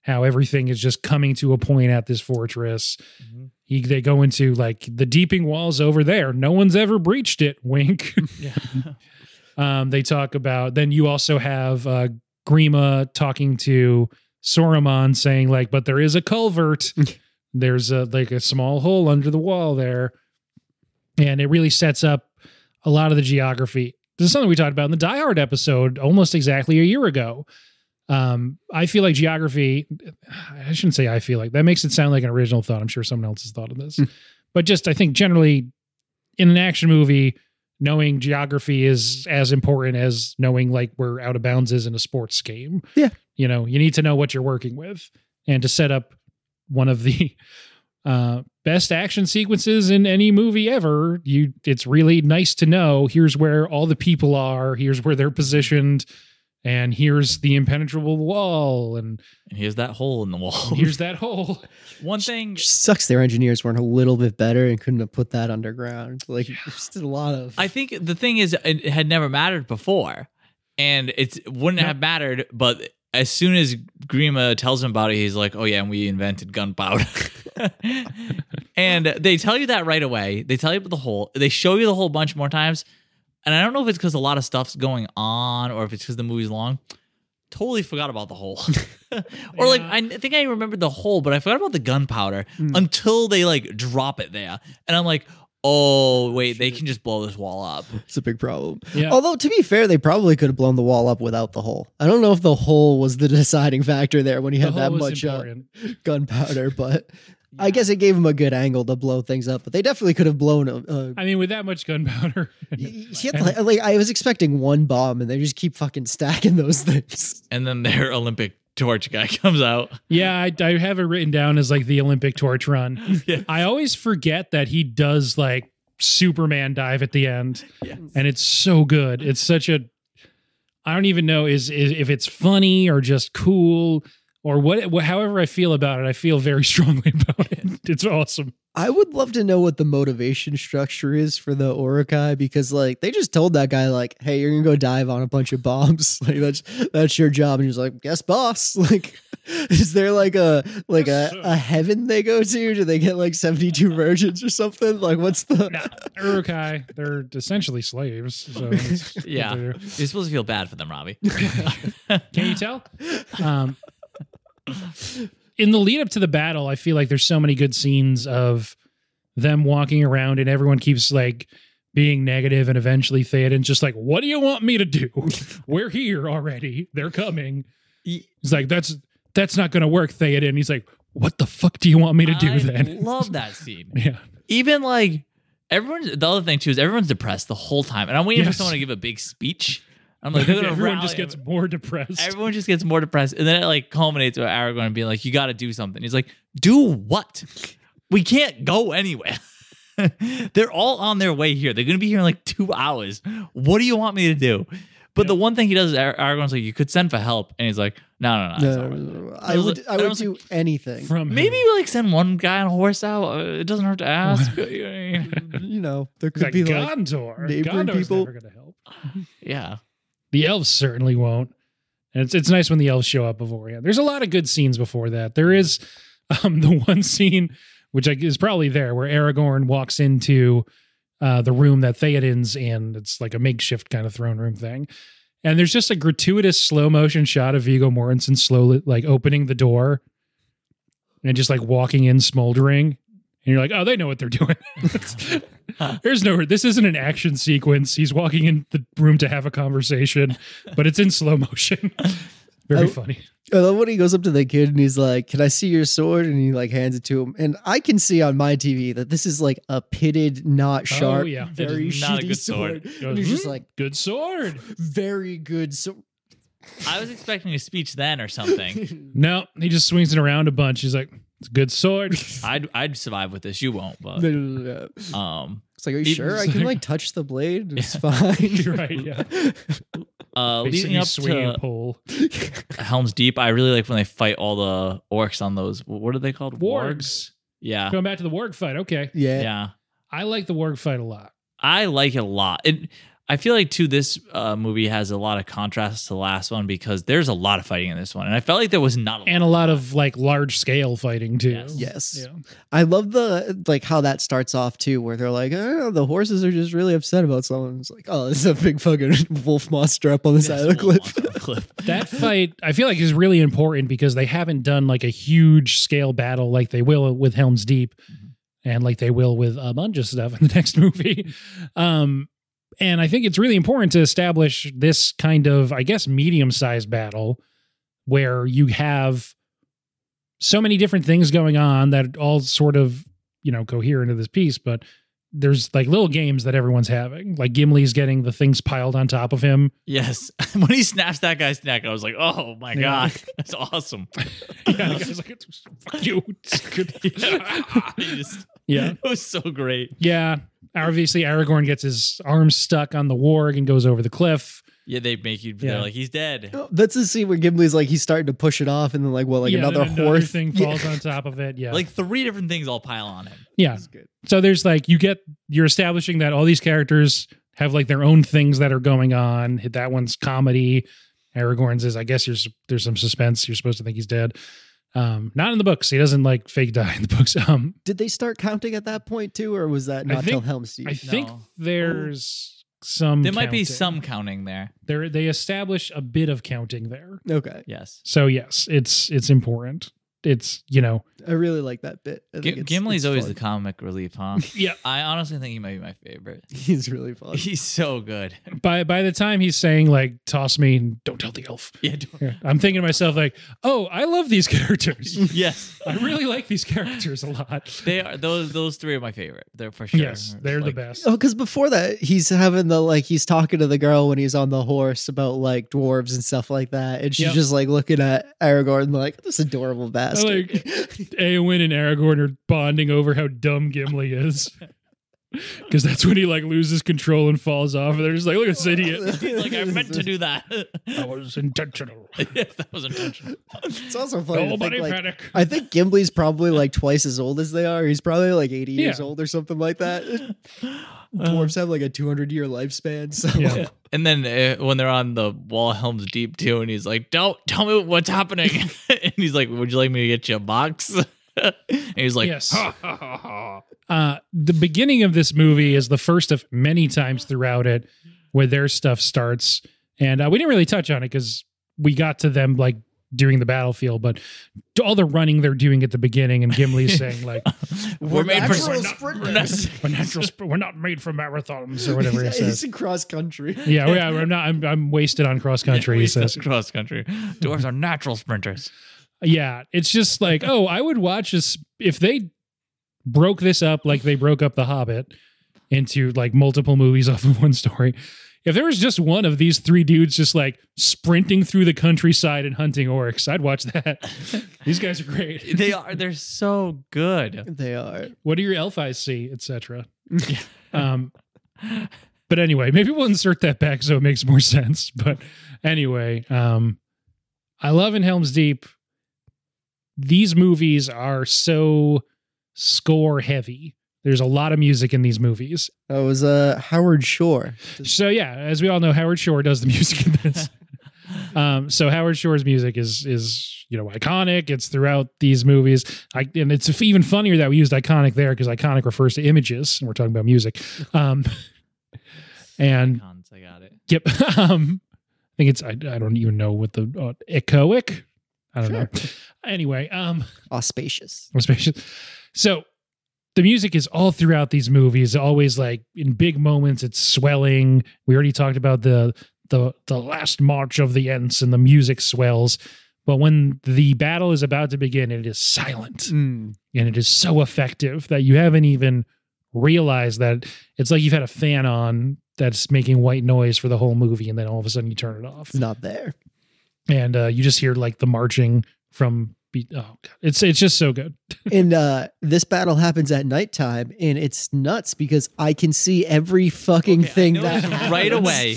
S1: how everything is just coming to a point at this fortress.
S3: Mhm.
S1: He, they go into like the deeping walls over there. No one's ever breached it. *laughs* Wink.
S3: Yeah.
S1: Um, they talk about then you also have uh, Grima talking to Soramon saying like, but there is a culvert. There's a like a small hole under the wall there, and it really sets up a lot of the geography. This is something we talked about in the Die Hard episode almost exactly a year ago. Um, I feel like geography. I shouldn't say I feel like that makes it sound like an original thought. I'm sure someone else has thought of this, but just I think generally in an action movie, knowing geography is as important as knowing like where out of bounds is in a sports game.
S2: Yeah.
S1: You know, you need to know what you're working with and to set up one of the *laughs* uh best action sequences in any movie ever, you it's really nice to know here's where all the people are, here's where they're positioned and here's the impenetrable wall
S2: *laughs*
S1: and
S3: And here's that hole in the wall.
S1: here's that hole. *laughs*
S3: one thing.
S2: Just sucks their engineers weren't a little bit better and couldn't have put that underground. Like, just a lot of.
S3: I think the thing is, it had never mattered before, and it's it wouldn't
S1: No.
S3: have mattered. But as soon as Grima tells him about it, he's like, "Oh yeah, and we invented gunpowder." *laughs* and they tell you that right away. They tell you about the whole. They show you the whole bunch more times, and I don't know if it's because a lot of stuff's going on or if it's because the movie's long. Totally forgot about the hole, *laughs* or like
S1: Yeah.
S3: I think I remembered the hole, but I forgot about the gunpowder
S2: Mm.
S3: until they like drop it there, and I'm like, oh wait, they
S2: Shit.
S3: can just blow this wall up.
S2: it's a big problem.
S1: Yeah.
S2: Although, to be fair, they probably could have blown the wall up without the hole. I don't know if the hole was the deciding factor there when you
S1: The
S2: had that
S1: hole is
S2: much uh,
S1: important.
S2: gunpowder, *laughs* but I guess it gave them a good angle to blow things up. But they definitely could have blown uh, a.
S1: *laughs*
S2: a
S1: I mean with that much gunpowder. *laughs*
S2: See, like, like, I was expecting one bomb, and they just keep fucking stacking those *laughs* things.
S3: And then their *laughs* Olympic torch guy *laughs* comes out.
S1: Yeah, I, I have it written down as like the Olympic torch run.
S3: Yeah.
S1: I always forget that he does like Superman dive at the end,
S3: Yeah.
S1: and it's so good. It's such a I don't even know is, is if it's funny or just cool or what. wh- However, I feel about it, I feel very *laughs* strongly about it. It's awesome.
S2: I would love to know what the motivation structure is for the Orokai because, like, they just told that guy, like, "Hey, you're gonna go dive on a bunch of bombs. *laughs* Like, that's that's your job." And he's like, "Yes, boss." *laughs* Like, is there like a like
S1: Yes,
S2: a,
S1: sir.
S2: a heaven they go to? Do they get like seventy two virgins or something? Like, what's the?
S1: Nah, Urukai, they're essentially slaves. So that's what
S3: Yeah.
S1: they do.
S3: You're supposed to feel bad for them, Robbie.
S1: Can you tell? Um, in the lead up to the battle, I feel like there's so many good scenes of them walking around and everyone keeps like being negative and eventually Theoden's just like, what do you want me to do? *laughs* We're here already. They're coming.
S3: Ye-
S1: He's like, that's that's not gonna work, Theoden. He's like, what the fuck do you want me to do
S3: I
S1: then? *laughs*
S3: *laughs* love that scene.
S1: yeah.
S3: Even like everyone's the other thing too is everyone's depressed the whole time, and I'm waiting for
S1: Yes.
S3: someone to give a big speech. I'm *laughs* like, they're
S1: *laughs*
S3: gonna
S1: everyone
S3: rally
S1: just gets
S3: him.
S1: more depressed.
S3: Everyone just gets more depressed, and then it like culminates with Aragorn being like, "You got to do something." He's like, "Do what? We can't go anywhere. *laughs* They're all on their way here. They're gonna be here in like two hours. What do you want me to do?" But the one thing he does is Ar- Aragorn's like, "You could send for help," and he's like, "No,
S2: No,
S3: no, no." it's all
S2: no,
S3: right."
S2: no, no. I
S3: was
S2: would
S3: like-
S2: I
S3: and I
S2: would
S3: was
S2: do anything.
S1: from
S3: Maybe
S1: him.
S3: we like send one guy on a horse out. Uh, It doesn't hurt to ask.
S2: you know, there
S1: He's
S2: could
S1: like,
S2: be like
S1: Gondor.
S2: neighboring
S1: Gondor's
S2: people.
S1: never gonna help.
S3: *laughs* yeah.
S1: The elves certainly won't. And it's it's nice when the elves show up beforehand. There's a lot of good scenes before that. There is *laughs* um, the one scene which I, is probably there where Aragorn walks into uh, the room that Theoden's in. It's like a makeshift kind of throne room thing. And there's just a gratuitous slow motion shot of Vigo Mortensen slowly like opening the door and just like walking in smoldering. And you're like, oh, they know what they're doing. *laughs* There's no, this isn't an action sequence. He's walking in the room to have a conversation, but it's in slow motion. *laughs* Very
S2: I-
S3: Oh,
S1: funny. Oh,
S2: I love when he goes up to the kid and he's like, "Can I see your sword?" And he like hands it to him, and I can see on my TV that this is like a pitted, not
S1: Oh,
S2: sharp,
S1: yeah. It
S2: very
S3: is not a
S2: shitty
S3: good
S2: sword.
S3: sword.
S1: Goes,
S2: And he's just
S1: "Hmm,
S2: like,
S1: good sword.
S2: "Very good *laughs* sword."
S3: I was expecting a speech then or something.
S2: *laughs*
S1: No, he just swings it around a bunch. He's like, It's a good sword.
S3: I'd I'd survive with this. You won't, but
S2: it's um like, are you
S3: Even-
S2: sure? I can like touch the blade.
S1: *laughs*
S2: It's
S1: You're
S2: fine.
S1: right. Yeah.
S3: uh,
S1: Basically
S3: *laughs* leading up
S1: swinging
S3: to
S1: a pole.
S3: Helm's Deep, I really like when they fight all the orcs on those. What are they called?
S1: Wargs.
S3: Yeah,
S1: Going back to the warg fight. Okay.
S2: *laughs* yeah.
S3: yeah.
S1: I like the warg fight a lot.
S3: I like it a lot. And I feel like too this uh, movie has a lot of contrast to the last one because there's a lot of fighting in this one, and I felt like there was not a lot.
S1: And a lot of like large scale fighting too.
S3: Yes.
S2: Yes.
S1: Yeah.
S2: I love the like how that starts off too, where they're like, oh, the horses are just really upset about someone. It's like, oh, there's a big fucking *laughs* wolf monster up on the side of the
S3: *laughs*
S2: cliff. *laughs*
S3: cliff.
S1: That fight I feel like is really important because they haven't done like a huge scale battle like they will with Helm's Deep and like they will with Amunja stuff in the *laughs* next movie. Um and I think it's really important to establish this kind of, I guess, medium sized battle where you have so many different things going on that all sort of, you know, cohere into this piece, but there's like little games that everyone's having. Like Gimli's getting the things piled on top of him.
S3: Yes, *laughs* when he snaps that guy's neck, I was like, oh my
S1: Yeah.
S3: god, *laughs* that's awesome.
S1: *laughs* yeah,
S3: *laughs*
S1: the guy's like, fuck you. *laughs*
S3: yeah. He just-
S1: yeah.
S3: it was so great.
S1: Yeah. Obviously, Aragorn gets his arm stuck on the warg and goes over the cliff.
S3: Yeah, they make you.
S1: Yeah.
S3: They're like, he's dead.
S2: That's the scene where Gimli's like he's starting to push it off, and then like what, like
S1: Yeah,
S2: another
S1: then
S2: horse
S1: thing
S2: *laughs* Yeah.
S1: falls on top of it. Yeah.
S3: Like three different things all pile on him.
S1: yeah.
S2: That's good.
S1: So there's like, you get, you're establishing that all these characters have like their own things that are going on. That one's comedy. Aragorn's is, I guess you're, s- there's some suspense. You're supposed to think he's dead. Um, not in the books. He doesn't like fake die in the books. *laughs* Um,
S2: Did they start counting at that point too, or was that
S1: I
S2: not till
S1: think-
S2: Helm's Deep?
S1: I think
S3: No.
S1: there's some,
S3: There might be
S1: counting.
S3: some counting there.
S1: there they establish a bit of counting there
S2: okay,
S3: Yes,
S1: so yes it's it's important it's you know
S2: I really like that bit. I
S3: G-
S2: think it's-
S3: Gimli's
S2: it's
S3: always
S2: fun.
S3: the comic relief, huh?
S1: yeah
S3: I honestly think he might be my favorite.
S2: *laughs* He's really fun.
S3: He's so good. *laughs*
S1: by by the time he's saying like toss me and don't tell the elf *laughs*
S3: Yeah. don't-
S1: yeah, i'm thinking to myself like oh i love these *laughs* characters
S3: yes.
S1: i really like these characters a lot
S3: *laughs* They are those those three are my favorite. They're for sure.
S1: yes they're
S3: Like,
S1: the best
S2: Oh, because before that, he's having the like he's talking to the girl when he's on the horse about like dwarves and stuff like that, and she's
S1: Yep.
S2: just like looking at Aragorn like this adorable
S1: I
S2: bastard.
S1: like Eowyn and Aragorn are bonding over how dumb Gimli is. Because that's when he like loses control and falls off. And they're just like, look at this idiot.
S2: *laughs*
S3: He's like I meant to do that. *laughs*
S1: That was intentional.
S3: yes, that was intentional.
S2: It's also funny. to
S1: Nobody
S2: think, like,
S1: panic.
S2: I think Gimli's probably like twice as old as they are. He's probably like eighty years
S1: Yeah.
S2: old or something like that. *laughs*
S3: Uh,
S2: Dwarves have like a two hundred year lifespan, so *laughs*
S1: Yeah.
S3: and then uh, when they're on the wall, Helm's Deep too, and he's like, "Don't tell me what's happening." *laughs* and he's like, "Would you like me to get you a box?" *laughs* and he's like,
S1: Yes. Uh, the beginning of this movie is the first of many times throughout it where their stuff starts. And uh, we didn't really touch on it because we got to them like during the battlefield, but to all the running they're doing at the beginning and Gimli's saying like,
S3: "We're, made for."
S1: natural
S3: We're
S2: *laughs*
S3: not- we're not-
S2: sprinters.
S1: we're, natural sp- we're not made for marathons or whatever
S2: *laughs*
S1: he
S2: he's,
S1: says.
S2: in cross country.
S1: Yeah, yeah, I'm not. I'm, I'm wasted on cross country.
S3: *laughs* we
S1: he says,
S3: said cross country. Dwarves are natural sprinters.
S1: Yeah, it's just like, oh, I would watch this if they broke this up like they broke up The Hobbit into like multiple movies *laughs* off of one story. If there was just one of these three dudes just like sprinting through the countryside and hunting orcs, I'd watch that. *laughs* these guys are great.
S3: They are. They're so
S2: *laughs*
S3: good.
S2: They are.
S1: What do your elf eyes see, etc. um, but anyway, maybe we'll insert that back so it makes more sense. But anyway, um, I love in Helm's Deep. These movies are so score heavy. There's a lot of music in these movies.
S2: That was uh Howard Shore.
S1: So yeah, as we all know, Howard Shore does the *laughs* music in this. um, so Howard Shore's music is is you know iconic. It's throughout these movies, I, and it's even funnier that we used iconic there because iconic refers to images, and we're talking about music. Um, and
S3: Icons, I got it.
S1: yep, *laughs* um, I think it's I, I don't even know what the uh, echoic. I don't know. Anyway, um,
S2: Auspicious.
S1: I'm spacious. So the music is all throughout these movies, always like in big moments, it's swelling. We already talked about the the the last march of the Ents and the music swells. But when the battle is about to begin, it is silent
S2: Mm.
S1: and it is so effective that you haven't even realized that it's like you've had a fan on that's making white noise for the whole movie, and then all of a sudden you turn it off
S2: It's not there.
S1: and uh, you just hear like the marching from. Be- oh, God. it's it's just so good.
S2: and uh, this battle happens at nighttime, and it's nuts because I can see every fucking
S3: Okay, I
S2: thing that
S3: noticed
S2: happens.
S1: *laughs*
S3: right away.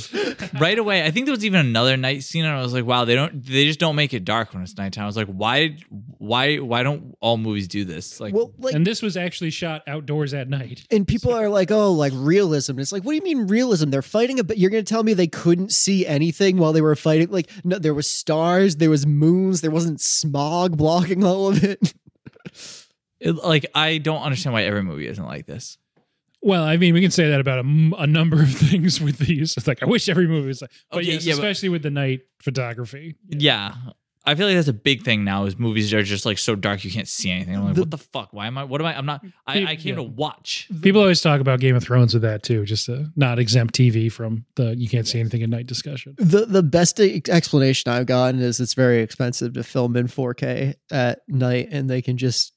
S3: Right away. I think there was even another night scene, and I was like, wow, they don't. They just don't make it dark when it's nighttime. I was like, why, why, why don't all movies do this? Like,
S2: Well, like,
S1: and
S2: and,
S1: this was actually shot outdoors at night.
S2: people are like, "Oh, like realism." It's like, what do you mean realism? They're fighting a. But you're gonna tell me they couldn't see anything while they were fighting? Like, no, there was stars, there was moons, there wasn't smog blocking all of it. *laughs*
S3: it- like I don't understand why every movie isn't like this.
S1: Well, I mean, we can say that about a, m- a number of *laughs* things with these. It's like I wish every movie was like, but
S3: Okay,
S1: yes,
S3: yeah, but-
S1: especially with the night photography.
S3: Yeah. I feel like that's a big thing now. Is movies are just like so dark you can't see anything. I'm like,
S2: The-
S3: what the fuck? Why am I? What am I? I'm not. I, I came to
S1: Yeah.
S2: *laughs*
S3: watch.
S1: People always talk about Game of Thrones with that too, just to not exempt TV from the you can't see anything at night discussion.
S2: The the best e- explanation I've gotten is it's very expensive to film in 4K at night, and they can just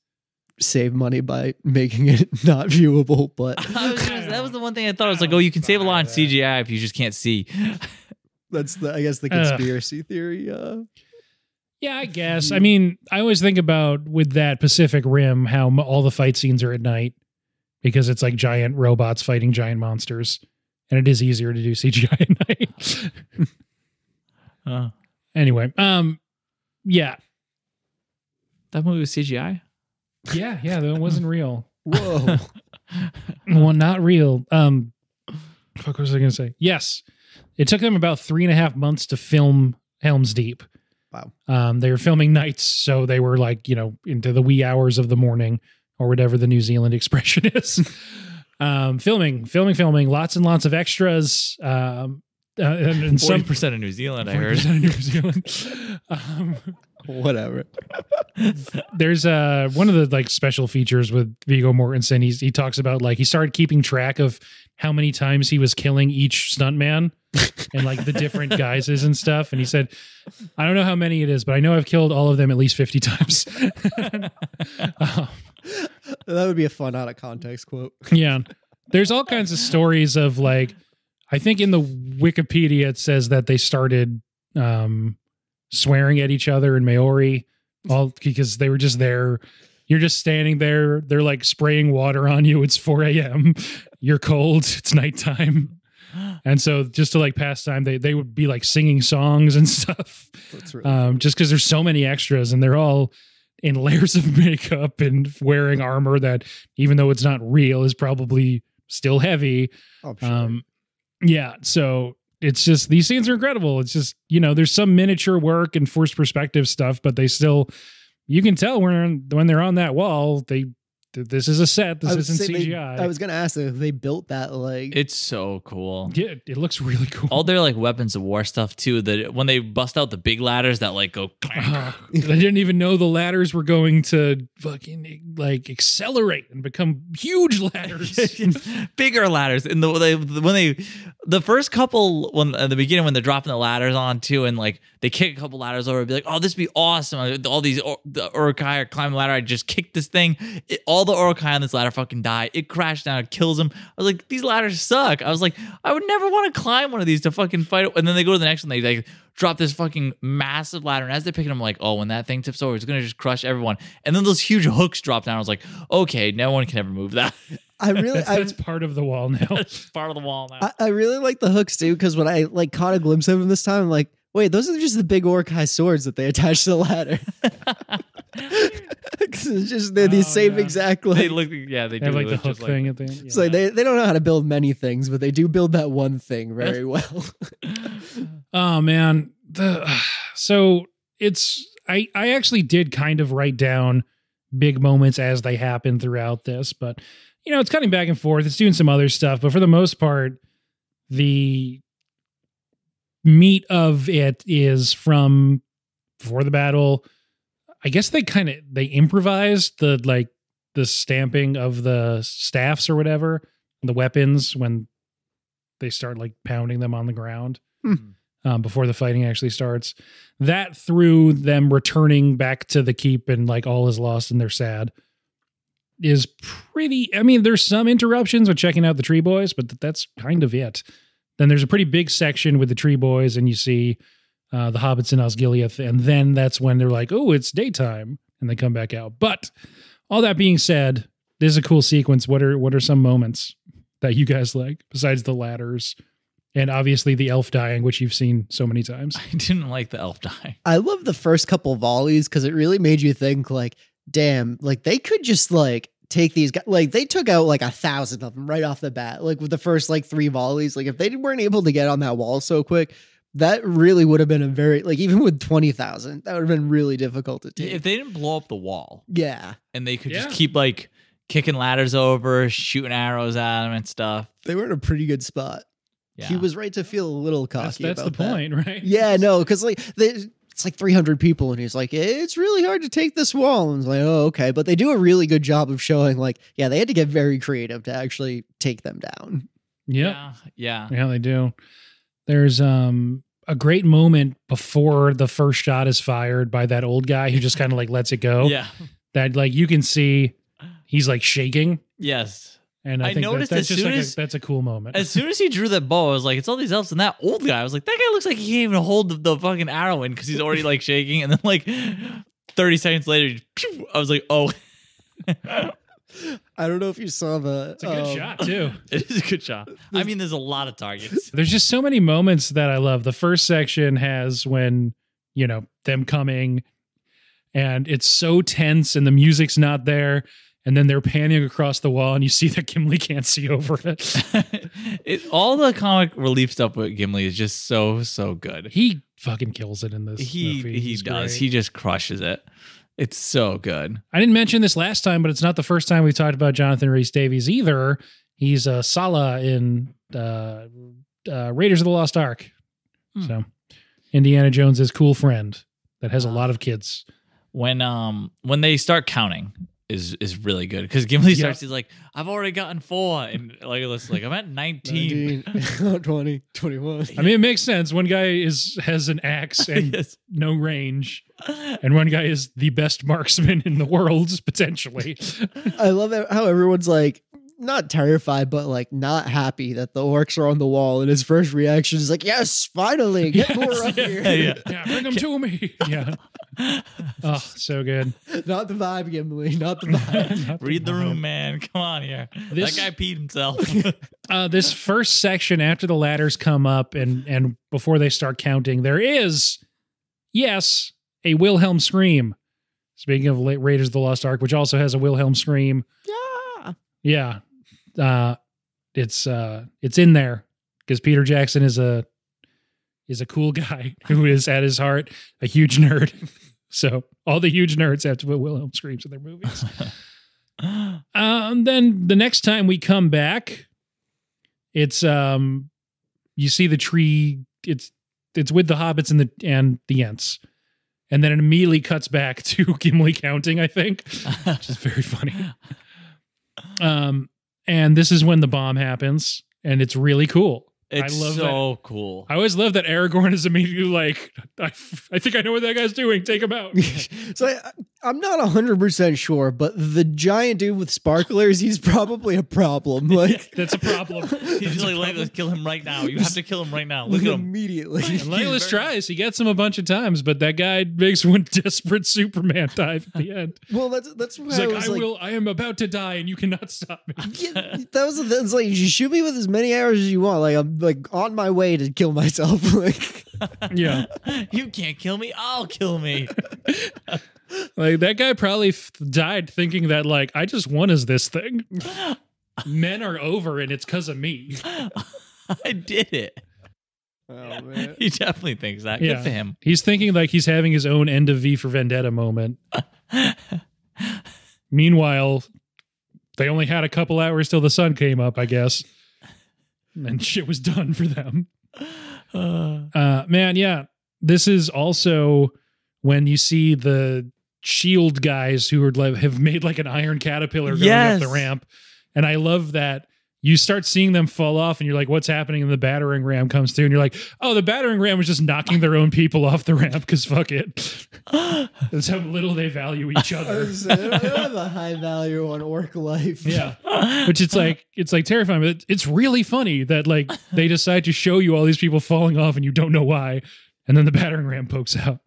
S2: save money by making it *laughs* not viewable. But
S3: *laughs* I was gonna- that was the one thing I thought. I was like, oh, you can save a lot on CGI if you just can't see. *laughs*
S2: that's the I guess the
S1: Ugh.
S2: conspiracy theory. Uh,
S1: Yeah, I guess. I mean, I always think about with that Pacific Rim how m- all the fight scenes are at night because it's like giant robots fighting giant monsters, and it is easier to do CGI at *laughs* night.
S3: Uh,
S1: anyway, um, yeah,
S3: that movie was CGI.
S1: yeah, yeah, that wasn't real.
S2: whoa.
S1: *laughs* Well, not real. Um, fuck, what was I gonna say? Yes, it took them about three and a half months to film Helm's Deep.
S2: Wow.
S1: Um, they were filming nights, so they were like, you know, into the wee hours of the morning or whatever the New Zealand *laughs* expression is. um, filming, filming, filming, lots and lots of extras. Um, uh, and, and
S3: Forty
S1: some
S3: percent of New Zealand, I heard.
S1: 40% New Zealand. *laughs* Um,
S2: Whatever.
S1: there's uh one of the like special features with Vigo Mortensen. He's he talks about like he started keeping track of how many times he was killing each stuntman and like the different guises and stuff. And he said, I don't know how many it is, but I know I've killed all of them at least 50 times. *laughs* Um,
S2: That would be a fun out of context quote.
S1: yeah. There's all kinds of stories of like I think in the Wikipedia it says that they started um swearing at each other in Maori all because they were just there. You're just standing there, they're like spraying water on you. It's 4 a.m. You're cold, it's nighttime. And so just to like pass time, they they would be like singing songs and *laughs* stuff.
S2: That's really
S1: Um, just because there's so many extras and they're all in layers of *laughs* makeup and wearing armor that even though it's not real is probably still heavy.
S2: oh, sure.
S1: Um, yeah, so it's just these scenes are incredible. It's just you know there's some miniature work and forced perspective stuff, but they still you can tell when when they're on that wall they th- this is a set. This
S2: I would say
S1: isn't
S2: they-
S1: CGI.
S2: I was gonna ask if they built that like
S3: It's so cool.
S1: yeah, it looks really cool.
S3: All their like weapons of war stuff too. That when they bust out the big ladders that like go.
S1: Uh, they didn't even know the ladders were going to fucking like accelerate and become huge *laughs*
S3: *laughs*
S1: ladders.
S3: bigger ladders and the they, when they the first couple when at the beginning when they're dropping the ladders on too and like they kick a couple ladders over be like oh this would be awesome all these or, the orokai are climbing the ladder I just kicked this thing It- all the orokai on this ladder fucking die it crashed down it kills them I was like these ladders suck I was like I would never want to climb one of these to fucking fight it. and then they go to the next one they like drop this fucking massive ladder and as they're picking them like oh when that thing tips over it's gonna just crush everyone and then those huge hooks drop down I was like okay no one can ever move that
S1: *laughs*
S2: I really
S1: that's,
S2: I,
S1: that's part of the wall now.
S3: It's part of the wall now. *laughs*
S2: I, I really like the hooks too because when I like caught a glimpse of them this time, I'm like, wait, those are just the big Orkai swords that they attach to the ladder. *laughs* 'Cause it's just they're the
S1: Oh,
S2: same
S1: yeah.
S2: exact like.
S3: they look, yeah,
S1: They
S3: they do
S1: have like the
S3: look
S1: hook
S3: just
S1: thing at the end.
S2: it's like they, they don't know how to build many things, but they do build that one thing very well. *laughs*
S1: Oh man, the *sighs* so it's I I actually did kind of write down big moments as they happen throughout this, but you know it's cutting back and forth. It's doing some other stuff, but for the most part, the meat of it is from before the battle. I guess they kind of they improvised the like the stamping of the staffs or whatever, the weapons when they start like pounding them on the ground um, before the fighting actually starts. That through them returning back to the keep and like all is lost and they're sad is pretty. I mean, there's some interruptions with checking out the Tree Boys, but th- that's kind of it. Then there's a pretty big section with the Tree Boys, and you see uh, the Hobbits and Osgiliath, and then that's when they're like, "Oh, it's daytime," and they come back out. But All that being said, this is a cool sequence. What are what are some moments that you guys like besides the ladders and obviously the elf dying, which you've seen so many times?
S3: *laughs* I didn't like the elf die.
S2: I love the first couple volleys because it really made you think like, damn, like they could just like take these guys like they took out like a thousand of them right off the bat. Like with the first like three volleys. Like if they weren't able to get on that wall so quick, that really would have been a very like even with twenty thousand, that would have been really difficult to take.
S3: If they didn't blow up the wall
S2: yeah.
S3: and they could just
S1: Yeah.
S3: keep like kicking ladders over, shooting arrows at them and stuff.
S2: They were in a pretty good spot.
S3: Yeah.
S2: He was right to feel a little
S1: That's,
S2: cocky.
S1: that's the
S2: about that.
S1: point, right?
S2: Yeah, no, because like they, it's like 300 people, and he's like, it's really hard to take this wall. And it's like, oh, okay, but they do a really good job of showing like, yeah, they had to get very creative to actually take them down.
S1: Yep.
S3: Yeah. Yeah.
S1: Yeah, they do. There's um a great moment before the first shot is fired by that old guy who just kind of like lets it go.
S3: *laughs* Yeah.
S1: That like you can see he's like shaking. *laughs*
S3: Yes.
S1: And I,
S3: I
S1: think that-
S3: noticed
S1: that's
S3: as
S1: just
S3: soon
S1: like
S3: as-
S1: a, that's a cool moment.
S3: As soon as he drew that bow, I was like, it's all these elves and that old guy. I was like, that guy looks like he can't even hold the, the fucking arrow in because he's already like shaking. And then like 30 seconds later, pew, I was like, oh, *laughs*
S2: I don't know if you saw the.
S1: it's a good
S2: um,
S1: shot too.
S3: it is a good shot. I mean, there's a lot of targets.
S1: There's just so many moments that I love. The first section has when, you know, them coming and it's so tense and the music's not there. And then they're panning across the wall and you see that Gimli can't see over it. *laughs*
S3: it, all the comic relief stuff with Gimli is just so, so good.
S1: He fucking kills it in this.
S3: He
S1: movie.
S3: he
S1: He's
S3: does.
S1: great.
S3: He just crushes it. It's so good.
S1: I didn't mention this last time, but it's not the first time we've talked about Jonathan Rhys Davies either. He's uh, Sala in uh, uh, Raiders of the Lost Ark.
S3: Hmm.
S1: So Indiana Jones' cool friend that has a lot of kids.
S3: when um when they start counting is is really good because Gimli
S1: Yeah.
S3: starts he's like I've already gotten four and Legolas is like I'm at nineteen.
S2: *laughs* 19, 20,
S1: *laughs*
S2: 21.
S1: I mean, it makes sense. One guy is has an
S3: *laughs*
S1: axe and
S3: Yes.
S1: no range, and one guy is the best marksman in the world potentially. *laughs*
S2: I love it how everyone's like, not terrified, but like not happy that the orcs are on the wall. And his first reaction is like, yes, finally,
S1: *laughs*
S2: get
S1: Yes,
S2: more up
S1: yeah,
S2: here.
S3: *laughs* yeah.
S1: yeah, bring him to
S3: *laughs*
S1: me. Yeah. Oh, so good.
S2: *laughs* Not the vibe, Gimli, not the vibe.
S3: Read the room, man. Come on here.
S1: This-
S3: that guy
S1: *laughs*
S3: peed himself. *laughs*
S1: uh, this first section after the ladders come up and and before they start counting, there is yes a Wilhelm scream. Speaking of La- Raiders of the Lost Ark, which also has a Wilhelm scream,
S2: yeah.
S1: *laughs* yeah, uh, it's uh, it's in there because Peter Jackson is a is a cool *laughs* guy who is at his heart a huge nerd. *laughs* So all the huge nerds have to put Wilhelm screams in their movies. Um, then the next time we come back, it's um, you see the tree. It's it's with the hobbits and the and the ants, and then it immediately cuts back *laughs* to Gimli counting. I think, which is very funny. Um, and this is when the bomb happens, and it's really cool.
S3: it's
S1: I love
S3: so cool.
S1: I always love that Aragorn is immediately like, I, I think I know what that guy's doing. Take him out.
S2: *laughs* so I, I'm not 100% sure, but the giant dude with sparklers, he's probably a problem. Like,
S1: That's a problem.
S3: *laughs* *laughs* He's
S1: That's
S3: just
S1: a
S3: like
S1: problem. *laughs*
S3: Legolas, kill him right now. You have to kill him right now. Look at him.
S2: immediately.
S1: And Legolas
S3: very-
S1: tries. He gets him a bunch of times, but that guy makes one *laughs* desperate Superman dive at the end.
S2: Well, that's that's why
S1: He's
S2: I
S1: like,
S2: was
S1: I
S2: like,
S1: will, I am about to die and you cannot stop me.
S2: *laughs*
S1: *laughs*
S2: yeah, that was the thing. It's like you shoot me with as many arrows as you want. Like I'm like on my way to kill myself. *laughs* like
S1: Yeah.
S3: You can't kill me. I'll
S1: *laughs*
S3: kill me.
S1: Like that guy probably f- died thinking that, like, I just won as this
S2: *laughs*
S1: thing. Men are over and it's because of me.
S3: *laughs* I did it.
S2: oh man.
S3: He definitely thinks that.
S1: Yeah.
S3: Good for
S1: *gasps*
S3: him.
S1: He's thinking like he's having his own end of V for Vendetta
S2: *laughs*
S1: moment. Meanwhile, they only had a couple hours till the sun came up, I guess. And shit was done for them.
S3: Uh,
S1: Uh, man, yeah. This is also when you see the shield guys who are like have made like an iron caterpillar going
S3: Yes.
S1: up the ramp, and I love that. You start seeing them fall off, and you're like, "What's happening?" And the battering ram comes through, and you're like, "Oh, the battering ram was just knocking their own people off the ramp because fuck it." *laughs* That's how little they value each
S2: I
S1: other.
S2: was saying, I don't have a high value on orc life.
S1: Yeah, which it's like it's like terrifying, but it- it's really funny that like they decide to show you all these people falling off, and you don't know why, and then the battering ram pokes out.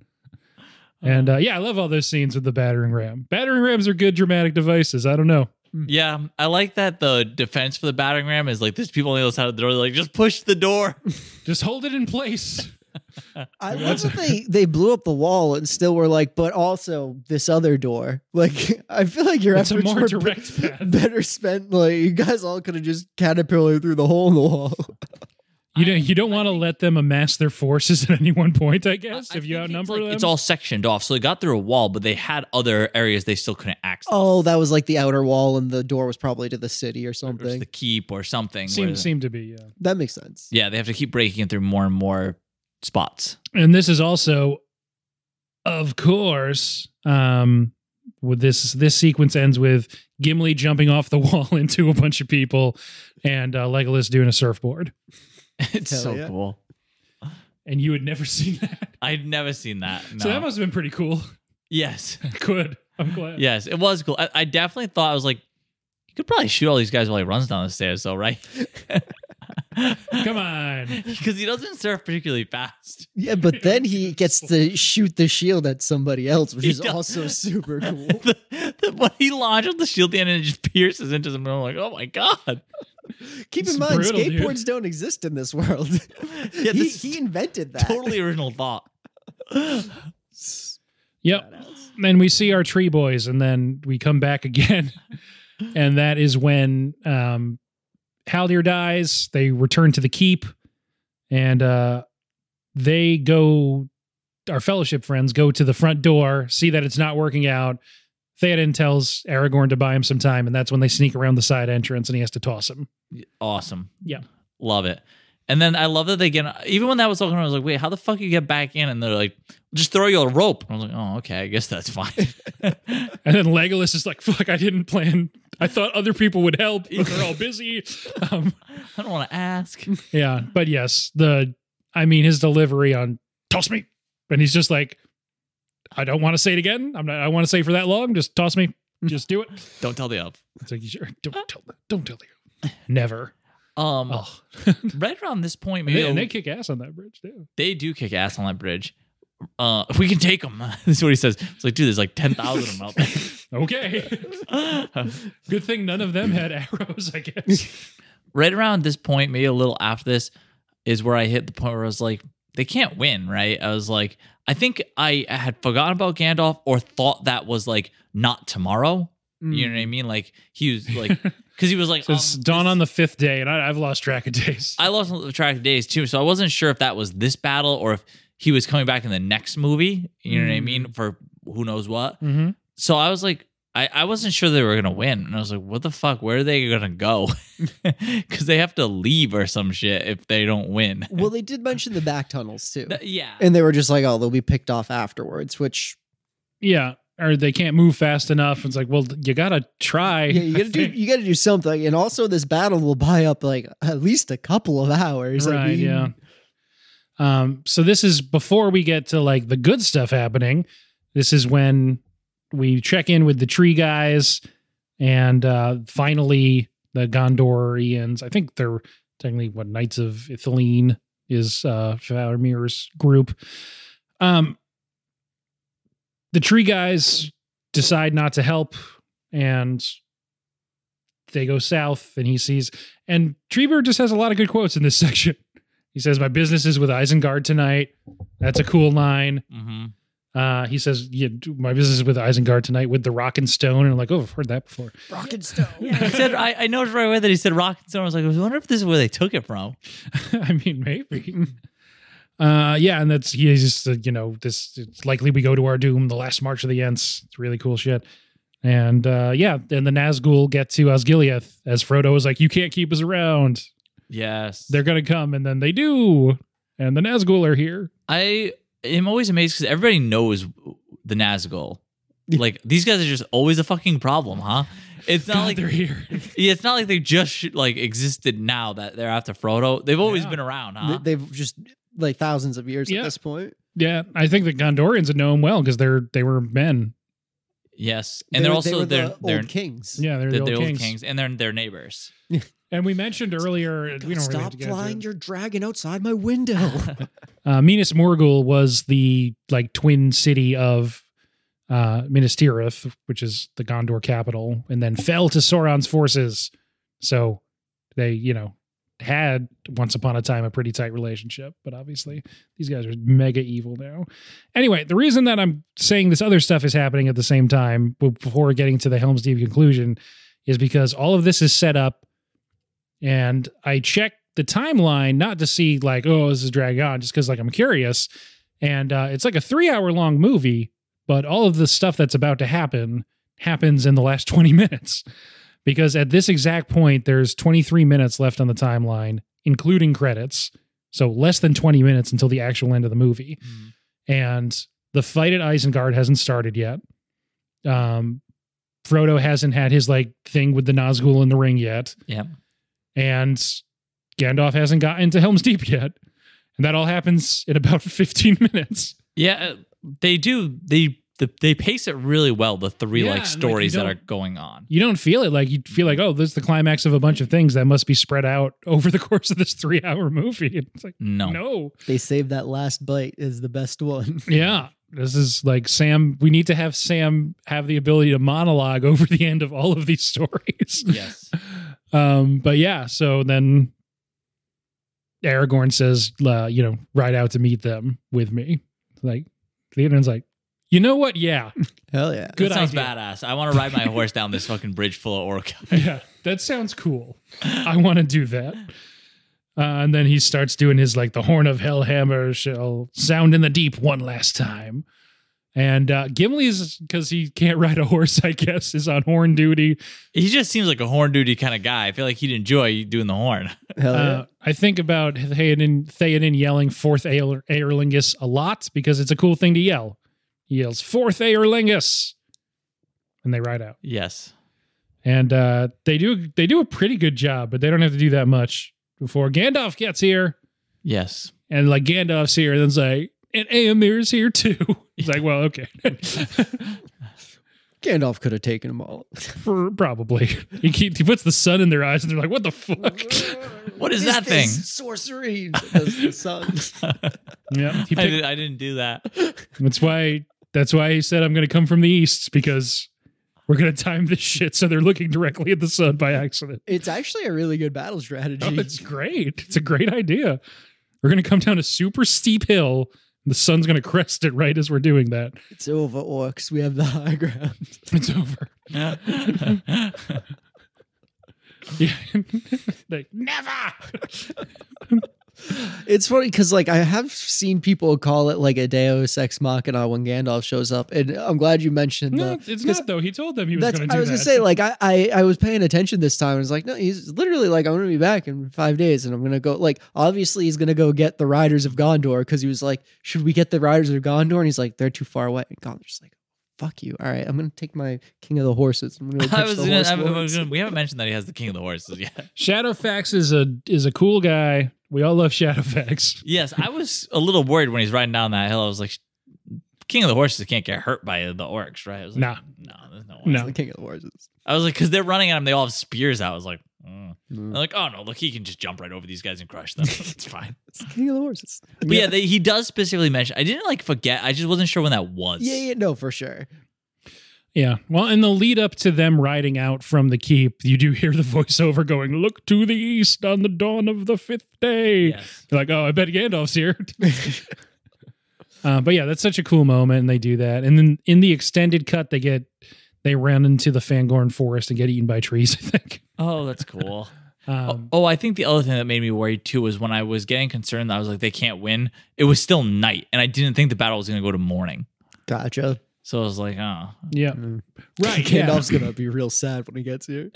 S1: And uh, yeah, I love all those scenes with the battering ram. Battering rams are good dramatic devices. I don't know.
S3: Yeah, I like that the defense for the battering ram is like there's people on the other side of the door. They're like, just push the door.
S1: Just hold it in place.
S2: I love that they they blew up the wall and still were like, but also this other door. Like, *laughs* I feel like your
S1: It's a
S2: efforts
S1: more
S2: were
S1: direct path.
S2: *laughs* better spent. Like, you guys all could have just caterpillar through the hole in the wall.
S1: *laughs*
S2: *laughs*
S1: You know, you don't want to let them amass their forces *laughs* at any one point. I guess
S3: I
S1: if you
S3: think it's
S1: outnumber
S3: like-
S1: them,
S3: it's all sectioned off. So they got through a wall, but they had other areas they still couldn't access.
S2: Oh, that was like the outer wall, and the door was probably to the city or
S3: Or it's
S2: something.
S3: the keep or something. where-
S1: seem seem to be. Yeah.
S2: that makes sense.
S3: yeah, they have to keep breaking it through more and more spots. *laughs*
S1: and this is also of course um with this this sequence ends with gimli jumping off the *laughs* wall into a bunch of people and uh, legolas doing a surfboard
S3: It's
S2: Hell
S3: so
S2: yeah.
S3: cool.
S1: and you had never *laughs* seen that
S3: I'd never seen that. No.
S1: so that must have been pretty cool *laughs*
S3: yes,
S1: good i'm glad
S3: yes, it was cool. I, I definitely thought I was like, you could probably shoot all these guys while he runs down the stairs, though, right? *laughs*
S1: come on
S3: Because he doesn't surf particularly
S2: *laughs*
S3: fast.
S2: Yeah, but then
S3: *laughs*
S2: he gets to shoot the shield at somebody else, which
S3: He
S2: is
S3: does.
S2: also
S3: *laughs*
S2: super cool.
S3: the, the, when he launches the shield at the end and it just pierces into someone, I'm like, oh my god.
S2: Keep
S1: It's
S2: in mind,
S1: brutal, dude.
S2: skateboards don't exist in this *laughs* world.
S3: Yeah,
S2: he,
S3: this is
S2: he invented that. *laughs*
S3: totally original thought.
S1: yep and we see our tree boys and then we come back *laughs* again and that is when um haldir dies they return to the keep and uh they go our fellowship friends go to the front door see that it's not working out theoden tells aragorn to buy him some time and that's when they sneak around the side entrance and he has to toss him
S3: Awesome.
S1: Yeah.
S3: Love it. And then I love that they get, even when that was all going on, I was like, wait, how the fuck you get back in? And they're like, just throw you a rope. And I was like, oh, okay, I guess that's fine. *laughs*
S1: and then legolas is like fuck i didn't plan i thought other people would help but they're all busy um
S3: I don't want to ask.
S1: Yeah, but yes, the I mean his delivery on toss me, and he's just like, I don't want to say it again. I'm not. I want to say for that long. Just toss me. Just do it.
S3: Don't tell the up.
S1: It's like sure,
S2: Uh.
S1: don't tell. Don't tell you. Never.
S3: Um,
S1: Oh, *laughs*
S3: Right around this point,
S1: and
S3: maybe
S1: they, and they kick ass on that bridge too.
S3: they do kick ass on that bridge. Uh, *laughs* if we can take them, this is what he says. It's like, dude, there's like 10,000 of them out
S1: *laughs*
S3: *laughs*
S1: Okay.
S3: there.
S1: Good thing none of them had arrows. I
S3: *laughs*
S1: guess.
S3: right around this point, maybe a little after this, is where I hit the point where I was like, they can't win, right? I was like, I think I had forgotten about Gandalf or thought that was like not tomorrow.
S2: Mm.
S3: You know what I mean? Like he was
S1: *laughs*
S3: like, because he was like,
S1: Hmm. So it's
S3: um,
S1: dawn
S3: this-
S1: on the fifth day, and I, I've lost track of days.
S3: I lost track of days too, so I wasn't sure if that was this battle or if he was coming back in the next movie. You know what I
S1: Mm.
S3: mean? For who knows what.
S1: mm-hmm.
S3: So I was like, I, I wasn't sure they were gonna win, and I was like, what the fuck? Where are they gonna go? *laughs* Because they have to leave or some shit if they don't win.
S2: Well, they did mention the back tunnels too.
S3: Th- yeah,
S2: And they were just like, oh, they'll be picked off afterwards, which
S1: Yeah. Or they can't move fast enough. It's like, well, you gotta try. *laughs*
S2: yeah, you
S1: I
S2: gotta do
S1: think.
S2: you gotta do something. And also this battle will buy up like at least a couple of hours.
S1: right,
S2: I mean,
S1: yeah. Um, so this is before we get to like the good stuff happening. This is when we check in with the tree guys, and uh, finally the Gondorians. I think they're technically what Knights of Ithilene is uh, Faramir's group. Um, the tree guys decide not to help, and they go south. And he sees and Treber just has a lot of good quotes in this *laughs* section. He says, "My business is with Isengard tonight." That's a cool line.
S3: hmm
S1: Uh, he says, "Yeah, d- my business is with Isengard tonight with the Rock and Stone." And I'm like, "Oh, I've heard that before." *laughs*
S2: Rock and stone.
S3: he said, I, I noticed right away that he said rock and stone. I was like, I wonder if this is where they took it from.
S1: I mean, maybe. Uh, yeah, and that's he's just uh, you know this. It's likely we go to our doom. The last march of the Ents. It's really cool shit. And uh, yeah, then the Nazgul get to Osgiliath as Frodo is like, "You can't keep us around.
S3: Yes,
S1: They're gonna come," and then they do. And the Nazgul are here.
S3: I am always amazed because everybody knows the Nazgul.
S2: Yeah.
S3: Like these guys are just always a fucking problem,
S1: *laughs*
S3: huh? It's not
S1: God,
S3: like
S1: they're here.
S3: *laughs* yeah, it's not like they just like existed now that they're after Frodo. They've always
S1: Yeah.
S3: been around, huh?
S2: Th- They've just like thousands of years
S1: Yeah.
S2: at this point.
S1: Yeah, I think the Gondorians would know him well because they're they were men.
S3: yes,
S2: They
S3: and they're
S2: were- they
S3: also
S2: were
S3: they are
S2: the
S3: they're
S2: old kings.
S1: Yeah, they're,
S3: they're
S1: the old
S3: the
S1: kings.
S3: and they're their neighbors.
S1: And we mentioned earlier, we don't really have
S2: Stop
S1: to get into
S2: flying
S1: it.
S2: your dragon outside
S1: *laughs*
S2: my window. *laughs*
S1: Uh, Minas Morgul was the like twin city of uh, Minas Tirith, which is the Gondor capital, and then fell to Sauron's forces. So they, you know, had once upon a time a pretty tight relationship, but obviously these guys are mega evil now. Anyway, the reason that I'm saying this other stuff is happening at the same time b- before getting to the Helm's Deep conclusion is because all of this is set up and I check the timeline not to see like oh this is dragging on just because like I'm curious and uh, it's like a three hour long movie but all of the stuff that's about to happen happens in the last *laughs* 20 minutes because at this exact point there's 23 minutes left on the timeline including credits so less than 20 minutes until the actual end of the movie and the fight at Isengard hasn't started yet. Um, Frodo hasn't had his like thing with the Nazgul in the ring yet.
S3: Yep.
S1: and Gandalf hasn't gotten to Helm's Deep yet, and that all happens in about *laughs* fifteen minutes.
S3: Yeah, uh, they do. They the, they pace it really well. The three
S1: Yeah, and,
S3: like
S1: like, you
S3: stories that are
S1: don't-
S3: going on.
S1: You don't feel it like you feel like oh, this is the climax of a bunch of things that must be spread out *laughs* over the course of this three-hour movie. *laughs* It's like
S3: No,
S1: no,
S2: they saved that last bite is the best one.
S1: yeah. This is like Sam. We need to have Sam have the ability to monologue over the end of all of these stories.
S3: yes,
S1: Um, but yeah, so then Aragorn says, uh, you know, ride out to meet them with me. Like, Theoden's like, you know what? Yeah.
S2: *laughs*
S1: *laughs*
S2: Hell yeah.
S1: *laughs* Good
S3: that sounds
S1: idea.
S3: badass. I want to ride my horse down this fucking bridge full of orc.
S1: Yeah. That sounds cool. I want to do that. Uh, and then he starts doing his like the horn of hell hammer shall sound in the deep one last time. And uh, Gimli's because he can't *laughs* ride a horse, I guess, is on horn duty.
S3: He just seems like a horn duty kind of guy. I feel like he'd enjoy doing the horn.
S2: Hell yeah.
S1: Uh, I think about Theoden, Theoden yelling fourth Aer- Aerlingus a lot because it's a cool thing to yell. He yells fourth Aerlingus, and they ride out.
S3: Yes,
S1: And uh, they do they do a pretty good job, but they don't have to do that much before Gandalf gets here.
S3: yes.
S1: And like Gandalf's here, and then it's like, and Amir's here too. *laughs* It's like, well, okay, *laughs*
S2: Gandalf could have taken them *laughs* all.
S1: For- probably. He, keep, he puts the sun in their eyes, and they're like, what the
S2: *laughs*
S1: fuck?
S3: What is that
S2: this
S3: *laughs* thing?
S2: *laughs* Sorcery. That's the sun.
S1: yeah, he
S3: I,
S1: picked-
S3: did, I didn't do that.
S1: That's why. That's why he said I'm going to come from the east because we're going to time this shit so they're looking directly at the sun by *laughs* accident.
S2: It's actually a really good battle strategy.
S1: *laughs* Oh, it's great. It's a great idea. We're going to come down a super steep hill. And the sun's going to crest it right as we're doing that.
S2: It's over, orcs. We have the high *laughs* ground.
S1: It's *laughs* over. Yeah. like never.
S2: It's funny because, like, I have seen people call it like a Deus Ex Machina when Gandalf shows up, and I'm glad you mentioned
S1: *laughs* No,
S2: the.
S1: it's
S2: 'cause
S1: not though. He told them he was
S2: That's.
S1: going to do
S2: I was
S1: that.
S2: gonna say, like, I, I I was paying attention this time. I was like, no, he's literally like, I'm gonna be back in five days, and I'm gonna go. Like, obviously, he's gonna go get the Riders of Gondor because he was like, should we get the Riders of Gondor? And he's like, they're too far away. And Gondor's like, fuck you. All right, I'm gonna take my King of the Horses. I'm gonna go
S3: *laughs* I
S2: catch
S3: was
S2: the
S3: gonna,
S2: horse
S3: I was
S2: lords."
S3: gonna, we haven't mentioned that he has the king of the horses yet.
S1: *laughs* Shadowfax is a is a cool guy. We all love Shadowfax.
S3: Yes, I was a little worried when he's riding down that hill. I was like, King of the Horses can't get hurt by the orcs, right? I was like,
S1: Nah.
S3: no, there's no. Way.
S1: No.
S2: The King of the Horses.
S3: I was like, because they're running at him, they all have spears out. I was like, mm. I'm like, oh no, look, he can just jump right over these guys and crush them. *laughs* it's fine.
S2: It's the King of the Horses.
S3: But yeah, they, he does specifically mention. I didn't like forget. I just wasn't sure when that was.
S2: Yeah, yeah, no, for sure.
S1: Yeah. Well, in the lead up to them riding out from the keep, you do hear the *laughs* voiceover going, Look to the east on the dawn of the fifth day.
S3: Yes.
S1: You're like, oh, I bet Gandalf's here. uh, but yeah, that's such a cool moment, and they do that. And then in the extended cut, they get they ran into the Fangorn forest and get eaten by trees, *laughs* I think.
S3: Oh, that's *laughs* cool.
S1: Um,
S3: oh, I think the other thing that made me worried too was when I was getting concerned that I was like, they can't win. It was still night, and I didn't think the battle was going to go to morning.
S2: Gotcha.
S3: So I was like, oh.
S1: Yeah.
S2: Mm. *laughs*
S1: Right. yeah.
S2: Gandalf's gonna be real sad when he gets here.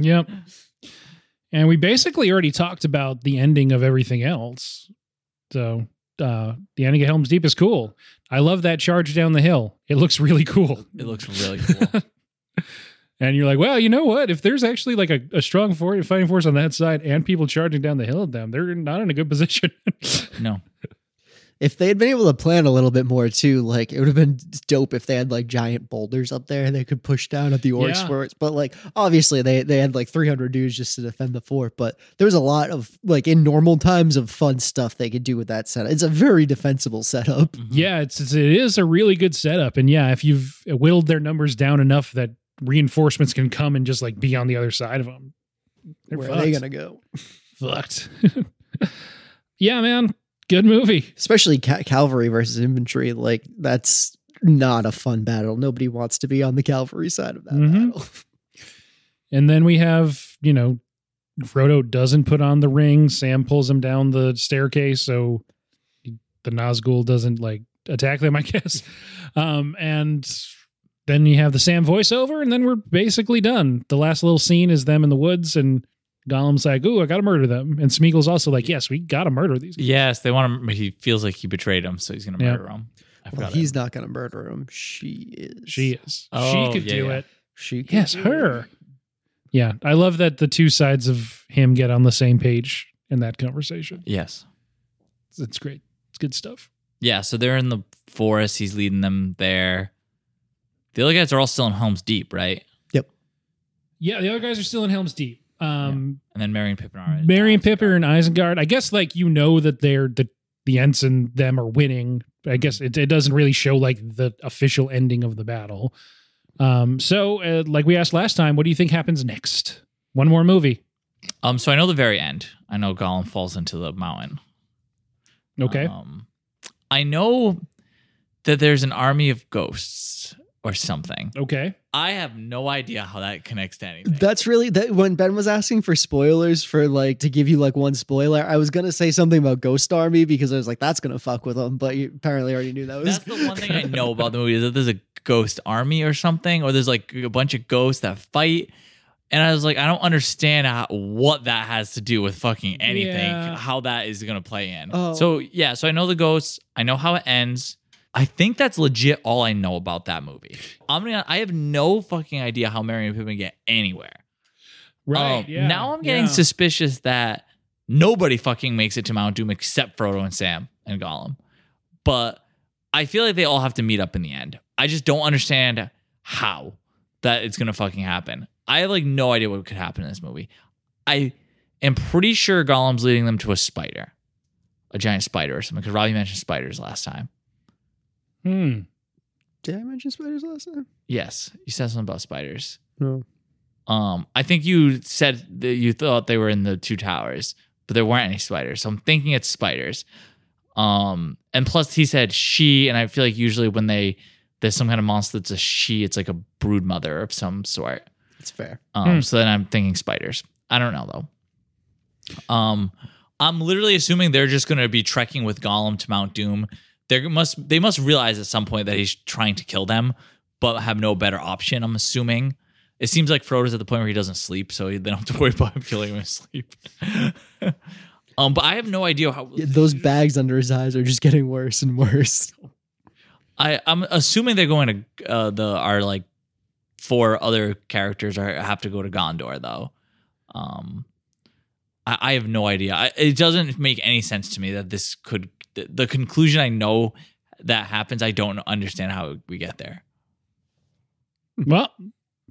S1: Yep. And we basically already talked about the ending of everything else. So uh the ending of Helm's Deep is cool. I love that charge down the hill. It looks really cool.
S3: It looks really cool.
S1: And you're like, well, you know what? If there's actually like a, a strong for- fighting force *laughs* on that side and people charging down the hill at them, they're not in a good position.
S3: no.
S2: *laughs* If they had been able to plan a little bit more too, like it would have been dope if they had like giant boulders up there they could push down at the orcs
S1: Yeah.
S2: for it. But like obviously they they had like 300 dudes just to defend the fort. But there was a lot of like in normal times of fun stuff they could do with that setup. It's a very defensible setup.
S3: Mm-hmm.
S1: Yeah, it's, it's it is a really good setup, and yeah, if you've whittled their numbers down enough that reinforcements can come and just like be on the other side of them, they're
S2: Where
S1: fucked.
S2: are they gonna go?
S1: fucked. *laughs* yeah, man, good movie.
S2: Especially ca- cavalry versus infantry. Like that's not a fun battle. Nobody wants to be on the cavalry side of that
S1: Mhm.
S2: battle.
S1: And then we have you know, Frodo doesn't put on the ring. Sam pulls him down the staircase, so the Nazgul doesn't like attack them. I *laughs* guess. Um, and then you have the Sam voiceover, and then we're basically done. The last little scene is them in the woods, and Gollum's like, "Ooh, I gotta murder them," and Smeagol's also like, "Yes, we gotta murder these." guys."
S3: Yes, they want to. He feels like he betrayed him, so he's gonna
S1: Yeah.
S3: murder him. I
S2: Well,
S3: forgot.
S2: he's not going to murder him. She is.
S1: She is.
S3: Oh,
S1: she could
S3: yeah,
S1: do
S3: yeah.
S1: it.
S2: She. can
S1: Yes,
S2: do
S1: her.
S2: it.
S1: Yeah, I love that the two sides of him get on the same page in that conversation.
S3: it. yes.
S1: It's, it's great. It's good stuff.
S3: Yeah. So they're in the forest. He's leading them there. The other guys are all still in Helm's Deep, right?
S1: Yeah, the other guys are still in Helm's Deep. Um,
S3: And then Mary and Pippin are. in
S1: Mary and
S3: Isengard.
S1: Pipper and Isengard. I guess like you know that they're the the Ents and them are winning. I guess it, it doesn't really show like the official ending of the battle. Um, so uh, like we asked last time, what do you think happens next? One more movie.
S3: Um. So I know the very end. I know Gollum falls into the mountain.
S1: Okay.
S3: Um, I know that there's an army of ghosts or something.
S1: okay.
S3: I have no idea how that connects to anything.
S2: That's really that. When Ben was asking for spoilers for like to give you like one spoiler, I was gonna say something about Ghost Army because I was like, that's gonna fuck with them. But you apparently already knew that was.
S3: That's the one thing I know about the movie is that there's a ghost army or something, or there's like a bunch of ghosts that fight. And I was like, I don't understand how, what that has to do with fucking anything,
S1: Yeah.
S3: how that is going to play in.
S2: Oh.
S3: So, yeah, so I know the ghosts, I know how it ends. I think that's legit all I know about that movie. I'm gonna, I have no fucking idea how Mary and Pippin get anywhere.
S1: Right.
S3: Um,
S1: yeah,
S3: Now I'm getting
S1: yeah.
S3: suspicious that nobody fucking makes it to Mount Doom except Frodo and Sam and Gollum. But I feel like they all have to meet up in the end. I just don't understand how that it's gonna fucking happen. I have like no idea what could happen in this movie. I am pretty sure Gollum's leading them to a spider, a giant spider or something. Because Robbie mentioned spiders last time.
S1: Hmm.
S2: *laughs* Did I mention spiders last time?
S3: Yes, you said something about spiders.
S2: No.
S3: Um, I think you said that you thought they were in the two towers, but there weren't any spiders. So I'm thinking it's spiders. Um, and plus he said she, and I feel like usually when they there's some kind of monster that's a she, it's like a brood mother of some sort.
S2: It's fair.
S3: Um,
S1: Hmm.
S3: so then I'm thinking spiders. I don't know though. Um, I'm literally assuming they're just gonna be trekking with Gollum to Mount Doom. They must they must realize at some point that he's trying to kill them, but have no better option. I'm assuming. It seems like Frodo's at the point where he doesn't sleep, so they don't have to worry about him *laughs* killing him in sleep. um, but I have no idea how
S2: Yeah, those bags under his eyes are just getting worse and
S3: *laughs*
S2: worse. Oh,
S3: I I'm assuming they're going to uh, the are like four other characters are have to go to Gondor though. Um, I, I have no idea. I, it doesn't make any sense to me that this could the, the conclusion I know that happens. I don't understand how we get there.
S1: Well,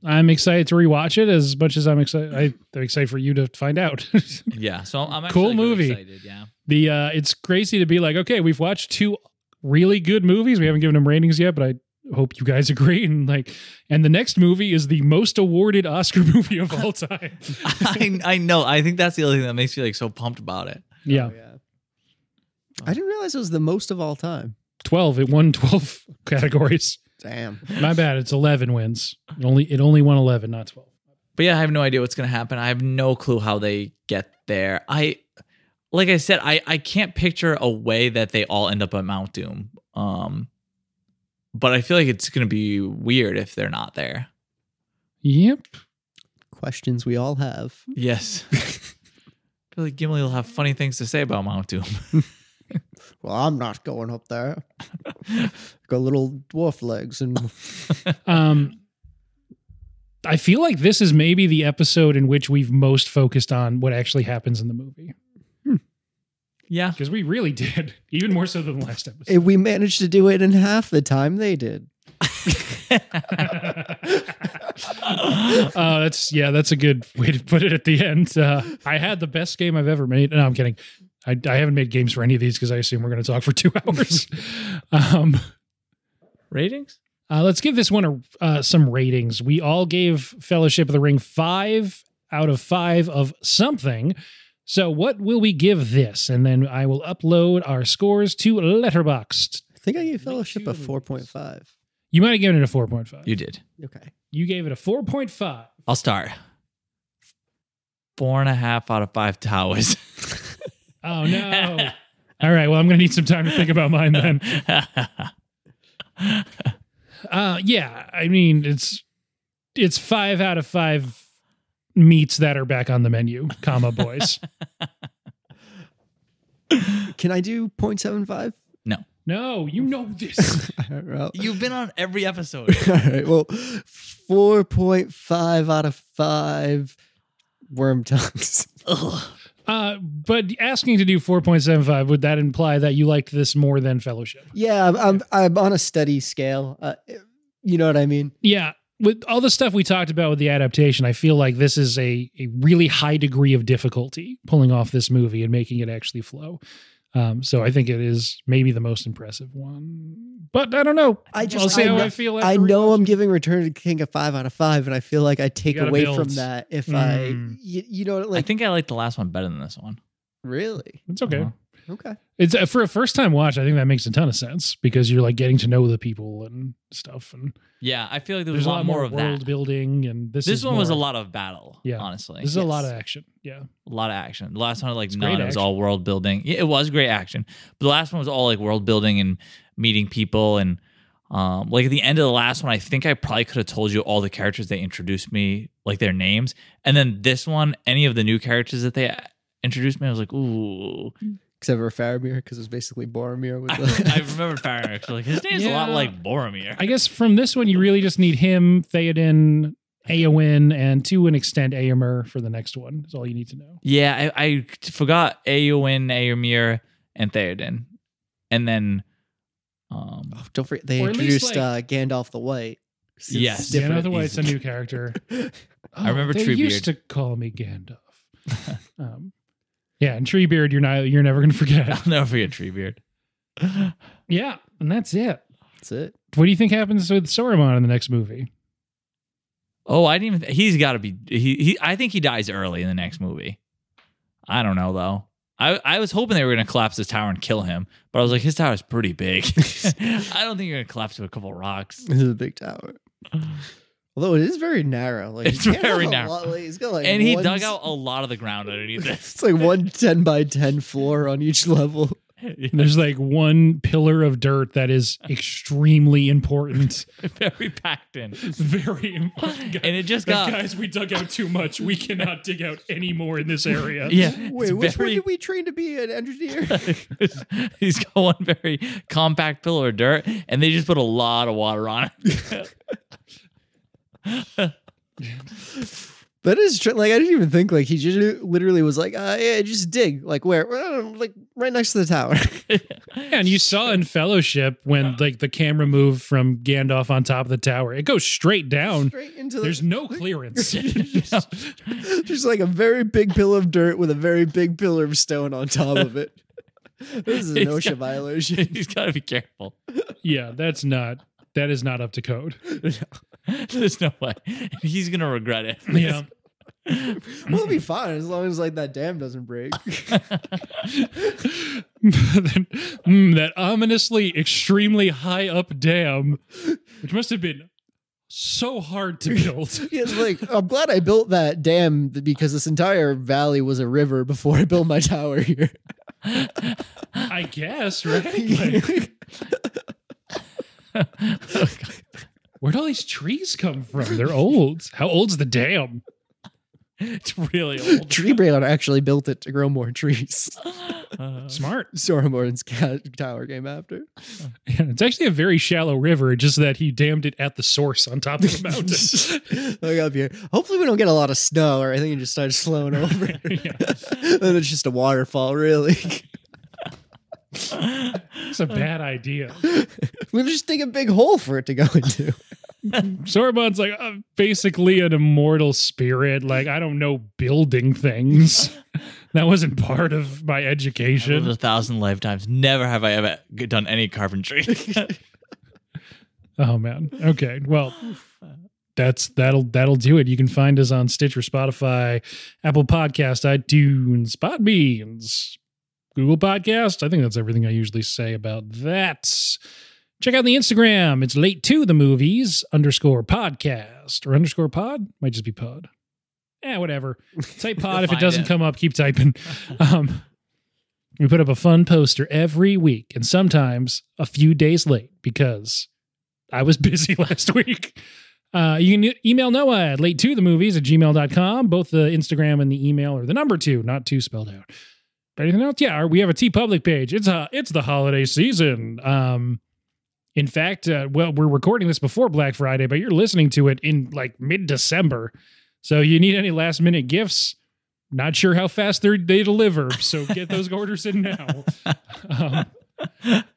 S1: I'm excited to rewatch it as much as I'm excited. I'm excited for you to find out. *laughs*
S3: Yeah, so I'm actually
S1: Cool
S3: like, really
S1: movie.
S3: Excited, yeah, *laughs*
S1: the uh, it's crazy to be like, okay, we've watched two really good movies. We haven't given them ratings yet, but I hope you guys *laughs* agree. And like, and the next movie is the most awarded Oscar *laughs* movie of all time.
S3: I I know. I think that's the other thing that makes me like so pumped about it.
S1: yeah,
S2: Oh, yeah. I didn't realize it was the most of all time.
S1: twelve. It won twelve *laughs* categories.
S2: Damn.
S1: My bad. It's eleven wins. It only it only won eleven, not twelve.
S3: But yeah, I have no idea what's gonna happen. I have no clue how they get there. I like I said, I I can't picture a way that they all end up at Mount Doom. Um but I feel like it's gonna be weird if they're not there.
S1: Yep.
S2: Questions we all have.
S3: Yes. *laughs* I feel like Gimli will have funny things to say about Mount Doom. *laughs*
S2: Well, I'm not going up there. *laughs* Got little dwarf legs and
S1: Um, I feel like this is maybe the episode in which we've most focused on what actually happens in the movie.
S3: Yeah.
S1: because we really did, *laughs* even more so than the last episode. *laughs*
S2: And we managed to do it in half the time they did.
S1: uh, that's yeah, that's a good way to put it at the end. Uh, I had the best game I've ever made. No, I'm kidding. I, I haven't made games for any of these because I assume we're going to talk for two *laughs* hours. um,
S3: Ratings?
S1: uh, let's give this one a, uh, some ratings. We all gave Fellowship of the Ring five out of five of something. So what will we give this? And then I will upload our scores to Letterboxd.
S2: I think I gave
S1: Me
S2: Fellowship
S1: too.
S2: a 4.5.
S1: You might have given it a 4.5.
S3: You did.
S2: Okay.
S1: you gave it a 4.5.
S3: I'll start. Four and a half out of five towers. *laughs*
S1: Oh no. All right. Well, I'm going to need some time to think about mine then. Uh, yeah. I mean, it's it's five out of five meats that are back on the menu, comma boys.
S2: Can I do *laughs* 0.75?
S1: no, you know this.
S2: I don't know.
S3: You've been on every episode.
S2: *laughs* All right. Well, 4.5 out of 5 worm *laughs* tongues.
S3: Ugh.
S1: Uh, but asking to do 4.75 would that imply that you liked this more than Fellowship?
S2: Yeah, I'm, I'm, I'm on a steady scale. Uh, you know what I mean?
S1: Yeah. With all the stuff we talked about with the adaptation, I feel like this is a, a really high degree of difficulty pulling off this movie and making it actually flow. Um, so I think it is maybe the most impressive one. But I don't know.
S2: I just-
S1: I'll see
S2: I
S1: how
S2: know-
S1: I feel.
S2: I
S1: after we-
S2: know I'm giving Return of the King a five out of five, and I feel like I take
S1: gotta
S2: away
S1: build.
S2: from that if
S1: Mm.
S2: I, you, you know,
S3: I
S2: like
S3: think I like the last one better than this one.
S2: really
S1: It's okay.
S3: Uh-huh.
S2: okay.
S1: It's uh, for a first time watch. I think that makes a ton of sense because you're like getting to know the people and stuff. And
S3: Yeah, I feel like there
S1: there's
S3: was a lot more of
S1: world
S3: that.
S1: building. And this
S3: This
S1: is
S3: one was a
S1: more-
S3: lot of battle.
S1: Yeah.
S3: Yeah, honestly,
S1: This is a lot of
S3: Yes.
S1: action. Yeah.
S3: a lot of action. The last one like
S1: It's
S3: none.
S1: great
S3: It was
S1: action.
S3: all world building. Yeah, it was great action. But the last one was all like world building and meeting people and um, like at the end of the last one, I think I probably could have told you all the characters they introduced me, like their names. And then this one, any of the new characters that they uh, introduced me, I was like, ooh. *laughs*
S2: Except for Faramir, because it's basically Boromir with
S3: I,
S2: the.
S3: *laughs* I remember Faramir. actually, Like his name's a lot
S1: Yeah.
S3: like Boromir.
S1: I guess from this one, you really just need him, Theoden, Aowen, and to an extent, Aemir for the next one. Is all you need to know.
S3: Yeah, I, I forgot Aowen, Aemir, and Theoden, and then um,
S2: Oh, don't forget they
S1: Or at least,
S2: introduced
S1: like-
S2: uh, Gandalf the White. It's
S3: Yes.
S1: Yeah,
S2: different.
S1: another way it's a *laughs*
S3: He's-
S1: new character.
S3: I remember
S1: Oh, they
S3: Treebeard.
S1: used to call me *laughs* Gandalf. um, yeah, and Treebeard, you're not, you're never gonna forget. *laughs*
S3: *laughs* I'll never forget Treebeard.
S1: yeah, and that's it.
S2: *laughs* That's it.
S1: What do you think happens with Saruman in the next movie?
S3: Oh, I didn't even. Th- he's got to be. He, he. I think he dies early in the next movie. I don't know though. I, I was hoping they were going to collapse his tower and kill him, but I was like, his tower is pretty big. *laughs* I don't think you're going to collapse it with a couple rocks.
S2: This is a
S1: *sighs*
S2: big tower. Although it is very narrow. Like
S3: It's
S2: Gandalf
S3: very
S2: has a
S3: narrow.
S2: lot- like, he's got like
S3: and he
S2: one
S3: dug
S2: s-
S3: out a lot of the ground
S2: *laughs*
S3: underneath *laughs* this.
S2: It's like one 10 by 10 floor on each level.
S1: There's like one pillar of dirt that is extremely important.
S3: very packed in.
S1: *laughs* Very important.
S3: And it just
S1: Like,
S3: got.
S1: guys, we dug out too much. We cannot dig out any more in this area.
S3: *laughs*
S2: *laughs*
S3: yeah.
S2: Wait,
S3: *laughs* it's
S2: which
S3: very-
S2: one did we train to be an engineer? *laughs*
S3: *laughs* He's got one very compact pillar of dirt, and they just put a lot of water on it. *laughs*
S2: That is true. Like I didn't even think. Like he just literally was like, uh, "Yeah, just dig." Like where? Uh, Like right next to the tower. *laughs*
S1: Yeah, and you saw in Fellowship when like the camera moved from Gandalf on top of the tower, it goes straight down.
S2: Straight into
S1: There's
S2: the,
S1: no *laughs* clearance.
S2: just like a very big pillar of dirt with a very big pillar of stone on top of it. This is an
S3: It's
S2: OSHA
S3: got-
S2: violation.
S3: He's got to be careful.
S1: yeah, that's not that is not up to code.
S3: *laughs* There's no way. He's gonna regret it.
S1: *laughs* *laughs* Yeah.
S2: we'll be fine as long as like that dam doesn't break. *laughs*
S1: Then, mm, that ominously extremely high up dam, which must have been so hard to build.
S2: It's like I'm glad I built that dam because this entire valley was a river before I built my tower here.
S1: I guess, *laughs* right? Like, where'd all these trees come from? They're old. How old's the dam?
S3: it's really
S1: *laughs*
S2: *laughs*
S3: old.
S2: Tree Braylon actually built it to grow more trees. *laughs*
S3: Uh,
S1: Smart.
S2: Sauron's ca- tower came after.
S1: Yeah, it's actually a very shallow river, just that he dammed it at the source on top of the
S3: *laughs*
S1: mountain.
S2: *laughs* Look up here. Hopefully, we don't get a lot of *laughs* snow, or I think it just starts slowing over.
S1: *laughs* Yeah.
S2: then it's just a waterfall, really. *laughs*
S1: It's a bad idea.
S2: We'll just dig a big hole for it to go into.
S1: Sorbon's like uh, basically an immortal spirit. Like I don't know building
S3: *laughs*
S1: things. that wasn't part of my
S3: I've lived
S1: education.
S3: a thousand lifetimes. Never have I ever done any carpentry.
S1: Oh man. Okay. Well, that's that'll that'll do it. You can find us on Stitcher, Spotify, Apple Podcast, iTunes, Podbeans, Google Podcast. I think that's everything I usually say about that. Check out the Instagram. It's late to the movies underscore podcast or underscore pod. Might just be pod. Yeah, whatever. Type pod if it
S3: find
S1: doesn't
S3: it.
S1: come up. Keep typing. Um, we put up a fun poster every week, and sometimes a few days late because I was *laughs* busy last week. Uh, you can email Noah at late to the movies at gmail.com. Both the Instagram and the email are the number two, not two spelled out. But anything else? Yeah, we have a T public page. It's a, it's the holiday season. Um, in fact, uh, well, we're recording this before Black Friday, but you're listening to it in like mid December. So you need any last minute gifts? Not sure how fast they're- they deliver. So get those *laughs* orders in now. Um,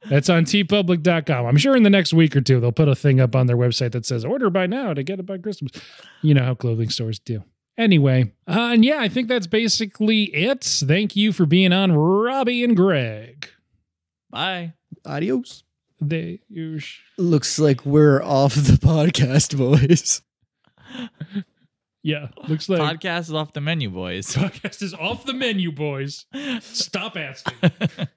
S1: that's on tpublic.com. I'm sure in the next week or two, they'll put a thing up on their website that says order by now to get it by Christmas. You know how clothing stores do. Anyway, uh, and yeah, I think that's basically it. Thank you for being on, Robbie and Greg.
S3: *laughs* Bye.
S2: *laughs* Adios.
S1: They, you sh-
S2: Looks like we're off the podcast, boys.
S1: yeah, looks like
S3: Podcast is off the menu, boys. *laughs*
S1: podcast is off the menu, boys. Stop asking.